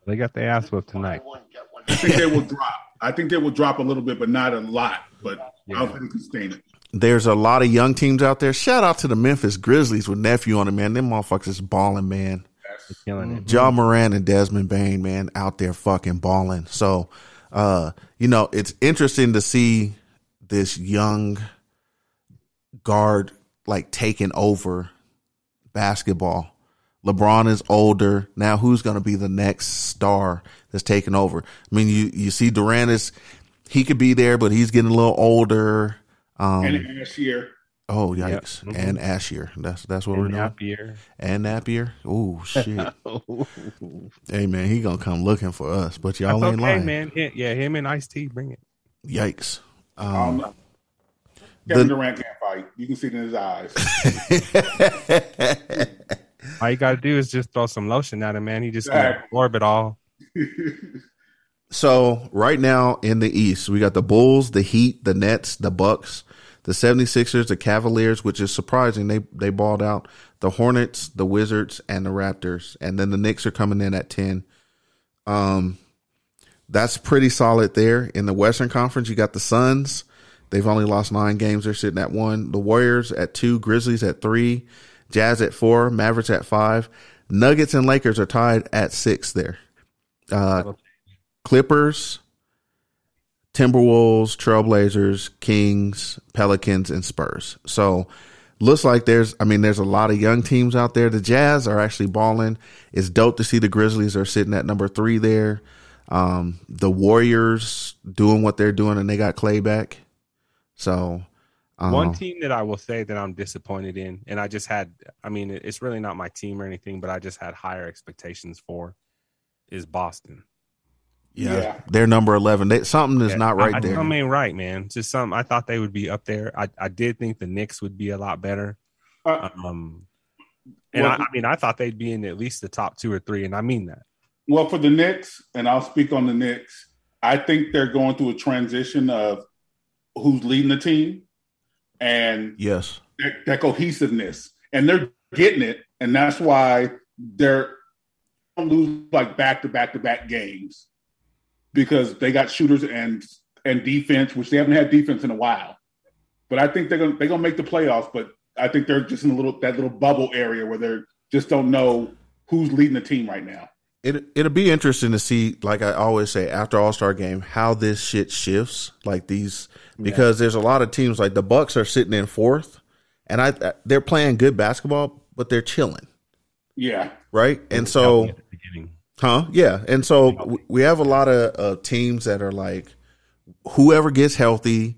Speaker 4: They got their ass whipped tonight.
Speaker 7: I think they will drop. I think they will drop a little bit, but not a lot. But I don't think they can sustain it.
Speaker 3: There's a lot of young teams out there. Shout out to the Memphis Grizzlies with nephew on it, man. Them motherfuckers is balling, man.
Speaker 4: Killing it.
Speaker 3: John Moran and Desmond Bain, man, out there fucking balling. So, uh, you know, it's interesting to see this young guard like taking over basketball. LeBron is older. Now who's going to be the next star that's taking over? I mean, you, you see Durant is, he could be there, but he's getting a little older. Um,
Speaker 7: and last year,
Speaker 3: oh, yikes.
Speaker 4: Yep.
Speaker 3: And Ashier. That's, that's what we're
Speaker 4: And
Speaker 3: doing.
Speaker 4: Napier.
Speaker 3: And Napier. Oh, shit. Hey man, he gonna come looking for us, but y'all
Speaker 4: That's
Speaker 3: ain't
Speaker 4: okay,
Speaker 3: lying.
Speaker 4: man. Yeah, yeah, him and Ice T, bring it.
Speaker 3: Yikes!
Speaker 7: um,
Speaker 3: Um,
Speaker 7: Kevin
Speaker 3: the-
Speaker 7: Durant can't fight. You can see it in his eyes.
Speaker 4: All you gotta do is just throw some lotion at him, man. He just
Speaker 7: Exactly.
Speaker 4: gonna absorb it all.
Speaker 3: so right now in the East, we got the Bulls, the Heat, the Nets, the Bucks, the 76ers, the Cavaliers, which is surprising. They they balled out the Hornets, the Wizards, and the Raptors, and then the Knicks are coming in at ten. Um, that's pretty solid there in the Western Conference. You got the Suns. They've only lost nine games. They're sitting at one. The Warriors at two. Grizzlies at three. Jazz at four. Mavericks at five. Nuggets and Lakers are tied at six there. Uh, Clippers, Timberwolves, Trailblazers, Kings, Pelicans, and Spurs. So looks like there's I mean, there's a lot of young teams out there. The Jazz are actually balling. It's dope to see the Grizzlies are sitting at number three there. Um, the Warriors doing what they're doing and they got Clay back. So um,
Speaker 4: One team that I will say that I'm disappointed in, and I just had, I mean, it- it's really not my team or anything, but I just had higher expectations for is Boston.
Speaker 3: yeah,
Speaker 7: Yeah.
Speaker 3: they're number eleven. They, something is not right
Speaker 4: I,
Speaker 3: there.
Speaker 4: I mean, right, man. Just some, I thought they would be up there. I, I did think the Knicks would be a lot better.
Speaker 7: Uh,
Speaker 4: Um, and I, I mean, I thought they'd be in at least the top two or three, and I mean that.
Speaker 7: Well, for the Knicks, and I'll speak on the Knicks, I think they're going through a transition of who's leading the team and
Speaker 3: yes.
Speaker 7: that, that cohesiveness. And they're getting it. And that's why they're don't lose like back to back to back games because they got shooters and and defense, which they haven't had defense in a while. But I think they're gonna they're gonna make the playoffs, but I think they're just in a little that little bubble area where they're just don't know who's leading the team right now.
Speaker 3: It it'll be interesting to see, like I always say, after All Star Game, how this shit shifts. Like these, because there's a lot of teams like the Bucks are sitting in fourth, and I they're playing good basketball, but they're chilling,
Speaker 7: Yeah.
Speaker 3: right? And so,
Speaker 4: At the beginning.
Speaker 3: huh? Yeah, and so w- we have a lot of uh, teams that are like, whoever gets healthy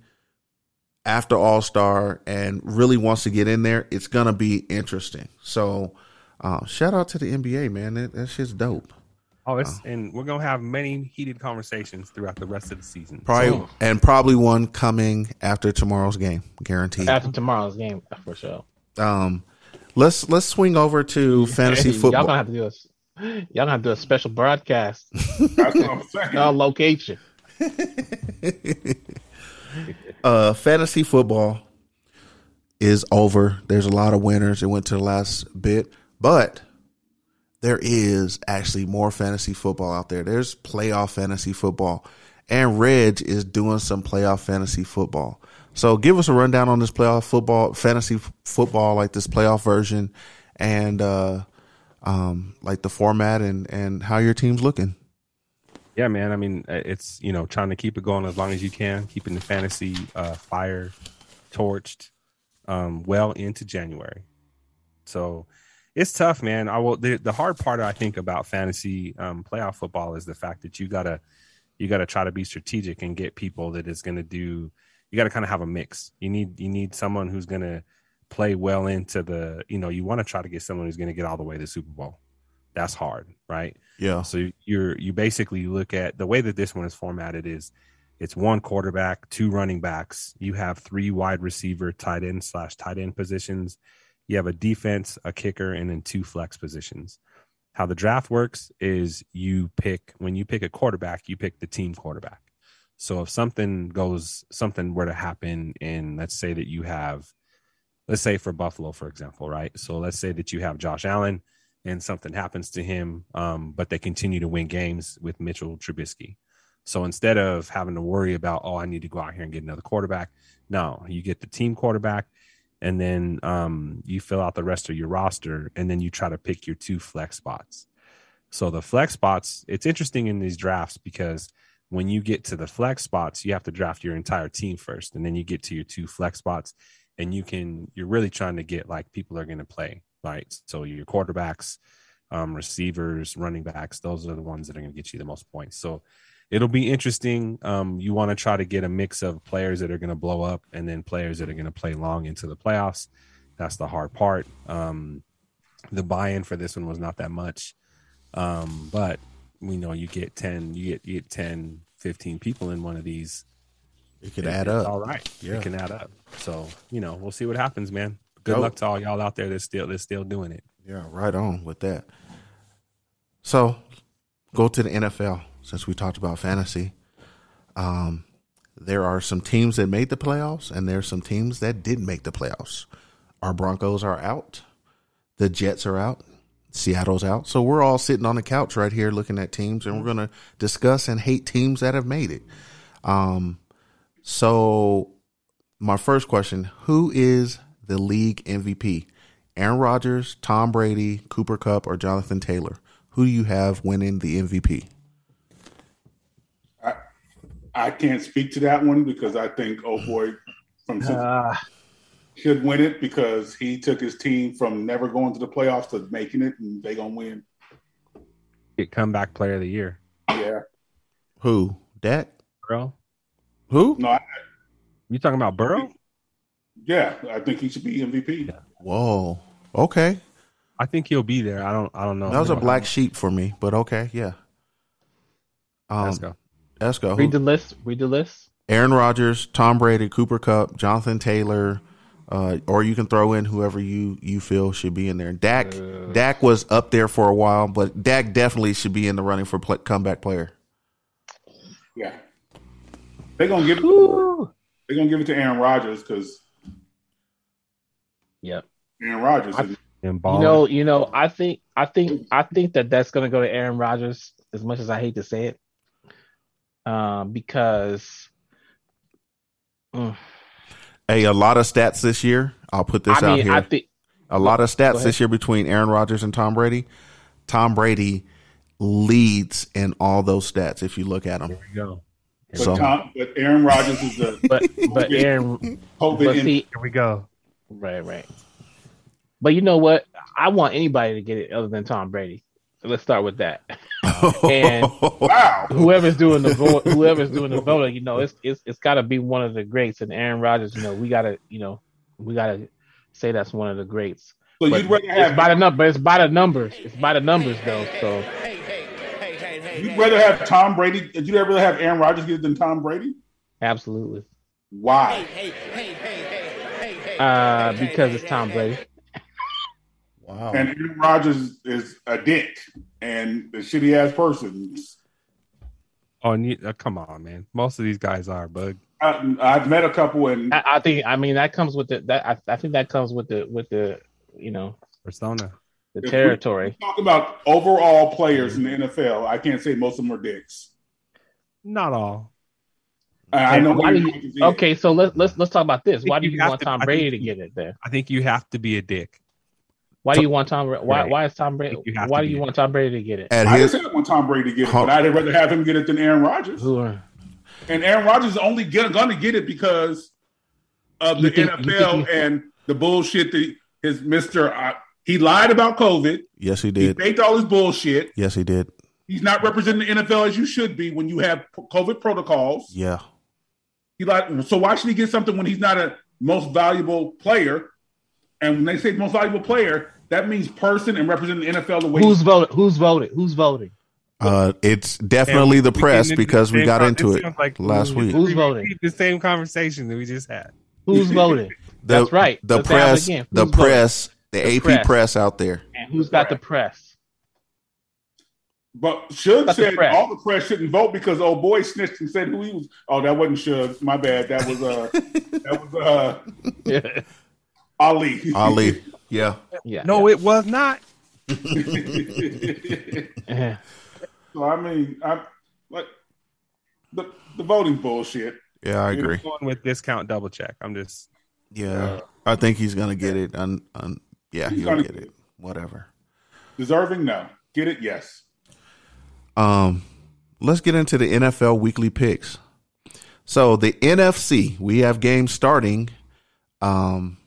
Speaker 3: after All Star and really wants to get in there, it's gonna be interesting. So, uh, shout out to the NBA, man. That, that shit's dope.
Speaker 4: Oh, it's, and we're going to have many heated conversations throughout the rest of the season.
Speaker 3: Probably
Speaker 4: So,
Speaker 3: and probably one coming after tomorrow's game, guaranteed.
Speaker 8: After tomorrow's game, for sure.
Speaker 3: Um, let's let's swing over to fantasy
Speaker 8: Y'all
Speaker 3: football.
Speaker 8: gonna have to do us. Y'all gonna do a special broadcast.
Speaker 7: That's what I'm saying.
Speaker 8: Y'all location.
Speaker 3: uh, fantasy football is over. There's a lot of winners. It went to the last bit, but there is actually more fantasy football out there. There's playoff fantasy football, and Reg is doing some playoff fantasy football. So give us a rundown on this playoff football, fantasy f- football, like this playoff version, and uh, um, like the format and and how your team's looking.
Speaker 4: Yeah, man. I mean, uh, it's you know trying to keep it going as long as you can, keeping the fantasy uh, fire torched um, well into January. So it's tough, man. I will. The, the hard part I think about fantasy um, playoff football is the fact that you gotta you gotta try to be strategic and get people that is gonna do. You gotta kind of have a mix. You need you need someone who's gonna play well into the. You know, you want to try to get someone who's gonna get all the way to the Super Bowl. That's hard, right?
Speaker 3: Yeah,
Speaker 4: So you're you basically look at the way that this one is formatted is it's one quarterback, two running backs. You have three wide receiver, tight end slash tight end positions. You have a defense, a kicker, and then two flex positions. How the draft works is you pick when you pick a quarterback, you pick the team quarterback. So if something goes, something were to happen, and let's say that you have, let's say for Buffalo, for example, right? So let's say that you have Josh Allen and something happens to him, um, but they continue to win games with Mitchell Trubisky. So instead of having to worry about, oh, I need to go out here and get another quarterback, no, you get the team quarterback, and then um, you fill out the rest of your roster, and then you try to pick your two flex spots. So the flex spots, it's interesting in these drafts because when you get to the flex spots, you have to draft your entire team first, and then you get to your two flex spots, and you can you're really trying to get like people are going to play right. So your quarterbacks, um, receivers, running backs, those are the ones that are going to get you the most points. So it'll be interesting. Um, you want to try to get a mix of players that are going to blow up and then players that are going to play long into the playoffs. That's the hard part. Um, the buy-in for this one was not that much, um, but you know you get 10 you get you get 10 15 people in one of these
Speaker 3: It could
Speaker 4: it-
Speaker 3: add
Speaker 4: it's
Speaker 3: up.
Speaker 4: All right,
Speaker 3: Yeah.
Speaker 4: it can add up. So you know, we'll see what happens, man. Good
Speaker 3: Dope.
Speaker 4: luck to all y'all out there that's still that's still doing it.
Speaker 3: Yeah, right on with that. So, go to the NFL since we talked about fantasy. Um, there are some teams that made the playoffs, and there's some teams that didn't make the playoffs. Our Broncos are out. The Jets are out. Seattle's out. So we're all sitting on the couch right here looking at teams, and we're going to discuss and hate teams that have made it. Um, so my first question: Who is the league MVP? Aaron Rodgers, Tom Brady, Cooper Cup, or Jonathan Taylor? Who do you have winning the MVP?
Speaker 7: I can't speak to that one because I think oh boy from
Speaker 8: Uh,
Speaker 7: should win it because he took his team from never going to the playoffs to making it, and they gonna win.
Speaker 4: Get comeback player of the year,
Speaker 7: Yeah,
Speaker 3: Who? Dak?
Speaker 4: Burrow.
Speaker 3: Who?
Speaker 7: no, I,
Speaker 4: You talking about Burrow?
Speaker 7: yeah, I think he should be MVP.
Speaker 3: Whoa. Okay.
Speaker 4: I think he'll be there. I don't. I don't know.
Speaker 3: That was a
Speaker 4: How-
Speaker 3: black sheep for me, but okay, yeah. Um,
Speaker 4: Let's go.
Speaker 3: Esco.
Speaker 8: read
Speaker 3: Who?
Speaker 8: the list. Read the list.
Speaker 3: Aaron Rodgers, Tom Brady, Cooper Cup, Jonathan Taylor, uh, or you can throw in whoever you, you feel should be in there. Dak Dak was up there for a while, but Dak definitely should be in the running for pl- comeback player.
Speaker 7: Yeah, they gonna give
Speaker 8: Woo.
Speaker 7: they gonna give it to Aaron Rodgers because
Speaker 8: Yep.
Speaker 7: Aaron Rodgers. is-
Speaker 4: And
Speaker 8: You
Speaker 4: Ball.
Speaker 8: know, you know, I think, I think, I think that that's going to go to Aaron Rodgers. As much as I hate to say it, um, because Mm.
Speaker 3: Hey, a lot of stats this year. I'll put this
Speaker 8: I
Speaker 3: out
Speaker 8: mean,
Speaker 3: here.
Speaker 8: I think
Speaker 3: a lot of stats
Speaker 8: ahead.
Speaker 3: this year between Aaron Rodgers and Tom Brady. Tom Brady leads in all those stats if you look at them.
Speaker 4: There you go.
Speaker 7: but,
Speaker 3: So-
Speaker 7: Tom, but Aaron Rodgers is the
Speaker 8: but but Aaron, but
Speaker 7: COVID. in-
Speaker 8: see,
Speaker 4: Here we go.
Speaker 8: right, right. But you know what? I want anybody to get it other than Tom Brady. Let's start with that. And-
Speaker 7: wow,
Speaker 8: Whoever's doing the vote, whoever's doing the voting, you know, it's it's it's got to be one of the greats. And Aaron Rodgers, you know, we gotta, you know, we gotta say that's one of the greats.
Speaker 7: so
Speaker 8: But
Speaker 7: you'd rather
Speaker 8: it's by
Speaker 7: have
Speaker 8: the number. It's by the numbers. It's by the numbers, though. So
Speaker 7: you'd rather have Tom Brady? You'd rather have Aaron Rodgers get it than Tom Brady?
Speaker 8: absolutely,
Speaker 7: Why?
Speaker 8: uh, because it's Tom Brady.
Speaker 3: wow.
Speaker 8: Oh.
Speaker 7: And Aaron Rodgers is a dick, and the shitty ass persons.
Speaker 4: Oh, and you, uh, come on, man. Most of these guys are, bug.
Speaker 7: I, I've met a couple, and
Speaker 8: I, I think I mean that comes with the that I, I think that comes with the with the you know
Speaker 4: persona,
Speaker 8: the
Speaker 7: If we-
Speaker 8: territory.
Speaker 7: talk about overall players in the NFL. I can't say most of them are dicks.
Speaker 4: Not all.
Speaker 7: I, I know.
Speaker 8: Why do you-
Speaker 7: who-
Speaker 8: okay, so let's let's let's talk about this. Why do
Speaker 4: You
Speaker 8: you
Speaker 4: have
Speaker 8: want
Speaker 4: to-
Speaker 8: Tom
Speaker 4: I
Speaker 8: Brady
Speaker 4: think
Speaker 8: to
Speaker 4: you-
Speaker 8: get it there?
Speaker 4: I think you have to be a dick.
Speaker 8: Why do you want Tom? Bra- Why
Speaker 4: Right.
Speaker 8: why is Tom Brady?
Speaker 4: think you have
Speaker 8: Why
Speaker 4: to
Speaker 8: do
Speaker 4: be
Speaker 8: you
Speaker 4: there.
Speaker 8: want Tom Brady to get it?
Speaker 3: At
Speaker 7: I just
Speaker 3: his
Speaker 7: said I want Tom Brady to get it,
Speaker 3: Huh.
Speaker 7: but I'd rather have him get it than Aaron Rodgers.
Speaker 8: Who are
Speaker 7: And Aaron Rodgers is only get, gonna get it because of
Speaker 8: You
Speaker 7: the
Speaker 8: think- you
Speaker 7: NFL
Speaker 8: think he-
Speaker 7: and the bullshit that his Mister. Uh, he lied about COVID.
Speaker 3: yes, he
Speaker 7: He
Speaker 3: did.
Speaker 7: faked all his bullshit.
Speaker 3: Yes, he did.
Speaker 7: He's not representing the NFL as you should be when you have p- COVID protocols.
Speaker 3: Yeah,
Speaker 7: He like so why should he get something when he's not a most valuable player? And when they say most valuable player, that means person and representing the NFL the way
Speaker 8: who's voted? Who's voted? Who's voting?
Speaker 3: uh, it's definitely the
Speaker 4: We
Speaker 3: press
Speaker 4: getting into
Speaker 3: because
Speaker 4: the
Speaker 3: we
Speaker 4: same
Speaker 3: got
Speaker 4: con-
Speaker 3: into it
Speaker 4: sounds like
Speaker 3: last
Speaker 4: we-
Speaker 3: week.
Speaker 8: Who's
Speaker 4: we
Speaker 8: voting?
Speaker 4: repeat The same conversation that we just had.
Speaker 8: Who's voting?
Speaker 3: The-
Speaker 8: That's right.
Speaker 3: The
Speaker 8: Let's have it
Speaker 3: press,
Speaker 8: again.
Speaker 3: the
Speaker 8: Who's voting?
Speaker 3: press, the
Speaker 8: The
Speaker 3: AP
Speaker 8: press.
Speaker 3: press out there.
Speaker 8: And who's got the press?
Speaker 7: but Shug
Speaker 8: That's the
Speaker 7: said
Speaker 8: press.
Speaker 7: all the press shouldn't vote because old boy snitched and said who he was. Oh, that wasn't Shug. My bad. That was uh that was uh
Speaker 8: yeah.
Speaker 7: Ali.
Speaker 3: Ali. Yeah.
Speaker 4: No, it was not.
Speaker 8: Yeah.
Speaker 7: so I mean I like the the voting bullshit.
Speaker 3: Yeah, I agree.
Speaker 4: Going with discount double check. I'm just
Speaker 3: Yeah. I think he's going to get it. Un, un, yeah,
Speaker 7: Uh, He's
Speaker 3: he'll
Speaker 7: gonna
Speaker 3: get it. Whatever.
Speaker 7: Deserving, no. Get it, yes.
Speaker 3: Um, let's get into the NFL weekly picks. So the NFC, we have games starting um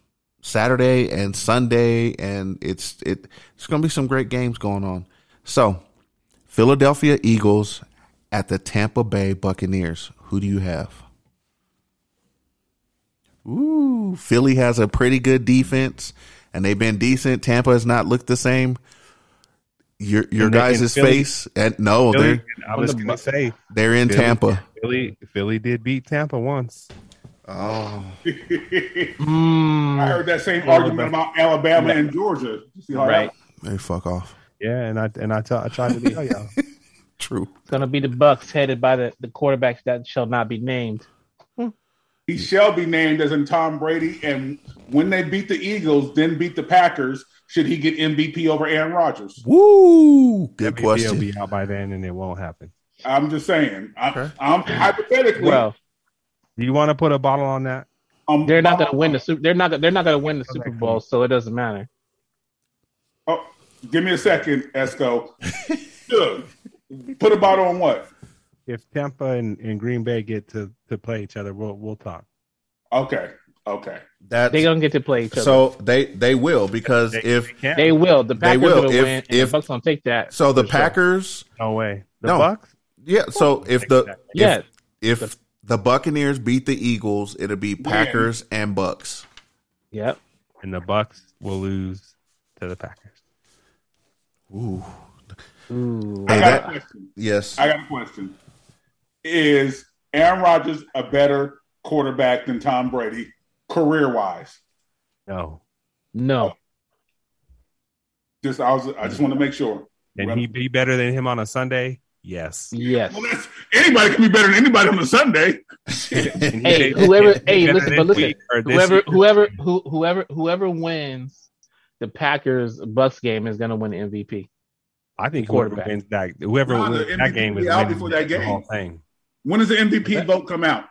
Speaker 3: Saturday and Sunday, and it's it it's gonna be some great games going on. So Philadelphia Eagles at the Tampa Bay Buccaneers. Who do you have? Ooh, Philly has a pretty good defense, and they've been decent. Tampa has not looked the same. Your your
Speaker 4: And they- and
Speaker 3: guys'
Speaker 4: Philly-
Speaker 3: face, and no,
Speaker 4: Philly,
Speaker 3: they're
Speaker 4: I was gonna say
Speaker 3: they're in
Speaker 4: Philly-
Speaker 3: Tampa.
Speaker 4: Philly Philly did beat Tampa once.
Speaker 3: Oh,
Speaker 8: Hmm,
Speaker 7: I heard that same argument about Alabama and Georgia. You see how that-
Speaker 8: Right.
Speaker 3: they fuck off.
Speaker 4: Yeah, and I and I t- I tried to tell y'all.
Speaker 3: True.
Speaker 8: It's gonna be the Bucks headed by the, the quarterback that shall not be named.
Speaker 7: He shall be named as in Tom Brady, and when they beat the Eagles, then beat the Packers, should he get MVP over Aaron Rodgers?
Speaker 3: Woo! Good
Speaker 4: Maybe
Speaker 3: question.
Speaker 4: They'll be out by then, and it won't happen.
Speaker 7: I'm just saying. I,
Speaker 3: Okay.
Speaker 7: I'm hypothetically.
Speaker 8: Well,
Speaker 4: Do you want to put a bottle on that?
Speaker 7: um,
Speaker 8: they're not gonna win the super. They're not. They're not gonna win the Super Bowl, so it doesn't matter.
Speaker 7: Oh, give me a second, Esco. Sure. Put a bottle on what?
Speaker 4: If Tampa and, and Green Bay get to, to play each other, we'll we'll talk.
Speaker 7: Okay. Okay.
Speaker 3: That's
Speaker 8: They're gonna get to play each other.
Speaker 3: so they they will because if
Speaker 8: they will. The Packers
Speaker 3: will.
Speaker 8: will
Speaker 3: If-
Speaker 8: win. and
Speaker 3: if-
Speaker 8: the Bucks gonna take that.
Speaker 3: so the
Speaker 8: for sure.
Speaker 3: Packers
Speaker 4: No way. The
Speaker 3: No.
Speaker 4: Bucks.
Speaker 3: yeah so if the
Speaker 8: Yeah.
Speaker 3: if, if the Buccaneers beat the Eagles it'll be Packers and Bucks.
Speaker 8: Yep.
Speaker 4: and the Bucks will lose to the Packers.
Speaker 3: Ooh.
Speaker 8: Ooh.
Speaker 3: Hey,
Speaker 7: I got
Speaker 3: that-
Speaker 7: a question.
Speaker 3: Yes.
Speaker 7: I got a question. Is Aaron Rodgers a better quarterback than Tom Brady career wise?
Speaker 4: No,
Speaker 8: No.
Speaker 7: Just I was I just want to make sure.
Speaker 4: and
Speaker 7: Well-
Speaker 4: he be better than him on a Sunday. Yes,
Speaker 8: Yes.
Speaker 7: Well, that's, anybody can be better than anybody on a Sunday.
Speaker 4: And he
Speaker 8: Hey,
Speaker 4: be-
Speaker 8: whoever-
Speaker 4: he be
Speaker 8: hey,
Speaker 4: better
Speaker 8: listen,
Speaker 4: this
Speaker 8: but listen,
Speaker 4: week or this
Speaker 8: Whoever,
Speaker 4: year.
Speaker 8: whoever, who, whoever, whoever wins the Packers Bucks game is gonna win the MVP.
Speaker 4: I think whoever
Speaker 8: quarterback.
Speaker 4: wins that, whoever
Speaker 7: Nah,
Speaker 4: wins
Speaker 7: the
Speaker 4: that
Speaker 7: MVP
Speaker 4: game is
Speaker 7: will be out
Speaker 4: winning
Speaker 7: before that
Speaker 4: the whole
Speaker 7: game.
Speaker 4: thing.
Speaker 7: When does the MVP vote come out?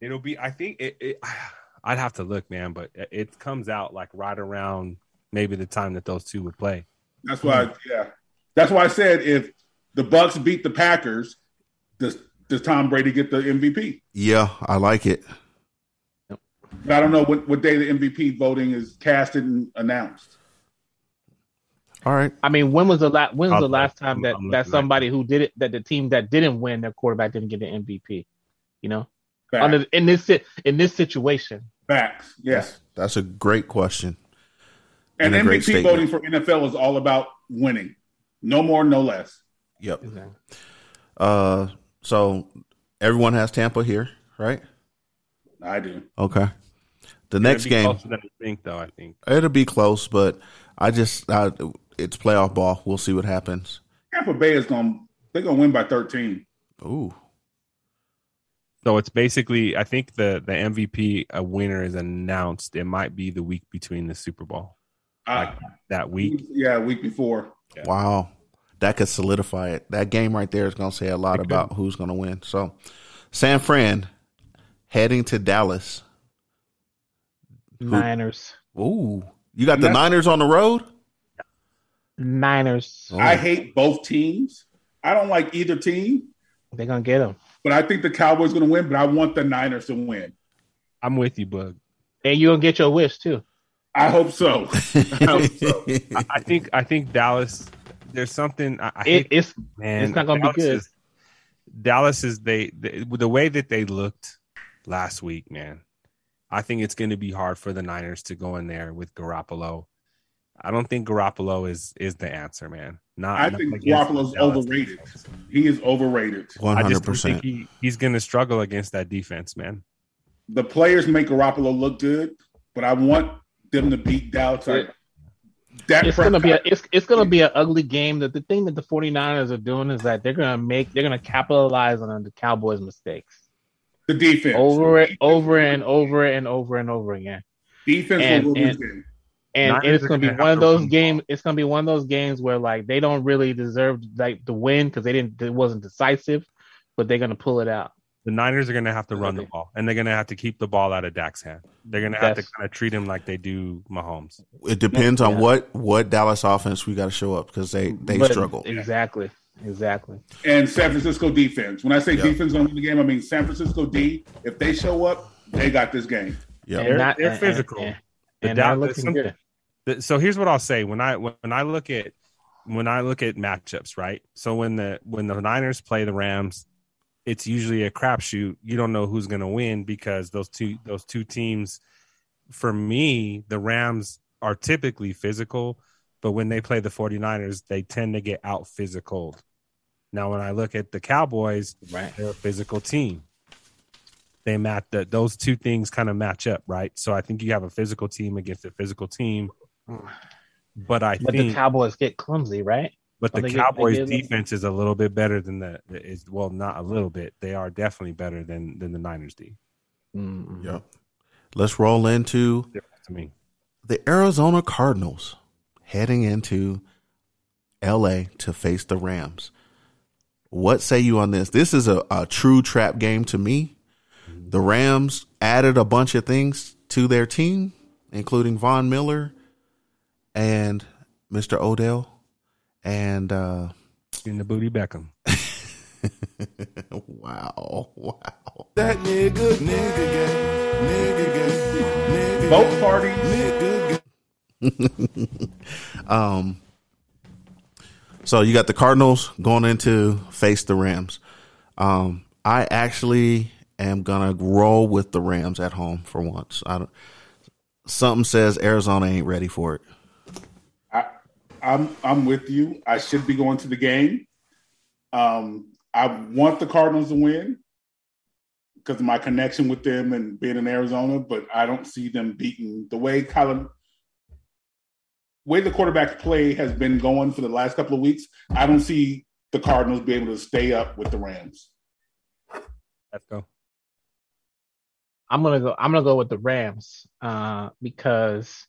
Speaker 4: It'll be. I think it. it I'd have to look, man, but it comes out like right around maybe the time that those two would play.
Speaker 7: That's why. Yeah, that's why I said if the Bucks beat the Packers, does does Tom Brady get the MVP?
Speaker 3: Yeah, I like it.
Speaker 7: But I don't know what, what day the MVP voting is casted and announced.
Speaker 3: All right.
Speaker 8: I mean, when was the last? When was
Speaker 4: I'll
Speaker 8: the
Speaker 4: look.
Speaker 8: last time that
Speaker 4: I'm- I'm
Speaker 8: that
Speaker 4: looking right
Speaker 8: somebody who did it, that the team that didn't win their quarterback didn't get the MVP? You know,
Speaker 7: Facts.
Speaker 8: under in this si- in this situation,
Speaker 7: Facts. Yes.
Speaker 3: That's a great question.
Speaker 7: And
Speaker 3: And a great
Speaker 7: MVP voting for NFL is all about winning, no more, no less.
Speaker 3: Yep. Uh so everyone has Tampa here, right?
Speaker 7: I do.
Speaker 3: Okay. The next
Speaker 4: It'll be
Speaker 3: game
Speaker 4: closer than I think, though. I think
Speaker 3: It'll be close, but I just I, it's playoff ball. We'll see what happens.
Speaker 7: Tampa Bay is going. They're going to win by thirteen.
Speaker 3: Ooh.
Speaker 4: So it's basically, I think the the MVP a winner is announced. It might be the week between the Super Bowl,
Speaker 7: Uh,
Speaker 4: that week.
Speaker 7: yeah, week before.
Speaker 3: Wow. That could solidify it. That game right there is going to say a lot about who's going to win. So, San Fran heading to Dallas.
Speaker 8: Niners.
Speaker 3: Ooh. You got the
Speaker 7: That's-
Speaker 3: Niners on the road?
Speaker 8: Niners.
Speaker 4: Oh.
Speaker 7: I hate both teams. I don't like either team,
Speaker 8: They're gonna get them.
Speaker 7: but I think the Cowboys going to win. But I want the Niners to win.
Speaker 4: I'm with you, Bug.
Speaker 8: And you're gonna get your wish too.
Speaker 7: I hope so. I hope so.
Speaker 4: I, I think I think Dallas. There's something I, I hate
Speaker 8: It, it's
Speaker 4: man.
Speaker 8: It's not gonna be
Speaker 4: Dallas
Speaker 8: good.
Speaker 4: Is, Dallas is they, they the way that they looked last week, man. I think it's going to be hard for the Niners to go in there with Garoppolo. I don't think Garoppolo is is the answer, man. Not
Speaker 7: I
Speaker 4: not
Speaker 7: think
Speaker 4: against
Speaker 7: Garoppolo's
Speaker 4: Dallas
Speaker 7: overrated.
Speaker 4: defense.
Speaker 7: He is overrated.
Speaker 4: I just
Speaker 3: 100%.
Speaker 4: don't think he, he's going to struggle against that defense, man.
Speaker 7: The players make Garoppolo look good, but I want them to beat Dallas. I- Dak
Speaker 8: it's gonna be a,
Speaker 7: Prescott-
Speaker 8: it's it's gonna be an ugly game. That the thing that the 49ers are doing is that they're gonna make they're gonna capitalize on the Cowboys' mistakes
Speaker 7: the defense
Speaker 8: over it over and over and over and over again.
Speaker 7: Defense
Speaker 8: and-
Speaker 7: will win this
Speaker 8: and-
Speaker 7: game.
Speaker 8: And, and
Speaker 4: Niners
Speaker 8: it's
Speaker 4: are
Speaker 8: gonna be
Speaker 4: gonna have
Speaker 8: one of
Speaker 4: to
Speaker 8: those
Speaker 4: run
Speaker 8: games. It's gonna be one of those games where like they don't really deserve like the win because they didn't it wasn't decisive, but they're gonna pull it out.
Speaker 4: The Niners are going to have to run the
Speaker 8: Okay.
Speaker 4: ball, and they're going to have to keep the ball out of Dak's hand. They're going to have to
Speaker 8: That's-
Speaker 4: kind of treat him like they do Mahomes.
Speaker 3: it depends on
Speaker 8: Yeah.
Speaker 3: what what Dallas offense we got to show up because they they
Speaker 8: But-
Speaker 3: struggle.
Speaker 8: Exactly. Exactly.
Speaker 7: and San Francisco defense. When I say
Speaker 3: Yeah.
Speaker 7: defense gonna win the game, I mean San Francisco D. If they show up, they got this game.
Speaker 3: Yeah,
Speaker 8: And
Speaker 4: they're physical.
Speaker 8: And,
Speaker 4: The
Speaker 8: and, they're
Speaker 4: Dallas-
Speaker 8: looking
Speaker 4: something-
Speaker 8: good.
Speaker 4: the- so here's what I'll say when I when I look at when I look at matchups, right? So when the when the Niners play the Rams, it's usually a crapshoot. You don't know who's going to win because those two those two teams. For me, the Rams are typically physical, but when they play the 49ers, they tend to get out physical. Now, when I look at the Cowboys,
Speaker 8: Right.
Speaker 4: they're a physical team. They match that; those two things kind of match up, right? So I think you have a physical team against a physical team, but I
Speaker 8: But the
Speaker 4: think
Speaker 8: Cowboys get clumsy, right?
Speaker 4: but
Speaker 8: Oh,
Speaker 4: the
Speaker 8: they get- they
Speaker 4: Cowboys
Speaker 8: get a little-
Speaker 4: defense is a little bit better than the is well not a little bit. They are definitely better than than the Niners D.
Speaker 3: Yep. Let's roll into
Speaker 4: To me,
Speaker 3: the Arizona Cardinals heading into LA to face the Rams. What say you on this? This is a, a true trap game to me. The Rams added a bunch of things to their team, including Von Miller and Mr. Odell. And uh,
Speaker 4: in the booty Beckham.
Speaker 3: wow, wow.
Speaker 7: Both parties.
Speaker 3: Um, so you got the Cardinals going into face the Rams. Um, I actually am gonna roll with the Rams at home for once. I don't, something says Arizona ain't ready for it.
Speaker 7: I, I'm I'm with you. I should be going to the game. Um, I want the Cardinals to win because of my connection with them and being in Arizona, but I don't see them beating the way Colin way the quarterback play has been going for the last couple of weeks. I don't see the Cardinals be able to stay up with the Rams.
Speaker 4: Let's go.
Speaker 8: I'm gonna go. I'm gonna go with the Rams uh, because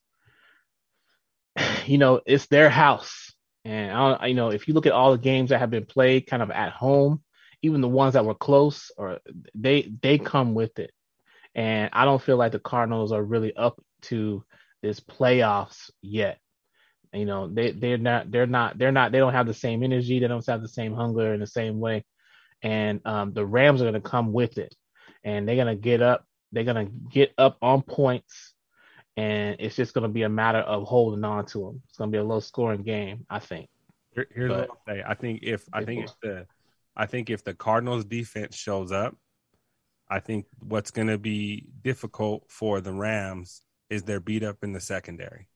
Speaker 8: you know it's their house, and I don't, you know if you look at all the games that have been played, kind of at home, even the ones that were close, or they they come with it, and I don't feel like the Cardinals are really up to this playoffs yet. You know they they're not they're not they're not they don't have the same energy. They don't have the same hunger in the same way, and um, the Rams are gonna come with it, and they're gonna get up they're gonna get up on points, and it's just gonna be a matter of holding on to them. It's gonna be a low scoring game, I think.
Speaker 4: Here- here's what
Speaker 8: But-
Speaker 4: I'll say. I think if I
Speaker 8: Yeah,
Speaker 4: think
Speaker 8: go
Speaker 4: if the I think if the Cardinals defense shows up, I think what's going to be difficult for the Rams is their beat up in the secondary.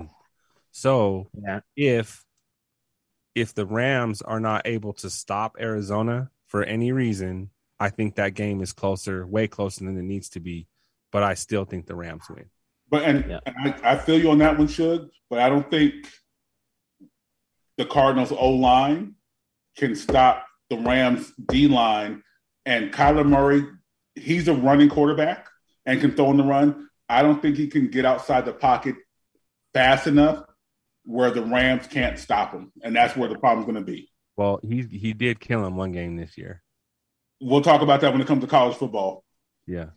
Speaker 4: so
Speaker 8: Yeah.
Speaker 4: if if the Rams are not able to stop Arizona for any reason, I think that game is closer, way closer than it needs to be. But I still think the Rams win.
Speaker 7: But and,
Speaker 8: Yeah.
Speaker 7: and I, I feel you on that one, Shug. But I don't think the Cardinals O line can stop the Rams D line, and Kyler Murray, he's a running quarterback and can throw in the run. I don't think he can get outside the pocket fast enough where the Rams can't stop him, and that's where the problem's going to be.
Speaker 4: Well, he he did kill him one game this year.
Speaker 7: We'll talk about that when it comes to college football.
Speaker 4: Yeah,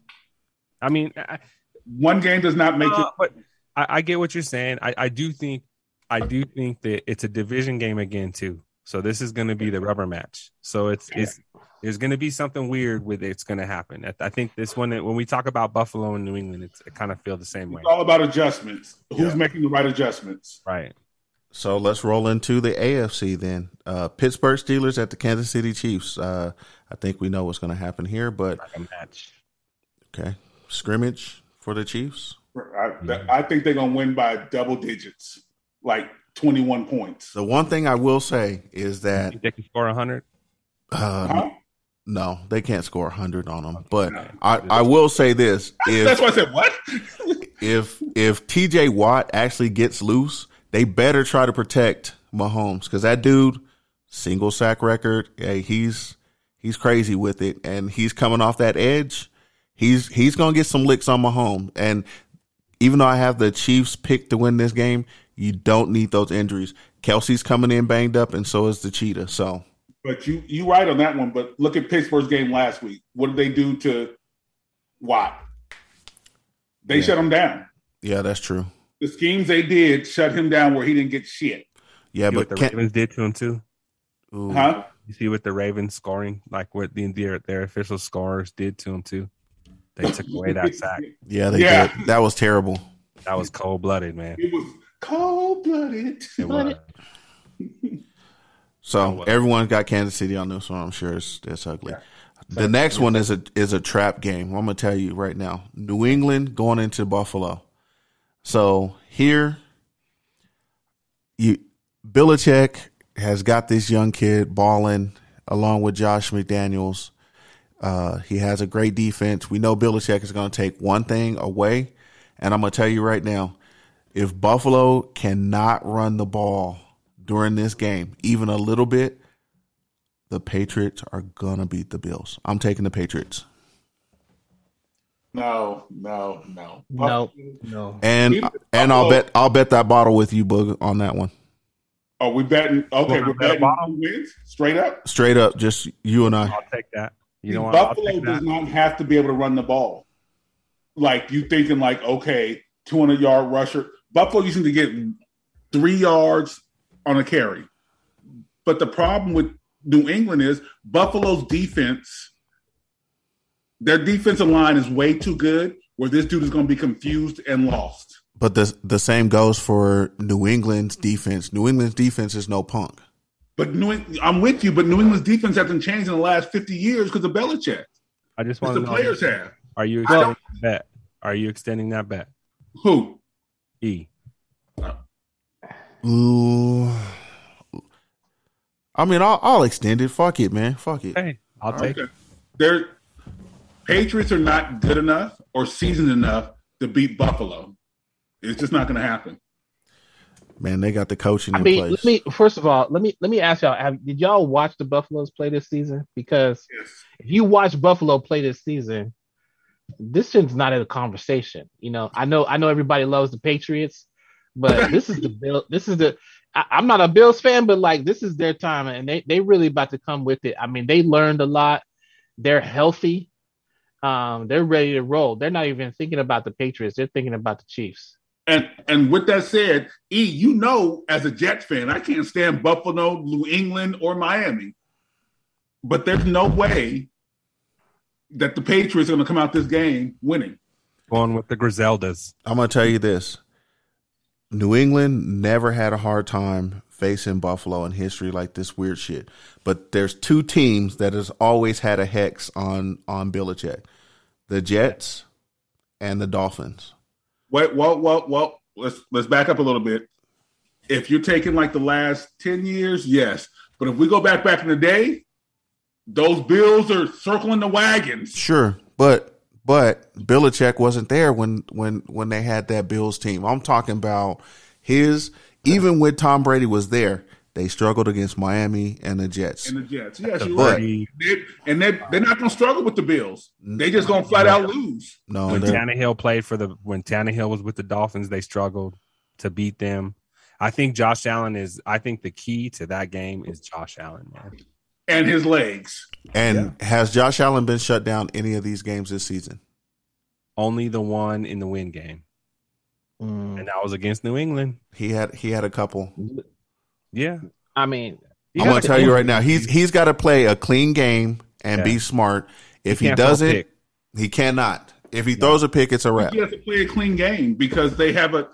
Speaker 4: I mean, I,
Speaker 7: one game does not make
Speaker 4: uh,
Speaker 7: it.
Speaker 4: But I, I get what you're saying. I, I do think I do think that it's a division game again too. So this is going to be the rubber match. So it's it's there's going to be something weird with it's going to happen. I, I think this one when we talk about Buffalo and New England, it's, it kind of feel the same way.
Speaker 7: It's all about adjustments. Who's making the right adjustments?
Speaker 4: Right.
Speaker 3: So let's roll into the AFC then. Uh, Pittsburgh Steelers at the Kansas City Chiefs. Uh, I think we know what's going to happen here, but
Speaker 4: Like a match.
Speaker 3: okay, scrimmage for the Chiefs.
Speaker 7: I,
Speaker 4: Mm-hmm.
Speaker 7: I think they're going to win by double digits, like 21 points.
Speaker 3: The one thing I will say is that
Speaker 4: They can score 100.
Speaker 3: uh,
Speaker 7: Huh?
Speaker 3: no, they can't score hundred on them. But I, I will say this: if
Speaker 7: That's why I said what?
Speaker 3: if if TJ Watt actually gets loose, they better try to protect Mahomes because that dude single sack record. Hey, he's he's crazy with it, and he's coming off that edge. He's he's gonna get some licks on Mahomes, and even though I have the Chiefs pick to win this game, you don't need those injuries. Kelsey's coming in banged up, and so is the Cheetah. So
Speaker 7: but you you right on that one. But look at Pittsburgh's game last week. What did they do to Watt? They
Speaker 3: Yeah.
Speaker 7: shut him down.
Speaker 3: yeah, that's true.
Speaker 7: The schemes they did shut him down where he didn't get shit.
Speaker 3: Yeah,
Speaker 4: See what
Speaker 3: but
Speaker 4: the
Speaker 3: can
Speaker 4: Ravens did to him too.
Speaker 3: ooh,
Speaker 7: Huh?
Speaker 4: You see what the Ravens scoring, like what the their, their official scorers did to him too. They took away that sack.
Speaker 3: yeah, they
Speaker 7: Yeah.
Speaker 3: did. That was terrible.
Speaker 4: That was cold blooded, man.
Speaker 7: It was cold blooded.
Speaker 4: It was.
Speaker 3: So
Speaker 4: Oh, well.
Speaker 3: everyone got Kansas City on this one. I'm sure it's it's ugly. The next one is a is a trap game. I'm gonna tell you right now. New England going into Buffalo. So here, you Belichick has got this young kid balling along with Josh McDaniels. Uh, he has a great defense. We know Belichick is going to take one thing away, and I'm going to tell you right now: if Buffalo cannot run the ball during this game, even a little bit, the Patriots are gonna beat the Bills. I'm taking the Patriots,
Speaker 7: No, no, no.
Speaker 8: No, no.
Speaker 3: and and I'll bet I'll bet that bottle with you, Boog, on that one.
Speaker 7: Are Oh, we betting? Okay,
Speaker 4: Wanna
Speaker 7: we're
Speaker 4: bet a
Speaker 7: betting
Speaker 4: bottom?
Speaker 7: who wins straight up.
Speaker 3: Straight up, just you and I.
Speaker 4: I'll take that. You know what? I'll
Speaker 7: Buffalo
Speaker 4: take
Speaker 7: does
Speaker 4: that.
Speaker 7: not have to be able to run the ball. Like you thinking, like okay, two hundred yard rusher. Buffalo used to get three yards on a carry, but the problem with New England is Buffalo's defense. Their defensive line is way too good. Where this dude is going to be confused and lost.
Speaker 3: But the the same goes for New England's defense. New England's defense is no punk.
Speaker 7: But New, Eng- I'm with you. But New England's defense hasn't changed in the last fifty years because of Belichick.
Speaker 4: I just
Speaker 7: It's
Speaker 4: want to
Speaker 7: the
Speaker 4: know.
Speaker 7: players have
Speaker 4: Are you extending that bet? Are you extending that bet?
Speaker 7: who
Speaker 4: E.
Speaker 3: Ooh. I mean, I'll, I'll extend it. Fuck it, man. Fuck it.
Speaker 4: Hey, I'll take
Speaker 7: Okay. They're Patriots are not good enough or seasoned enough to beat Buffalo. It's just not going to happen.
Speaker 3: Man, they got the coaching
Speaker 8: I
Speaker 3: in
Speaker 8: mean,
Speaker 3: place.
Speaker 8: let me first of all, let me let me ask y'all: have, Did y'all watch the Buffaloes play this season? Because
Speaker 7: Yes.
Speaker 8: if you watch Buffalo play this season, this shit's not in a conversation. You know, I know I know everybody loves the Patriots, but this is the Bill. This is the I, I'm not a Bills fan, but like this is their time, and they they really about to come with it. I mean, they learned a lot. They're healthy. Um, they're ready to roll. They're not even thinking about the Patriots. They're thinking about the Chiefs.
Speaker 7: And and with that said, E, you know, as a Jets fan, I can't stand Buffalo, New England, or Miami. But there's no way that the Patriots are going to come out this game winning.
Speaker 4: going with the Griseldas.
Speaker 3: I'm gonna tell you this: New England never had a hard time facing Buffalo in history like this weird shit. But there's two teams that has always had a hex on on Belichick: the Jets and the Dolphins.
Speaker 7: Wait, well, well, well, let's let's back up a little bit. If you're taking like the last 10 years, yes. But if we go back back in the day, those bills are circling the wagons.
Speaker 3: Sure, but but Belichick wasn't there when when when they had that Bills team. I'm talking about his. Even when Tom Brady was there, They struggled against Miami and the Jets.
Speaker 7: And the Jets, yes, you're right. They- and they they're not gonna struggle with the Bills. They just gonna flat out lose.
Speaker 3: No,
Speaker 4: when
Speaker 3: they're-
Speaker 4: Tannehill played for the when Tannehill was with the Dolphins, they struggled to beat them. I think Josh Allen is. I think the key to that game is Josh Allen. Man.
Speaker 7: And his legs.
Speaker 3: And has Josh Allen been shut down any of these games this season?
Speaker 4: Only the one in the win game,
Speaker 8: Mm.
Speaker 4: and that was against New England.
Speaker 3: He had he had a couple.
Speaker 4: Yeah,
Speaker 8: I mean,
Speaker 3: I'm gonna tell you right now, he's he's got to play a clean game and be
Speaker 4: Yeah.
Speaker 3: smart. If
Speaker 4: He
Speaker 3: he,
Speaker 4: can't throw a
Speaker 3: doesn't,
Speaker 4: pick.
Speaker 3: he cannot. If he throws a pick, it's a wrap.
Speaker 7: He has to play a clean game because they have a,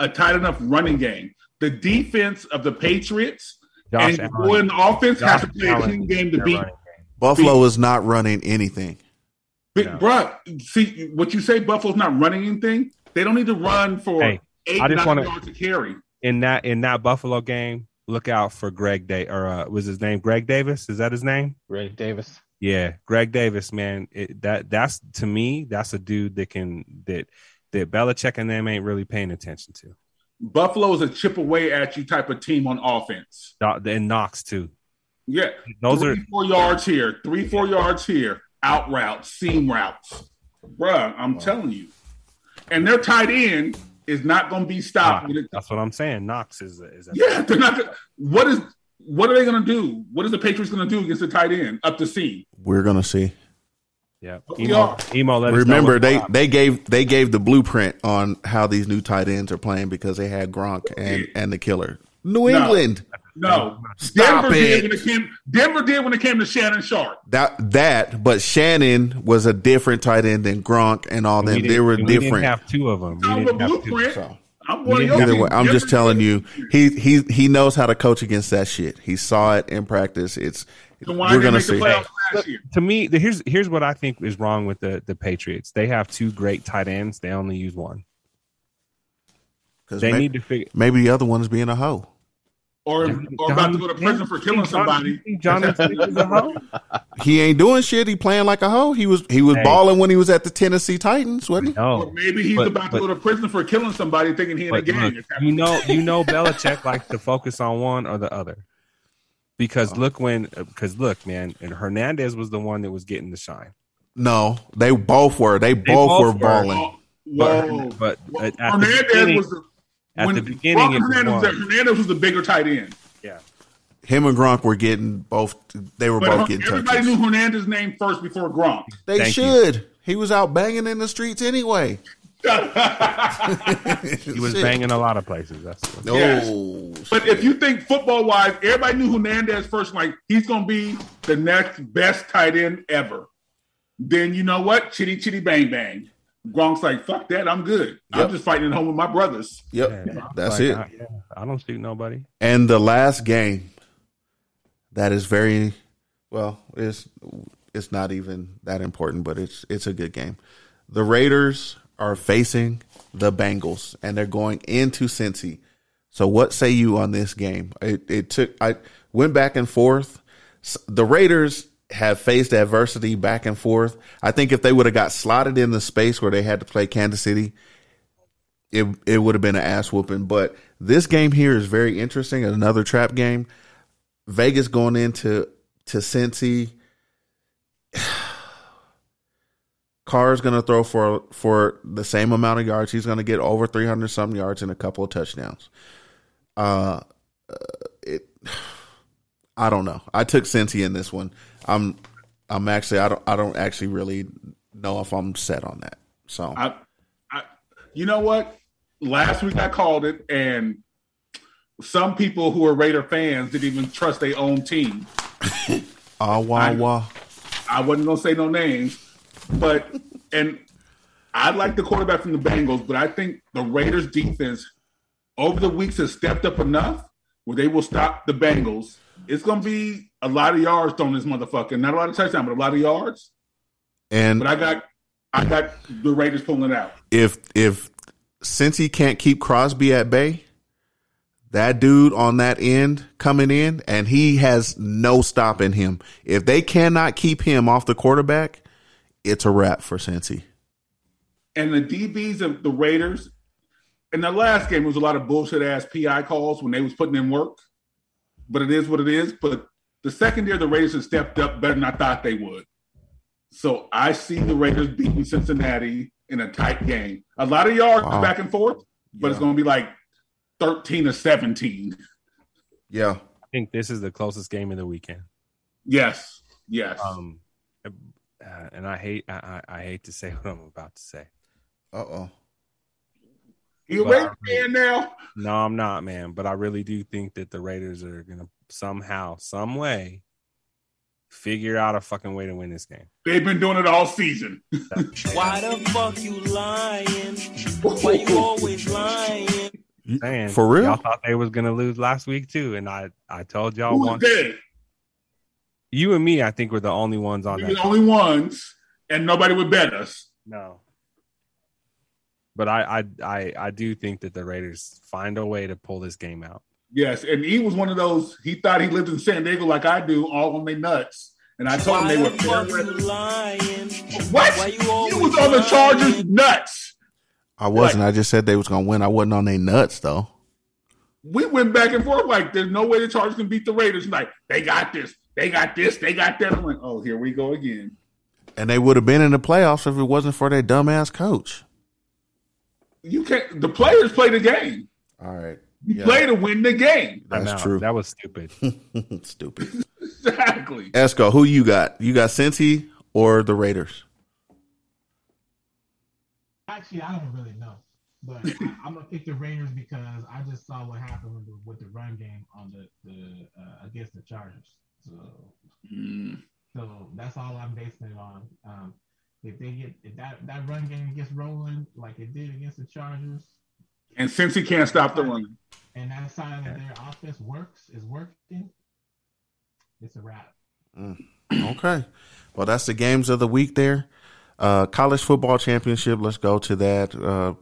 Speaker 7: a tight enough running game. The defense of the Patriots
Speaker 4: Josh
Speaker 7: and
Speaker 4: Allen.
Speaker 7: Gordon offense has to
Speaker 4: Josh
Speaker 7: play a
Speaker 4: Allen
Speaker 7: clean
Speaker 4: is
Speaker 7: game to
Speaker 4: their
Speaker 7: beat.
Speaker 4: running game.
Speaker 3: Buffalo is not running anything.
Speaker 7: Big bruh, see what you say. Buffalo's not running anything. They don't need to run for
Speaker 4: Hey,
Speaker 7: eight,
Speaker 4: I just
Speaker 7: nine
Speaker 4: wanna-
Speaker 7: yards to carry.
Speaker 4: in that in that Buffalo game. Look out for Greg Day or uh, was his name Greg Davis? Is that his name?
Speaker 8: Ray Davis.
Speaker 4: Yeah, Greg Davis, man. It, that that's to me, that's a dude that can that that Belichick and them ain't really paying attention to.
Speaker 7: Buffalo is a chip away at you type of team on offense.
Speaker 4: Do- And Knox too.
Speaker 7: Yeah,
Speaker 4: Those
Speaker 7: three,
Speaker 4: are
Speaker 7: four yards here, three, four yards here, out routes, seam routes. Bruh, I'm telling you. And their tight end is not going to be stopped. when it-
Speaker 4: that's what I'm saying. Knox is a, is a,
Speaker 7: yeah, they're not. Gonna, what is what are they going to do? What is the Patriots going to do against the tight end up the seam?
Speaker 3: We're gonna see.
Speaker 4: yeah.
Speaker 7: We
Speaker 4: Emo,
Speaker 7: are.
Speaker 4: emo let us know
Speaker 3: Remember,
Speaker 4: what's
Speaker 3: they,
Speaker 4: up.
Speaker 3: they gave they gave the blueprint on how these new tight ends are playing because they had Gronk and, and the killer. New
Speaker 7: No.
Speaker 3: England.
Speaker 7: No,
Speaker 3: Stop
Speaker 7: Denver
Speaker 3: it.
Speaker 7: did when it came. Denver did when it came to Shannon Sharp.
Speaker 3: That that, but Shannon was a different tight end than Gronk and all
Speaker 4: We
Speaker 3: them.
Speaker 4: didn't-
Speaker 3: They were
Speaker 4: we Didn't
Speaker 3: different.
Speaker 4: have two of them. We
Speaker 7: I'm a
Speaker 4: didn't have two.
Speaker 7: blueprint.
Speaker 3: So.
Speaker 7: I'm one of your
Speaker 3: Either
Speaker 7: team.
Speaker 3: way, I'm
Speaker 7: Denver
Speaker 3: just
Speaker 7: did
Speaker 3: telling
Speaker 7: it.
Speaker 3: you, he he he knows how to coach against that shit. He saw it in practice. It's
Speaker 7: So why
Speaker 3: we're
Speaker 7: didn't
Speaker 3: gonna
Speaker 7: they
Speaker 3: see.
Speaker 7: make the playoffs last year?
Speaker 4: To me, the, here's here's what I think is wrong with the the Patriots. They have two great tight ends. They only use one.
Speaker 3: 'Cause
Speaker 4: They
Speaker 3: may-
Speaker 4: need to figure.
Speaker 3: maybe the other one's being a hoe.
Speaker 7: or or about to go to
Speaker 4: John-
Speaker 7: prison for killing
Speaker 4: John-
Speaker 7: somebody.
Speaker 4: you think Jonathan Taylor's a hoe?
Speaker 3: He ain't doing shit. He playing like a hoe. He was he was
Speaker 4: Hey.
Speaker 3: balling when he was at the Tennessee Titans, wasn't he?
Speaker 4: No.
Speaker 7: Or maybe he's
Speaker 4: But-
Speaker 7: about
Speaker 4: but-
Speaker 7: to go to prison for killing somebody, thinking he in a
Speaker 4: But
Speaker 7: gang.
Speaker 4: look, you know, you know, Belichick likes to focus on one or the other.
Speaker 7: Oh.
Speaker 4: Because look when, because look, man, and Hernandez was the one that was getting the shine.
Speaker 3: No, they both were. They, both,
Speaker 4: both
Speaker 3: were
Speaker 4: were.
Speaker 3: balling.
Speaker 7: Oh, Whoa!
Speaker 4: But- but at the
Speaker 7: Hernandez
Speaker 4: beginning-
Speaker 7: was the,
Speaker 4: at
Speaker 7: when
Speaker 4: the beginning it was
Speaker 7: Hernandez,
Speaker 4: one.
Speaker 7: was the- Hernandez was the bigger tight end.
Speaker 4: Yeah,
Speaker 3: Him and Gronk were getting both. They were
Speaker 7: But
Speaker 3: both
Speaker 7: Her-
Speaker 3: getting
Speaker 7: everybody
Speaker 3: touches.
Speaker 7: knew Hernandez's name first before Gronk.
Speaker 3: they
Speaker 4: Thank you.
Speaker 3: should. He was out banging in the streets anyway.
Speaker 4: he was banging a lot of places. That's what.
Speaker 3: Oh,
Speaker 7: But if you think football wise, everybody knew Hernandez first. Like he's going to be the next best tight end ever. Then you know what? Chitty chitty bang bang. Gronk's like, fuck that. I'm good.
Speaker 3: Yep.
Speaker 7: I'm just fighting at home with my brothers.
Speaker 3: yep, that's
Speaker 4: Like,
Speaker 3: it.
Speaker 4: I, yeah, I don't shoot nobody.
Speaker 3: And the last game that is very well, it's it's not even that important, but it's it's a good game. The Raiders are facing the Bengals and they're going into Cincy. So what say you on this game? It it took I went back and forth. S- The Raiders have faced adversity back and forth. I think if they would have got slotted in the space where they had to play Kansas City, it it would have been an ass whooping. But this game here is very interesting. Another trap game. Vegas going into to Cincy. Carr's going to throw for for the same amount of yards. He's going to get over three hundred some yards and a couple of touchdowns. Uh, uh, it. I don't know. I took Cincy in this one. I'm I'm actually I don't I don't actually really know if I'm set on that. So
Speaker 7: I, I, you know what? Last week I called it, and some people who are Raider fans didn't even trust their own team.
Speaker 3: ah wah
Speaker 7: I-
Speaker 3: wah.
Speaker 7: I wasn't gonna say no names, but and I like the quarterback from the Bengals, but I think the Raiders defense over the weeks has stepped up enough where they will stop the Bengals. It's gonna be a lot of yards thrown this motherfucker. Not a lot of touchdowns, but a lot of yards.
Speaker 3: And
Speaker 7: But I got I got the Raiders pulling it out.
Speaker 3: if if since he can't keep Crosby at bay, that dude on that end coming in and he has no stopping him. If they cannot keep him off the quarterback, it's a wrap for Cincy.
Speaker 7: and the DBs of the Raiders in the last game it was a lot of bullshit ass PI calls when they was putting in work. but it is what it is. But the second year, the Raiders have stepped up better than I thought they would. So I see the Raiders beating Cincinnati in a tight game. A lot of y'all are
Speaker 11: Wow.
Speaker 7: back and forth, but it's going to be like 13 to 17.
Speaker 11: Yeah.
Speaker 4: I think this is the closest game of the weekend.
Speaker 7: Yes. Yes.
Speaker 4: Um, uh, and I hate I, I I hate to say what I'm about to say.
Speaker 11: Uh oh.
Speaker 7: You
Speaker 4: But I
Speaker 7: waiting man now?
Speaker 4: No, I'm not, man. But I really do think that the Raiders are gonna somehow, some way, figure out a fucking way to win this game.
Speaker 7: They've been doing it all season.
Speaker 6: Why the fuck you lying? Why you always lying?
Speaker 4: Saying,
Speaker 11: for real?
Speaker 4: Y'all thought they was gonna lose last week too, and I I told y'all
Speaker 7: Who's
Speaker 4: once.
Speaker 7: dead?
Speaker 4: You and me, I think, were the only ones on
Speaker 7: We're
Speaker 4: that.
Speaker 7: the only ones, and nobody would bet us.
Speaker 4: No. But I, I I I do think that the Raiders find a way to pull this game out.
Speaker 7: Yes, and he was one of those. He thought he lived in San Diego like I do, all on their nuts. And I told him
Speaker 6: Why
Speaker 7: they were
Speaker 6: the fuck you lying?
Speaker 7: what?
Speaker 6: Why you
Speaker 7: You
Speaker 6: always
Speaker 7: was on the Chargers nuts.
Speaker 3: I wasn't. I just said they was gonna win. I wasn't on their nuts though.
Speaker 7: We went back and forth like there's no way the Chargers can beat the Raiders. Like they got this, they got this, they got that. I'm like, oh, here we go again.
Speaker 3: And they would have been in the playoffs if it wasn't for their dumbass coach.
Speaker 7: You can't. The players play the game.
Speaker 3: All right.
Speaker 7: You
Speaker 3: Yeah.
Speaker 7: play to win the game.
Speaker 3: That's
Speaker 4: Timeout.
Speaker 3: true.
Speaker 4: That was stupid.
Speaker 3: Stupid.
Speaker 7: Exactly.
Speaker 3: Esco, who you got? You got Cincy or the Raiders?
Speaker 8: Actually, I don't really know, but I, I'm gonna pick the Raiders because I just saw what happened with the, with the run game on the, the uh, against the Chargers. So,
Speaker 7: Mm.
Speaker 8: so that's all I'm basing it on. Um, if they get if that that run game gets rolling like it did against the Chargers,
Speaker 7: And since he can't stop the run,
Speaker 8: and that sign that their offense works is working, it's a wrap.
Speaker 3: Okay. Well, that's the games of the week there. Uh, college football championship. Let's go to that. Uh,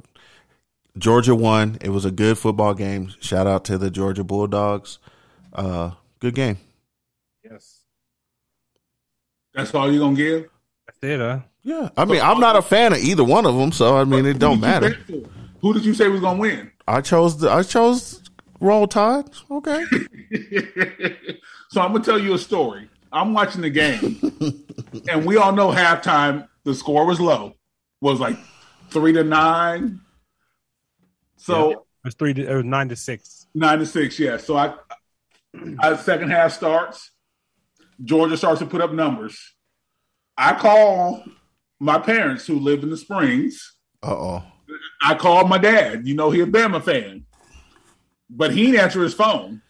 Speaker 3: Georgia won. It was a good football game. Shout out to the Georgia Bulldogs. Uh, good game.
Speaker 4: Yes.
Speaker 7: that's all you're gonna give.
Speaker 4: That's it, huh?
Speaker 3: Yeah. I mean, I'm not a fan of either one of them, so I mean, it don't matter.
Speaker 7: Who did you say was gonna win?
Speaker 3: I chose the I chose Roll Tide. Okay.
Speaker 7: so I'm gonna tell you a story. I'm watching the game, and we all know halftime the score was low, was like three to nine. So
Speaker 4: It was three. To, it was nine to six.
Speaker 7: nine to six, yeah. So I, I second half starts. Georgia starts to put up numbers. I call my parents who live in the Springs.
Speaker 3: Uh oh.
Speaker 7: I called my dad. You know he a Bama fan, but he didn't answer his phone.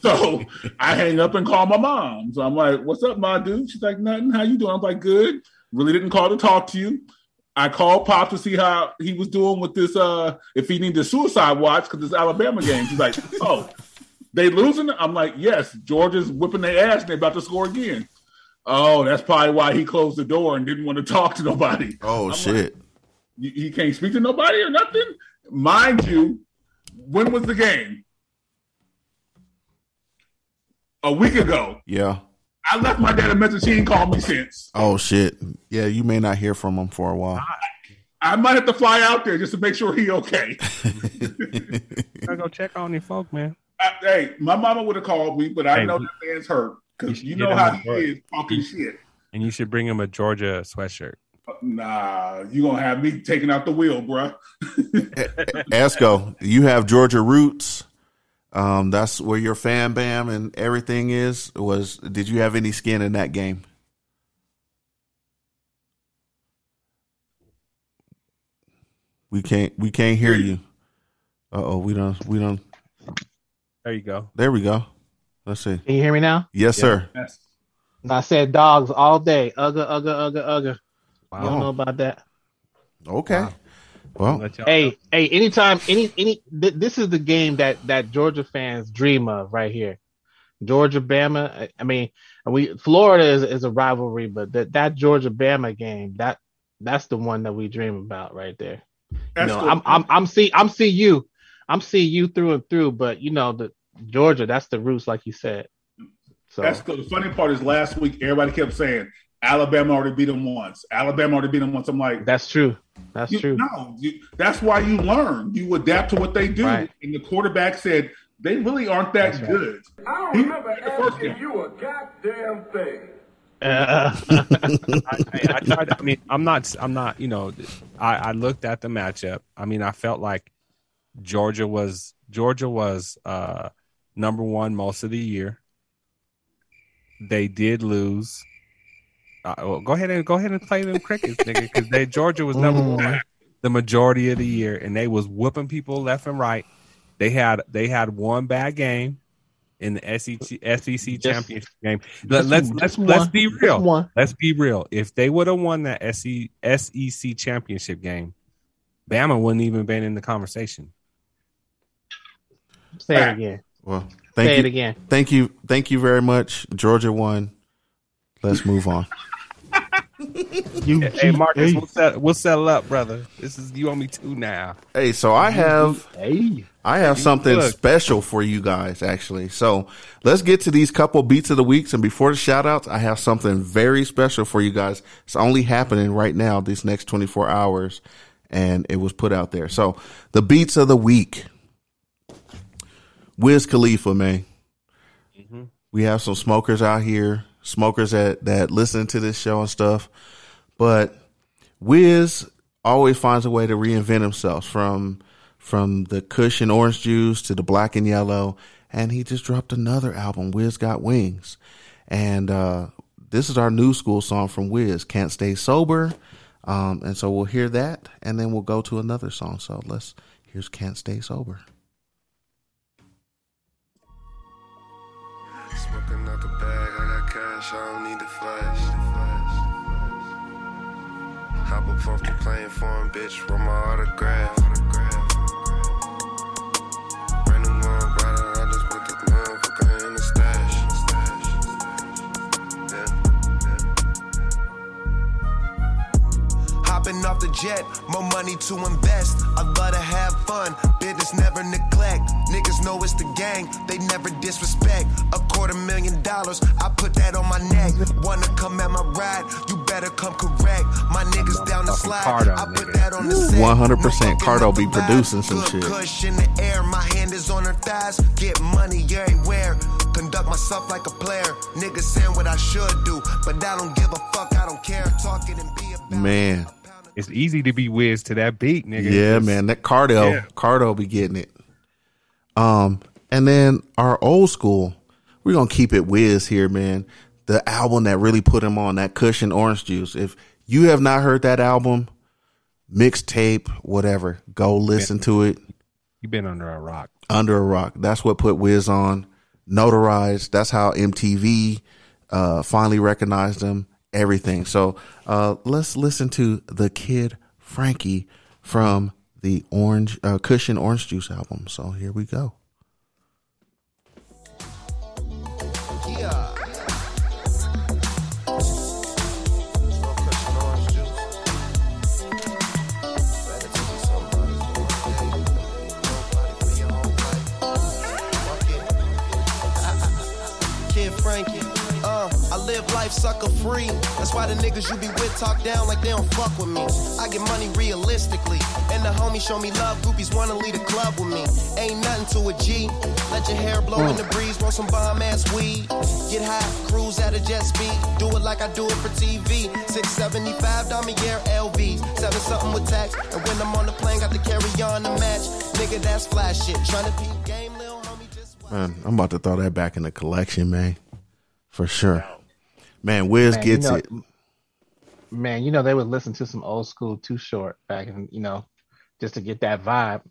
Speaker 7: so I hang up and call my mom. So I'm like, "What's up, my dude?" She's like, "Nothing. How you doing?" I'm like, "Good." Really didn't call to talk to you. I called Pop to see how he was doing with this. Uh, if he needed a suicide watch because it's Alabama game. She's like, "Oh, they losing?" I'm like, "Yes, Georgia's whipping their ass and they're about to score again." Oh, that's probably why he closed the door and didn't want to talk to nobody
Speaker 3: Oh shit.
Speaker 7: you, he can't speak to nobody or nothing. Mind you, when was the game? A week ago.
Speaker 3: Yeah.
Speaker 7: I left my dad a message. He ain't called me since.
Speaker 3: Oh shit. Yeah, you may not hear from him for a while.
Speaker 7: I might have to fly out there just to make sure he okay.
Speaker 4: I go check on your folk, man.
Speaker 7: I, hey, my mama would have called me, but I
Speaker 4: Hey,
Speaker 7: know
Speaker 4: you-
Speaker 7: that man's hurt because
Speaker 4: you
Speaker 7: you
Speaker 4: should
Speaker 7: know
Speaker 4: get
Speaker 7: how
Speaker 4: him
Speaker 7: he
Speaker 4: a
Speaker 7: is talking shit.
Speaker 4: And you should bring him a Georgia sweatshirt.
Speaker 7: Nah, you gonna have me taking out the wheel, bruh.
Speaker 3: Esco, you have Georgia roots. Um, that's where your fan bam and everything is. Was did you have any skin in that game? We can't we can't hear you. Uh oh, we don't we don't.
Speaker 4: There you go.
Speaker 3: There we go. Let's see.
Speaker 8: Can you hear me now?
Speaker 3: Yes, sir.
Speaker 7: That's-
Speaker 8: I said dogs all day. Ugga ugga ugga ugga. I
Speaker 4: Wow.
Speaker 8: don't know about that.
Speaker 3: Okay. Well,
Speaker 4: Let y'all-
Speaker 8: Hey, hey, anytime, any, any, th- this is the game that that Georgia fans dream of right here. Georgia Bama. I, I mean, we Florida is, is a rivalry, but that that Georgia Bama game that that's the one that we dream about right there. You
Speaker 7: that's
Speaker 8: know,
Speaker 7: cool.
Speaker 8: I'm I'm I'm see I'm see you, I'm see you through and through. But you know, the Georgia, that's the roots, like you said. So
Speaker 7: That's cool. The funny part is last week everybody kept saying Alabama already beat them once. Alabama already beat them once. I'm like,
Speaker 8: that's true. That's
Speaker 7: you,
Speaker 8: true.
Speaker 7: no, you, that's why you learn. You adapt to what they do.
Speaker 8: Right.
Speaker 7: And the quarterback said, They really aren't that
Speaker 8: That's right.
Speaker 7: good.
Speaker 12: I don't remember asking you a goddamn thing.
Speaker 8: Uh,
Speaker 4: I, I tried. I mean, I'm not. I'm not. You know, I, I looked at the matchup. I mean, I felt like Georgia was Georgia was uh, number one most of the year. They did lose. Uh, well, go ahead and go ahead and play them crickets, nigga, because they Georgia was number one the majority of the year, and they was whooping people left and right. They had they had one bad game in the E SEC SEC championship game. Let, us
Speaker 8: just one.
Speaker 4: let's
Speaker 8: Just
Speaker 4: let's
Speaker 8: one.
Speaker 4: be
Speaker 8: Just
Speaker 4: real.
Speaker 8: one.
Speaker 4: Let's be real. If they would have won that E, SEC, SEC championship game, Bama wouldn't even been in the conversation.
Speaker 8: Say it again.
Speaker 3: Well, thank
Speaker 8: Say
Speaker 3: you.
Speaker 8: it again.
Speaker 3: Thank you. Thank you very much. Georgia won. Let's move on.
Speaker 4: You, hey Marcus, we'll, set, we'll settle up, brother. This is you owe me two now.
Speaker 3: Hey, so I have I have
Speaker 4: You
Speaker 3: something
Speaker 4: look.
Speaker 3: special for you guys actually. So let's get to these couple beats of the weeks and before the shout outs, I have something very special for you guys. It's only happening right now these next 24 hours and it was put out there. So the beats of the week. Wiz Khalifa, man. We have some smokers out here, smokers that that listen to this show and stuff. But Wiz always finds a way to reinvent himself from from the Kush and orange juice to the black and yellow, and he just dropped another album. Wiz got wings, and uh, this is our new school song from Wiz. Can't stay sober, um, and so we'll hear that, and then we'll go to another song. So let's here's Can't Stay Sober.
Speaker 13: Smoking out the bag, I got cash, I don't need the flash. Hop up off the plane for him, bitch, with my autograph. Random one rider, I just put the motherfucker in the stash.
Speaker 14: Hopping off the jet, more money to invest. I love to have fun, business never neglect. Niggas know it's the gang, they never disrespect. A quarter million dollars, I put that on my neck. Wanna come at my ride, you better come correct. My niggas down the slide,
Speaker 3: Cardo,
Speaker 14: I put that on the set.
Speaker 3: One hundred percent, Cardo be producing some shit.
Speaker 14: Push in the air, my hand is on her thighs. Get money everywhere. Conduct myself like a player. Niggas saying what I should do, but I don't give a fuck. I don't care. Talking and be a
Speaker 3: Man,
Speaker 4: it's easy to be Wiz to that beat, nigga.
Speaker 3: Yeah, man, that Cardo,
Speaker 4: Yeah.
Speaker 3: Cardo be getting it. Um, and then our old school, we're gonna keep it whiz here, man. The album that really put him on that cushion orange juice. If you have not heard that album, mixtape, whatever, go listen to it.
Speaker 4: You've been under a rock.
Speaker 3: Under a Rock. That's what put Wiz on. Notarized. That's how MTV uh, finally recognized him. Everything. So uh, let's listen to the kid Frankie from the Orange uh, Cushion Orange Juice album. So here we go.
Speaker 14: Yeah.
Speaker 15: Kid Frankie. Uh, I live life sucker free. That's why the niggas you be with talk down like they don't fuck with me. I get money realistically, and the homies show me love. Groupies wanna lead a club with me. Ain't nothing to a G. Let your hair blow in the breeze, roll some bomb ass weed. Get high, cruise at a jet speed. Do it like I do it for TV. 675 diamond year LVs, seven something with tax. And when I'm on the plane, got to carry on the match. Nigga, that's flash shit. Tryna peep game.
Speaker 3: Man, I'm about to throw that back in the collection, man. For sure. Man, Wiz
Speaker 8: Man, you
Speaker 3: gets
Speaker 8: know-
Speaker 3: it.
Speaker 8: Man, you know they would listen to some old school Too Short back in, you know, just to get that vibe.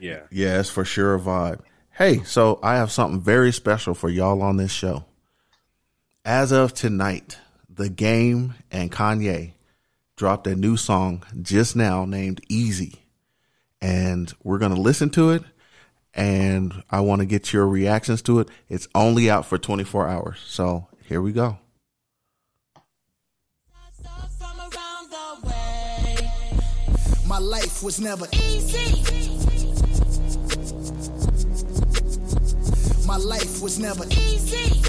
Speaker 4: Yeah.
Speaker 3: Yeah, it's for sure a vibe. Hey, so I have something very special for y'all on this show. As of tonight, The Game and Kanye dropped a new song just now named Easy. And we're going to listen to it. And I want to get your reactions to it. It's only out for 24 hours. So here we go.
Speaker 16: My life was never easy. My life was never easy.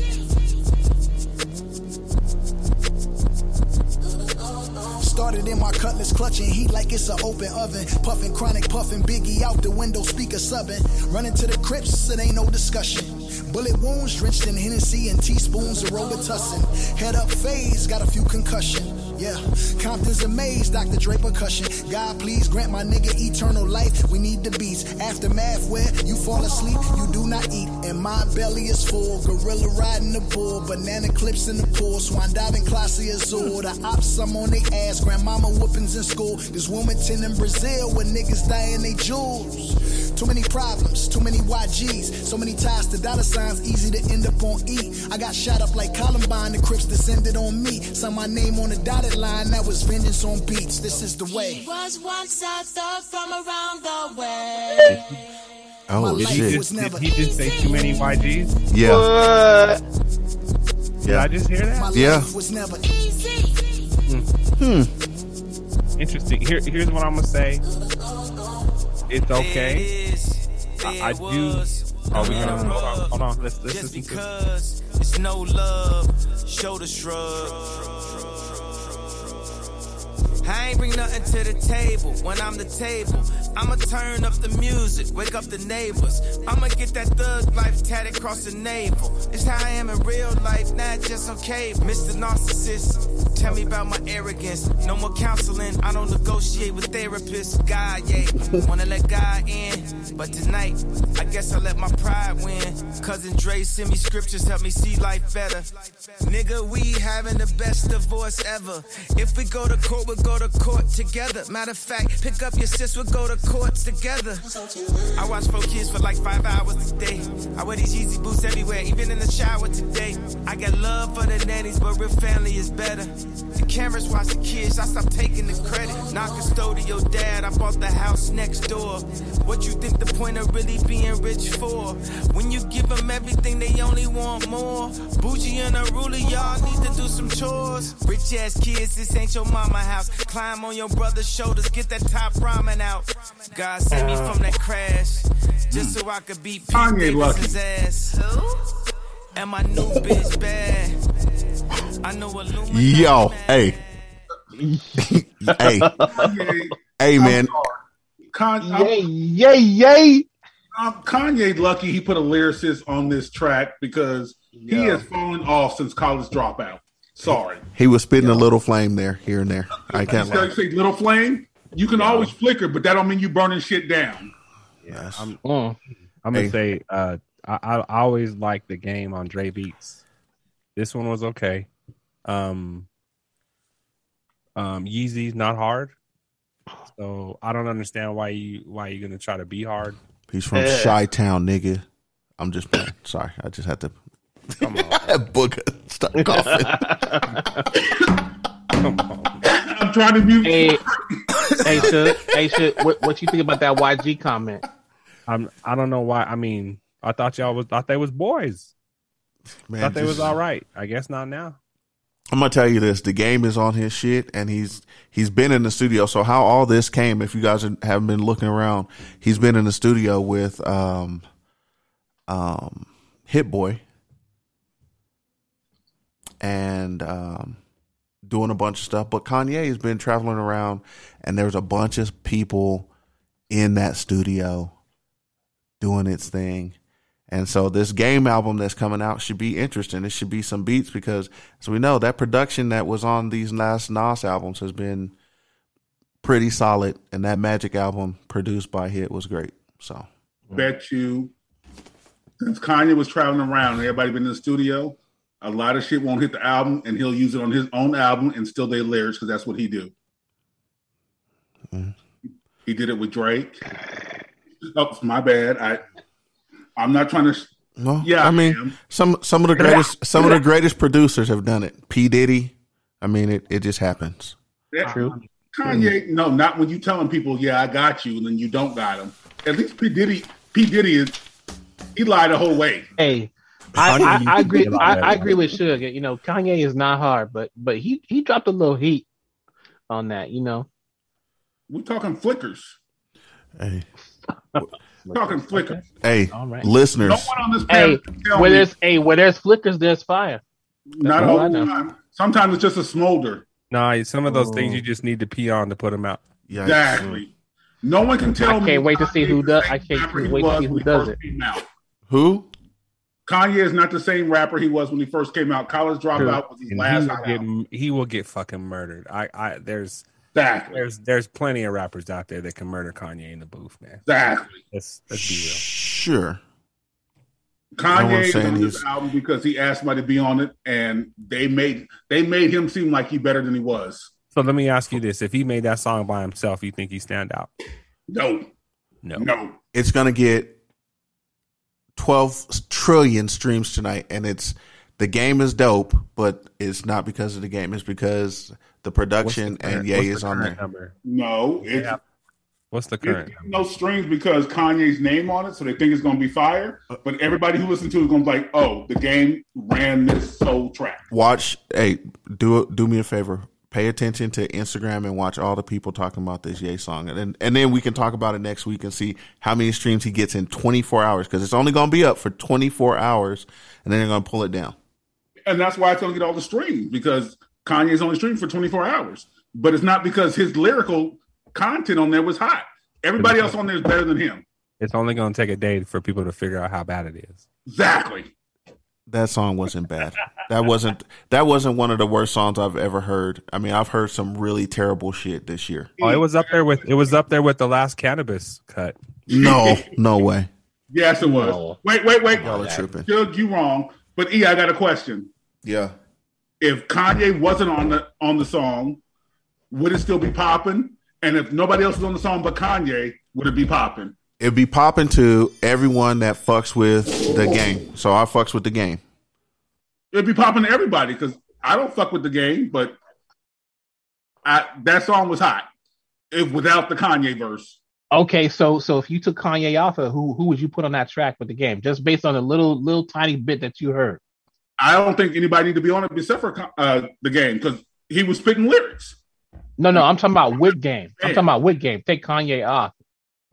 Speaker 13: Started in my cutlass, clutching heat like it's an open oven. Puffing chronic, puffing Biggie out the window, speaker subbing. Running to the crypts, it ain't no discussion. Bullet wounds drenched in Hennessy and teaspoons of Robitussin. Head up phase, got a few concussion. Yeah, Compton's amazed, Dr. Dre percussion. God, please grant my nigga eternal life. We need the beats. Aftermath where you fall asleep, you do not eat. And my belly is full. Gorilla riding the bull, banana clips in the pool. Swan diving, classy azul. The ops, I'm on they ass. Grandmama whoopings in school. This Wilmington in Brazil where niggas dying they jewels. Too many problems, too many YGs. So many ties to dollar signs, easy to end up on E. I got shot up like Columbine, the Crips descended on me. Saw my name on the dotted line, that was vengeance on beats. This is the way.
Speaker 17: Was once a thug from around the way.
Speaker 3: Oh,
Speaker 4: did, he
Speaker 3: shit.
Speaker 4: just, did he just say too many YGs?
Speaker 3: Yeah.
Speaker 4: Did I just hear
Speaker 13: My
Speaker 4: that?
Speaker 13: life was never easy.
Speaker 3: Hmm.
Speaker 4: Interesting. Here, here's what I'm gonna say. It's okay. I, I do. Oh, we gonna hold on. Hold on. Let's let's listen to this.
Speaker 15: Cause it's no love, shoulder shrug. I ain't bring nothing to the table when I'm the table. I'ma turn up the music, wake up the neighbors. I'ma get that thug life tatted across the navel. It's how I am in real life, not just on cable. Mr. Narcissist, tell me about my arrogance. No more counseling, I don't negotiate with therapists. God, yeah, wanna let God in, but tonight, I guess I let my pride win. Cousin Dre send me scriptures, help me see life better. Nigga, we having the best divorce ever. If we go to court, we'll go to court together. Matter of fact, pick up your sis, we'll go to courts together. I watch four kids for like five hours a day. I wear these Yeezy boots everywhere, even in the shower today. I got love for the nannies, but real family is better. The cameras watch the kids, I stop taking the credit. Not custodial dad, I bought the house next door. What you think the point of really being rich for? When you give them everything, they only want more. Bougie and unruly, y'all need to do some chores. Rich ass kids, this ain't your mama house. Climb on your brother's shoulders, get that top ramen out. God save me from that crash, just so I could beat Pete
Speaker 7: Kanye
Speaker 15: Davidson's ass. And my new bitch bad. I know a little
Speaker 3: Yo, hey. hey. hey, man.
Speaker 7: yay,
Speaker 8: yay, yay.
Speaker 7: Um, Kanye lucky he put a lyricist on this track because he has fallen off since college dropout. Sorry.
Speaker 3: He was spitting a little flame there, here and there. I
Speaker 7: You
Speaker 3: can't lie.
Speaker 7: say little flame, you can always flicker, but that don't mean you burning shit down.
Speaker 3: Yes.
Speaker 4: I'm, I'm gonna
Speaker 7: Hey.
Speaker 4: say uh, I, I I always like the game on Dre Beats. This one was okay. Um, um, Yeezy's not hard, so I don't understand why you why you're gonna try to be hard.
Speaker 3: He's from
Speaker 4: Yeah.
Speaker 3: Chi Town, nigga. I'm just playing. Sorry. I just had to.
Speaker 4: Come on.
Speaker 3: Booger. Stop coughing.
Speaker 7: I'm trying to mute.
Speaker 8: Hey, hey, Suge, hey, Suge, what, what you think about that YG comment?
Speaker 4: I'm I don't know why. I mean, I thought y'all was thought they was boys.
Speaker 3: Man,
Speaker 4: thought they
Speaker 3: just-
Speaker 4: was all right. I guess not now.
Speaker 3: I'm gonna tell you this: the game is on his shit, and he's he's been in the studio. So how all this came, if you guys haven't been looking around, he's been in the studio with um, um, Hit Boy, and um, doing a bunch of stuff. But Kanye has been traveling around, and there's a bunch of people in that studio doing its thing. And so this game album that's coming out should be interesting. It should be some beats because, as we know, that production that was on these last Nas albums has been pretty solid, and that Magic album produced by Hit was great. So
Speaker 7: Bet you, since Kanye was traveling around and everybody been in the studio, a lot of shit won't hit the album, and he'll use it on his own album and still they lyrics because that's what he do. He did it with Drake. Oh, my bad. I, I'm not trying to. sh-
Speaker 3: no,
Speaker 7: Yeah,
Speaker 3: I mean
Speaker 7: man.
Speaker 3: some some of the greatest some of the greatest producers have done it. P Diddy, I mean it it just happens.
Speaker 7: That-
Speaker 3: True.
Speaker 7: Kanye, no, not when you telling people, yeah, I got you, and then you don't got him. At least P Diddy, P Diddy is, he lied the whole way.
Speaker 8: Hey, I, I, I agree. I, I agree with Suge. You know, Kanye is not hard, but but he he dropped a little heat on that. You know,
Speaker 7: We're talking flickers.
Speaker 3: Hey,
Speaker 7: We're talking flickers.
Speaker 3: hey,
Speaker 8: All right.
Speaker 3: listeners,
Speaker 7: No one on this
Speaker 8: hey,
Speaker 7: planet can tell
Speaker 8: where
Speaker 7: me-
Speaker 8: there's hey, where there's flickers, there's fire.
Speaker 7: Not
Speaker 8: all
Speaker 7: all
Speaker 8: I
Speaker 7: the
Speaker 8: know.
Speaker 7: time. Sometimes it's just a smolder.
Speaker 4: Nah, some of those things you just need to pee on to put them out.
Speaker 7: Yikes. Exactly. No one can tell
Speaker 8: I
Speaker 7: me.
Speaker 8: can't wait to see who does. I can't
Speaker 7: he
Speaker 8: wait to
Speaker 7: was
Speaker 8: see who
Speaker 7: when he
Speaker 8: does
Speaker 7: first
Speaker 8: it.
Speaker 7: came out.
Speaker 3: Who?
Speaker 7: Kanye is not the same rapper he was when he first came out. College Dropout was his
Speaker 4: And
Speaker 7: last
Speaker 4: he, will
Speaker 7: album.
Speaker 4: get, he will get fucking murdered. I, I there's
Speaker 7: Exactly.
Speaker 4: there's there's plenty of rappers out there that can murder Kanye in the booth, man.
Speaker 7: Exactly.
Speaker 4: Let's, let's be real.
Speaker 3: Sure. No
Speaker 7: Kanye
Speaker 3: one's
Speaker 7: is
Speaker 3: saying
Speaker 7: on this
Speaker 3: he's-
Speaker 7: album because he asked somebody to be on it, and they made they made him seem like he better than he was.
Speaker 4: So let me ask you this: If he made that song by himself, you think he stand out?
Speaker 7: No,
Speaker 4: no,
Speaker 7: no.
Speaker 3: It's gonna get twelve trillion streams tonight, and it's the game is dope, but it's not because of the game. It's because the production and Ye is on there.
Speaker 7: No, it's
Speaker 4: What's the
Speaker 7: it's
Speaker 4: current?
Speaker 7: getting no strings because Kanye's name on it, so they think it's going to be fire. But everybody who listened to it is going to be like, "Oh, the game ran this soul track."
Speaker 3: Watch. Hey, do do me a favor. Pay attention to Instagram and watch all the people talking about this Ye song, and then, and then we can talk about it next week and see how many streams he gets in 24 hours because it's only gonna be up for 24 hours, and then they're gonna pull it down.
Speaker 7: and that's why it's going to get all the streams because Kanye's only streamed for 24 hours. But it's not because his lyrical content on there was hot. Everybody else on there is better than him.
Speaker 4: It's only going to take a day for people to figure out how bad it is.
Speaker 7: Exactly.
Speaker 3: That song wasn't bad. That wasn't that wasn't one of the worst songs I've ever heard. I mean, I've heard some really terrible shit this year.
Speaker 4: Oh, it was up there with it was up there with the last cannabis cut.
Speaker 3: No, no way.
Speaker 7: Yes, it was.
Speaker 4: No.
Speaker 7: Wait, wait, wait.
Speaker 3: Y'all are tripping.
Speaker 7: Doug, you wrong. But E, I got a question.
Speaker 3: Yeah.
Speaker 7: If Kanye wasn't on the on the song, would it still be popping? And if nobody else was on the song but Kanye, would it be popping?
Speaker 3: It'd be popping to everyone that fucks with the game. So I fucks with the game.
Speaker 7: It'd be popping to everybody because I don't fuck with the game, but I, that song was hot. If without the Kanye verse,
Speaker 8: Okay, so so if you took Kanye off of who who would you put on that track with the game? Just based on the little little tiny bit that you heard.
Speaker 7: I don't think anybody need to be on it except for uh, the game because he was spitting lyrics.
Speaker 8: No, no, I'm talking about with game. I'm talking about with game. Take Kanye off.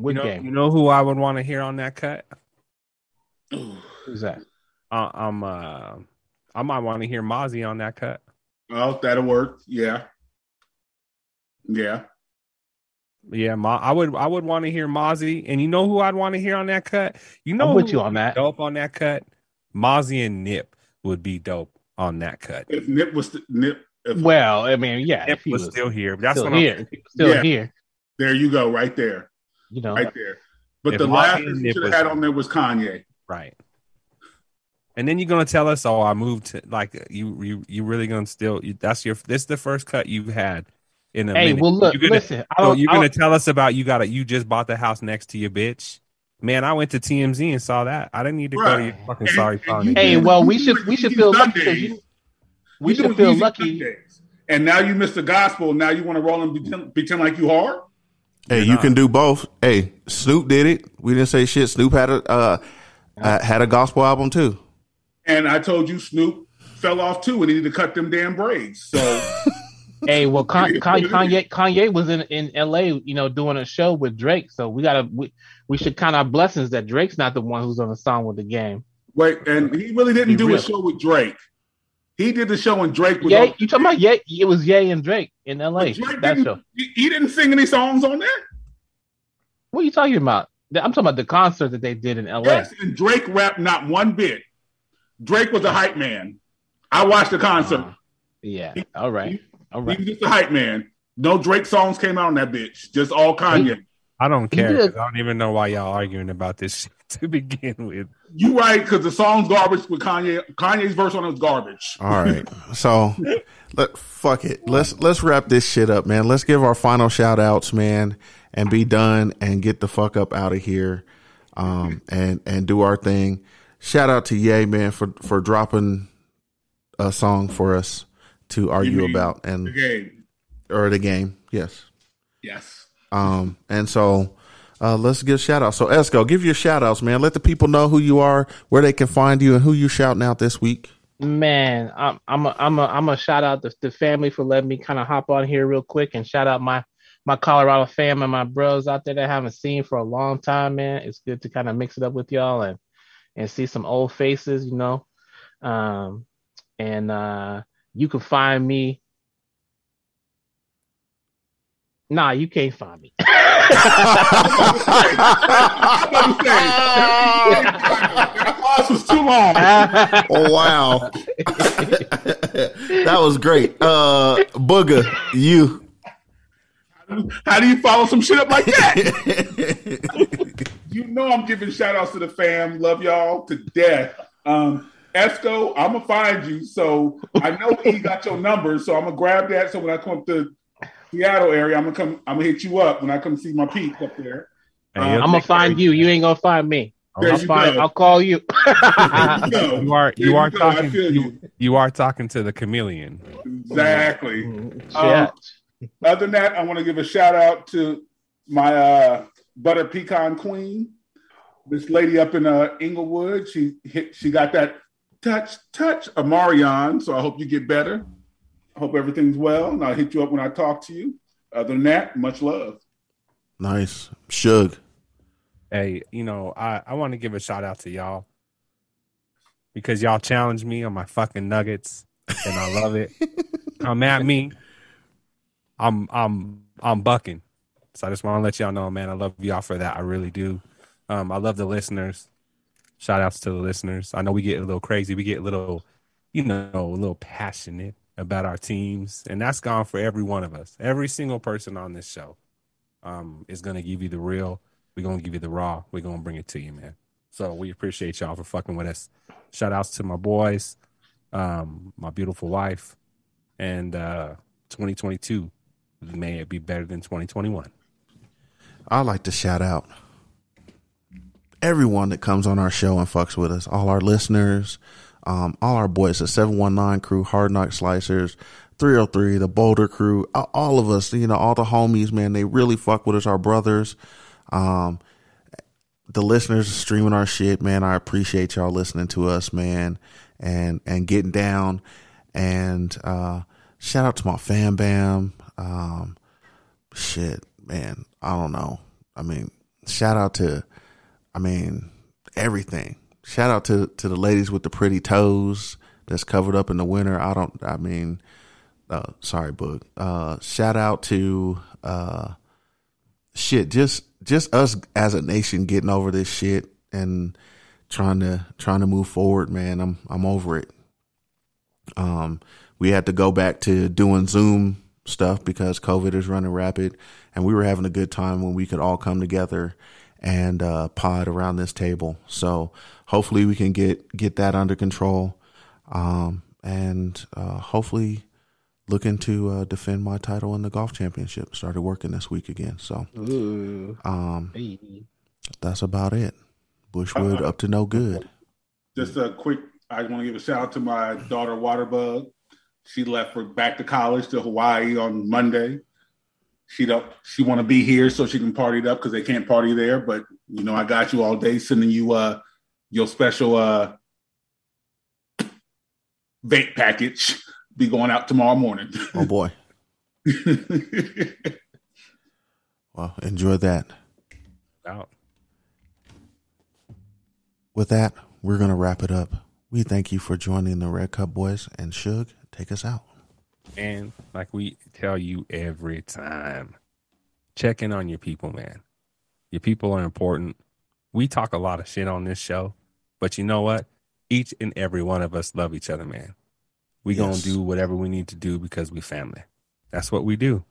Speaker 4: You
Speaker 8: With
Speaker 4: know,
Speaker 8: game.
Speaker 4: you know who I would want to hear on that cut?
Speaker 8: Who's that?
Speaker 4: Uh, I'm uh, I might want to hear Mozzie on that cut.
Speaker 7: Oh, that'll work. Yeah, yeah.
Speaker 4: Yeah, Ma, I would I would want to hear Mozzie, and you know who I'd want to hear on that cut. You know,
Speaker 8: I'm with
Speaker 4: who
Speaker 8: you
Speaker 4: would
Speaker 8: on
Speaker 4: be
Speaker 8: that.
Speaker 4: Dope on that cut. Mozzie and Nip would be dope on that cut.
Speaker 7: If Nip was st- Nip, if
Speaker 8: Well, I mean, yeah,
Speaker 4: Nip
Speaker 8: if he
Speaker 4: was,
Speaker 8: was
Speaker 4: still here. That's
Speaker 8: still
Speaker 4: what
Speaker 8: here.
Speaker 4: I'm
Speaker 8: If he was still
Speaker 7: Yeah.
Speaker 8: here.
Speaker 7: There you go, right there,
Speaker 8: You know,
Speaker 7: right there. But
Speaker 4: If
Speaker 7: the
Speaker 4: Mozzie
Speaker 7: last
Speaker 4: and
Speaker 7: thing
Speaker 4: Nip
Speaker 7: should have
Speaker 4: was-
Speaker 7: had on there was Kanye.
Speaker 4: right. And then you're gonna tell us, oh, I moved to like you you you really gonna still you, that's your this is the first cut you've had in a
Speaker 8: Hey,
Speaker 4: minute.
Speaker 8: well, look,
Speaker 4: you're gonna,
Speaker 8: listen, I
Speaker 4: so
Speaker 8: don't-
Speaker 4: you're
Speaker 8: I
Speaker 4: gonna
Speaker 8: don't-
Speaker 4: tell us about you got to you just bought the house next to your bitch. Man, I went to TMZ and saw that. I didn't need to go to your fucking sorry phone.
Speaker 8: Hey, well, we should we should feel lucky. 'cause you- we should feel
Speaker 7: lucky. And now you missed the gospel. Now you want to roll and pretend, pretend like you hard.
Speaker 3: Hey, you can do both. Hey, Snoop did it. We didn't say shit. Snoop had a uh, uh, had a gospel album too.
Speaker 7: And I told you Snoop fell off too, and he needed to cut them damn braids. So
Speaker 8: Hey, well, Con-
Speaker 7: Yeah,
Speaker 8: Con-
Speaker 7: yeah.
Speaker 8: Kanye Kanye was in in L.A. You know, doing a show with Drake, so we gotta we, we should count our blessings that Drake's not the one who's on the song with the game.
Speaker 7: wait, and he really
Speaker 8: Be
Speaker 7: didn't do
Speaker 8: real.
Speaker 7: a show with Drake. He did the show and Drake was
Speaker 8: Yeah,
Speaker 7: on-
Speaker 8: you talking about yeah? It was Ye and Drake in L.A. That show.
Speaker 7: he, he didn't sing any songs on there.
Speaker 8: What are you talking about? Th- I'm talking about the concert that they did in L.A.
Speaker 7: Yes, and Drake rapped not one bit. Drake was a hype man. I watched the concert.
Speaker 8: yeah. All right. All
Speaker 7: right. He was just a hype man. No Drake songs came out on that bitch. Just all Kanye.
Speaker 4: I don't
Speaker 7: You
Speaker 4: care.
Speaker 7: did.
Speaker 4: 'cause I don't even know why y'all arguing about this shit to begin with.
Speaker 7: You right, because the song's garbage with Kanye. Kanye's verse on it was garbage.
Speaker 3: All right. So let fuck it. Let's let's wrap this shit up, man. Let's give our final shout outs, man, and be done and get the fuck up out of here. Um and and do our thing. Shout out to Ye, man, for for dropping a song for us to argue
Speaker 7: mean
Speaker 3: about and
Speaker 7: the game.
Speaker 3: or the game. Yes.
Speaker 7: Yes.
Speaker 3: Um, and so uh, let's give shout outs. So Esco, give your shout outs, man. Let the people know who you are, where they can find you, and who you shouting out this week.
Speaker 8: Man, I'm I'm a, I'm a, I'm a shout out the, the family for letting me kind of hop on here real quick and shout out my my Colorado fam and my bros out there that I haven't seen for a long time, man. It's good to kind of mix it up with y'all and and see some old faces, you know. Um, and uh, you can find me Nah, you can't find me.
Speaker 7: This was too long.
Speaker 11: Oh wow, that was great. Uh, Booger, you.
Speaker 7: How do you follow some shit up like that? you know I'm giving shout outs to the fam. Love y'all to death. Um, Esco, I'm gonna find you. So I know he got your number. So I'm gonna grab that. So when I come up to Seattle area, I'm gonna come. I'm gonna hit you up when I come see my peak up there.
Speaker 8: I'm gonna find you. You ain't gonna find me.
Speaker 7: There
Speaker 8: I'll,
Speaker 7: you
Speaker 8: find,
Speaker 7: go.
Speaker 8: I'll call you.
Speaker 4: you are you
Speaker 7: There
Speaker 4: are
Speaker 7: you go. I
Speaker 4: talking
Speaker 7: feel
Speaker 4: you, you are talking to the chameleon.
Speaker 7: Exactly.
Speaker 4: Yeah.
Speaker 7: Um,
Speaker 4: Mm-hmm.
Speaker 7: other than that, I want to give a shout out to my uh, butter pecan queen, this lady up in uh, Inglewood. She hit, she got that touch touch Amarion. So I hope you get better. I hope everything's well, and I'll hit you up when I talk to you. Other than that, much love.
Speaker 3: Nice. Shug.
Speaker 4: Hey, you know, I, I want to give a shout out to y'all because y'all challenged me on my fucking nuggets and I love it. Come at me. I'm I'm I'm bucking. So I just want to let y'all know, man, I love y'all for that. I really do. Um, I love the listeners. Shout outs to the listeners. I know we get a little crazy. We get a little, you know, a little passionate about our teams. And that's gone for every one of us. Every single person on this show um, is going to give you the real. We're going to give you the raw. We're going to bring it to you, man. So we appreciate y'all for fucking with us. Shout outs to my boys, um, my beautiful wife, and uh, 2022. May it be better than 2021.
Speaker 3: I'd like to shout out everyone that comes on our show and fucks with us, all our listeners, um, all our boys, the 719 crew, Hard Knock Slicers, 303, the Boulder crew, a- all of us, you know, all the homies, man, they really fuck with us, our brothers. Um, the listeners streaming our shit, man. I appreciate y'all listening to us, man, and and getting down. And uh, shout out to my fan bam. Um, shit, man. I don't know. I mean, shout out to, I mean, everything. Shout out to to the ladies with the pretty toes that's covered up in the winter. I don't. I mean, uh, sorry, book. Uh, shout out to. Uh, shit just just us as a nation getting over this shit and trying to trying to move forward man i'm i'm over it um we had to go back to doing zoom stuff because covid is running rapid and we were having a good time when we could all come together and uh pod around this table so hopefully we can get get that under control um and uh hopefully looking to uh, defend my title in the golf championship started working this week again so
Speaker 8: Ooh.
Speaker 3: um,
Speaker 8: Hey.
Speaker 3: that's about it. Bushwood up to no good.
Speaker 7: Just a quick, I want to give a shout out to my daughter Waterbug. She left for back to college to Hawaii on Monday. She don't, she want to be here so she can party it up because they can't party there. But you know, I got you all day sending you uh your special uh vape package. Be going out tomorrow morning.
Speaker 3: Oh boy. well, enjoy that.
Speaker 4: Out.
Speaker 3: With that, we're gonna wrap it up. We thank you for joining the Red Cup Boys and Shug, take us out.
Speaker 4: And like we tell you every time, check in on your people, man. Your people are important. We talk a lot of shit on this show, but you know what? Each and every one of us love each other, man. We
Speaker 3: Yes.
Speaker 4: gonna do whatever we need to do because we family. That's what we do.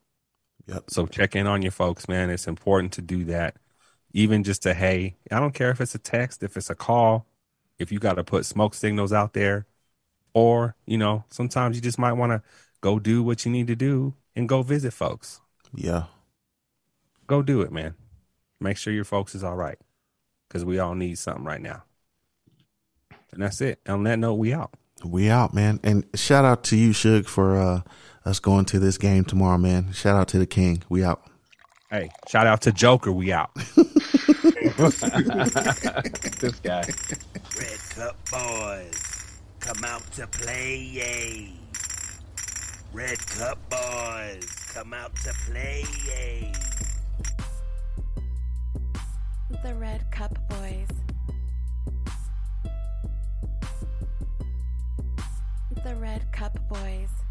Speaker 3: Yep.
Speaker 4: So check in on your folks, man. It's important to do that. Even just a hey, I don't care if it's a text, if it's a call, if you got to put smoke signals out there, or you know, sometimes you just might want to go do what you need to do and go visit folks.
Speaker 3: Yeah.
Speaker 4: Go do it, man. Make sure your folks is all right because we all need something right now. And that's it. On that note, we out.
Speaker 3: We out, man. And shout out to you, Shug, for uh us going to this game tomorrow, man. Shout out to the king. We out.
Speaker 4: Hey, shout out to Joker. We out.
Speaker 8: this guy.
Speaker 1: Red Cup Boys, come out to play, yay. Red Cup Boys, come out to play, yay.
Speaker 2: The Red Cup Boys. The Red Cup Boys.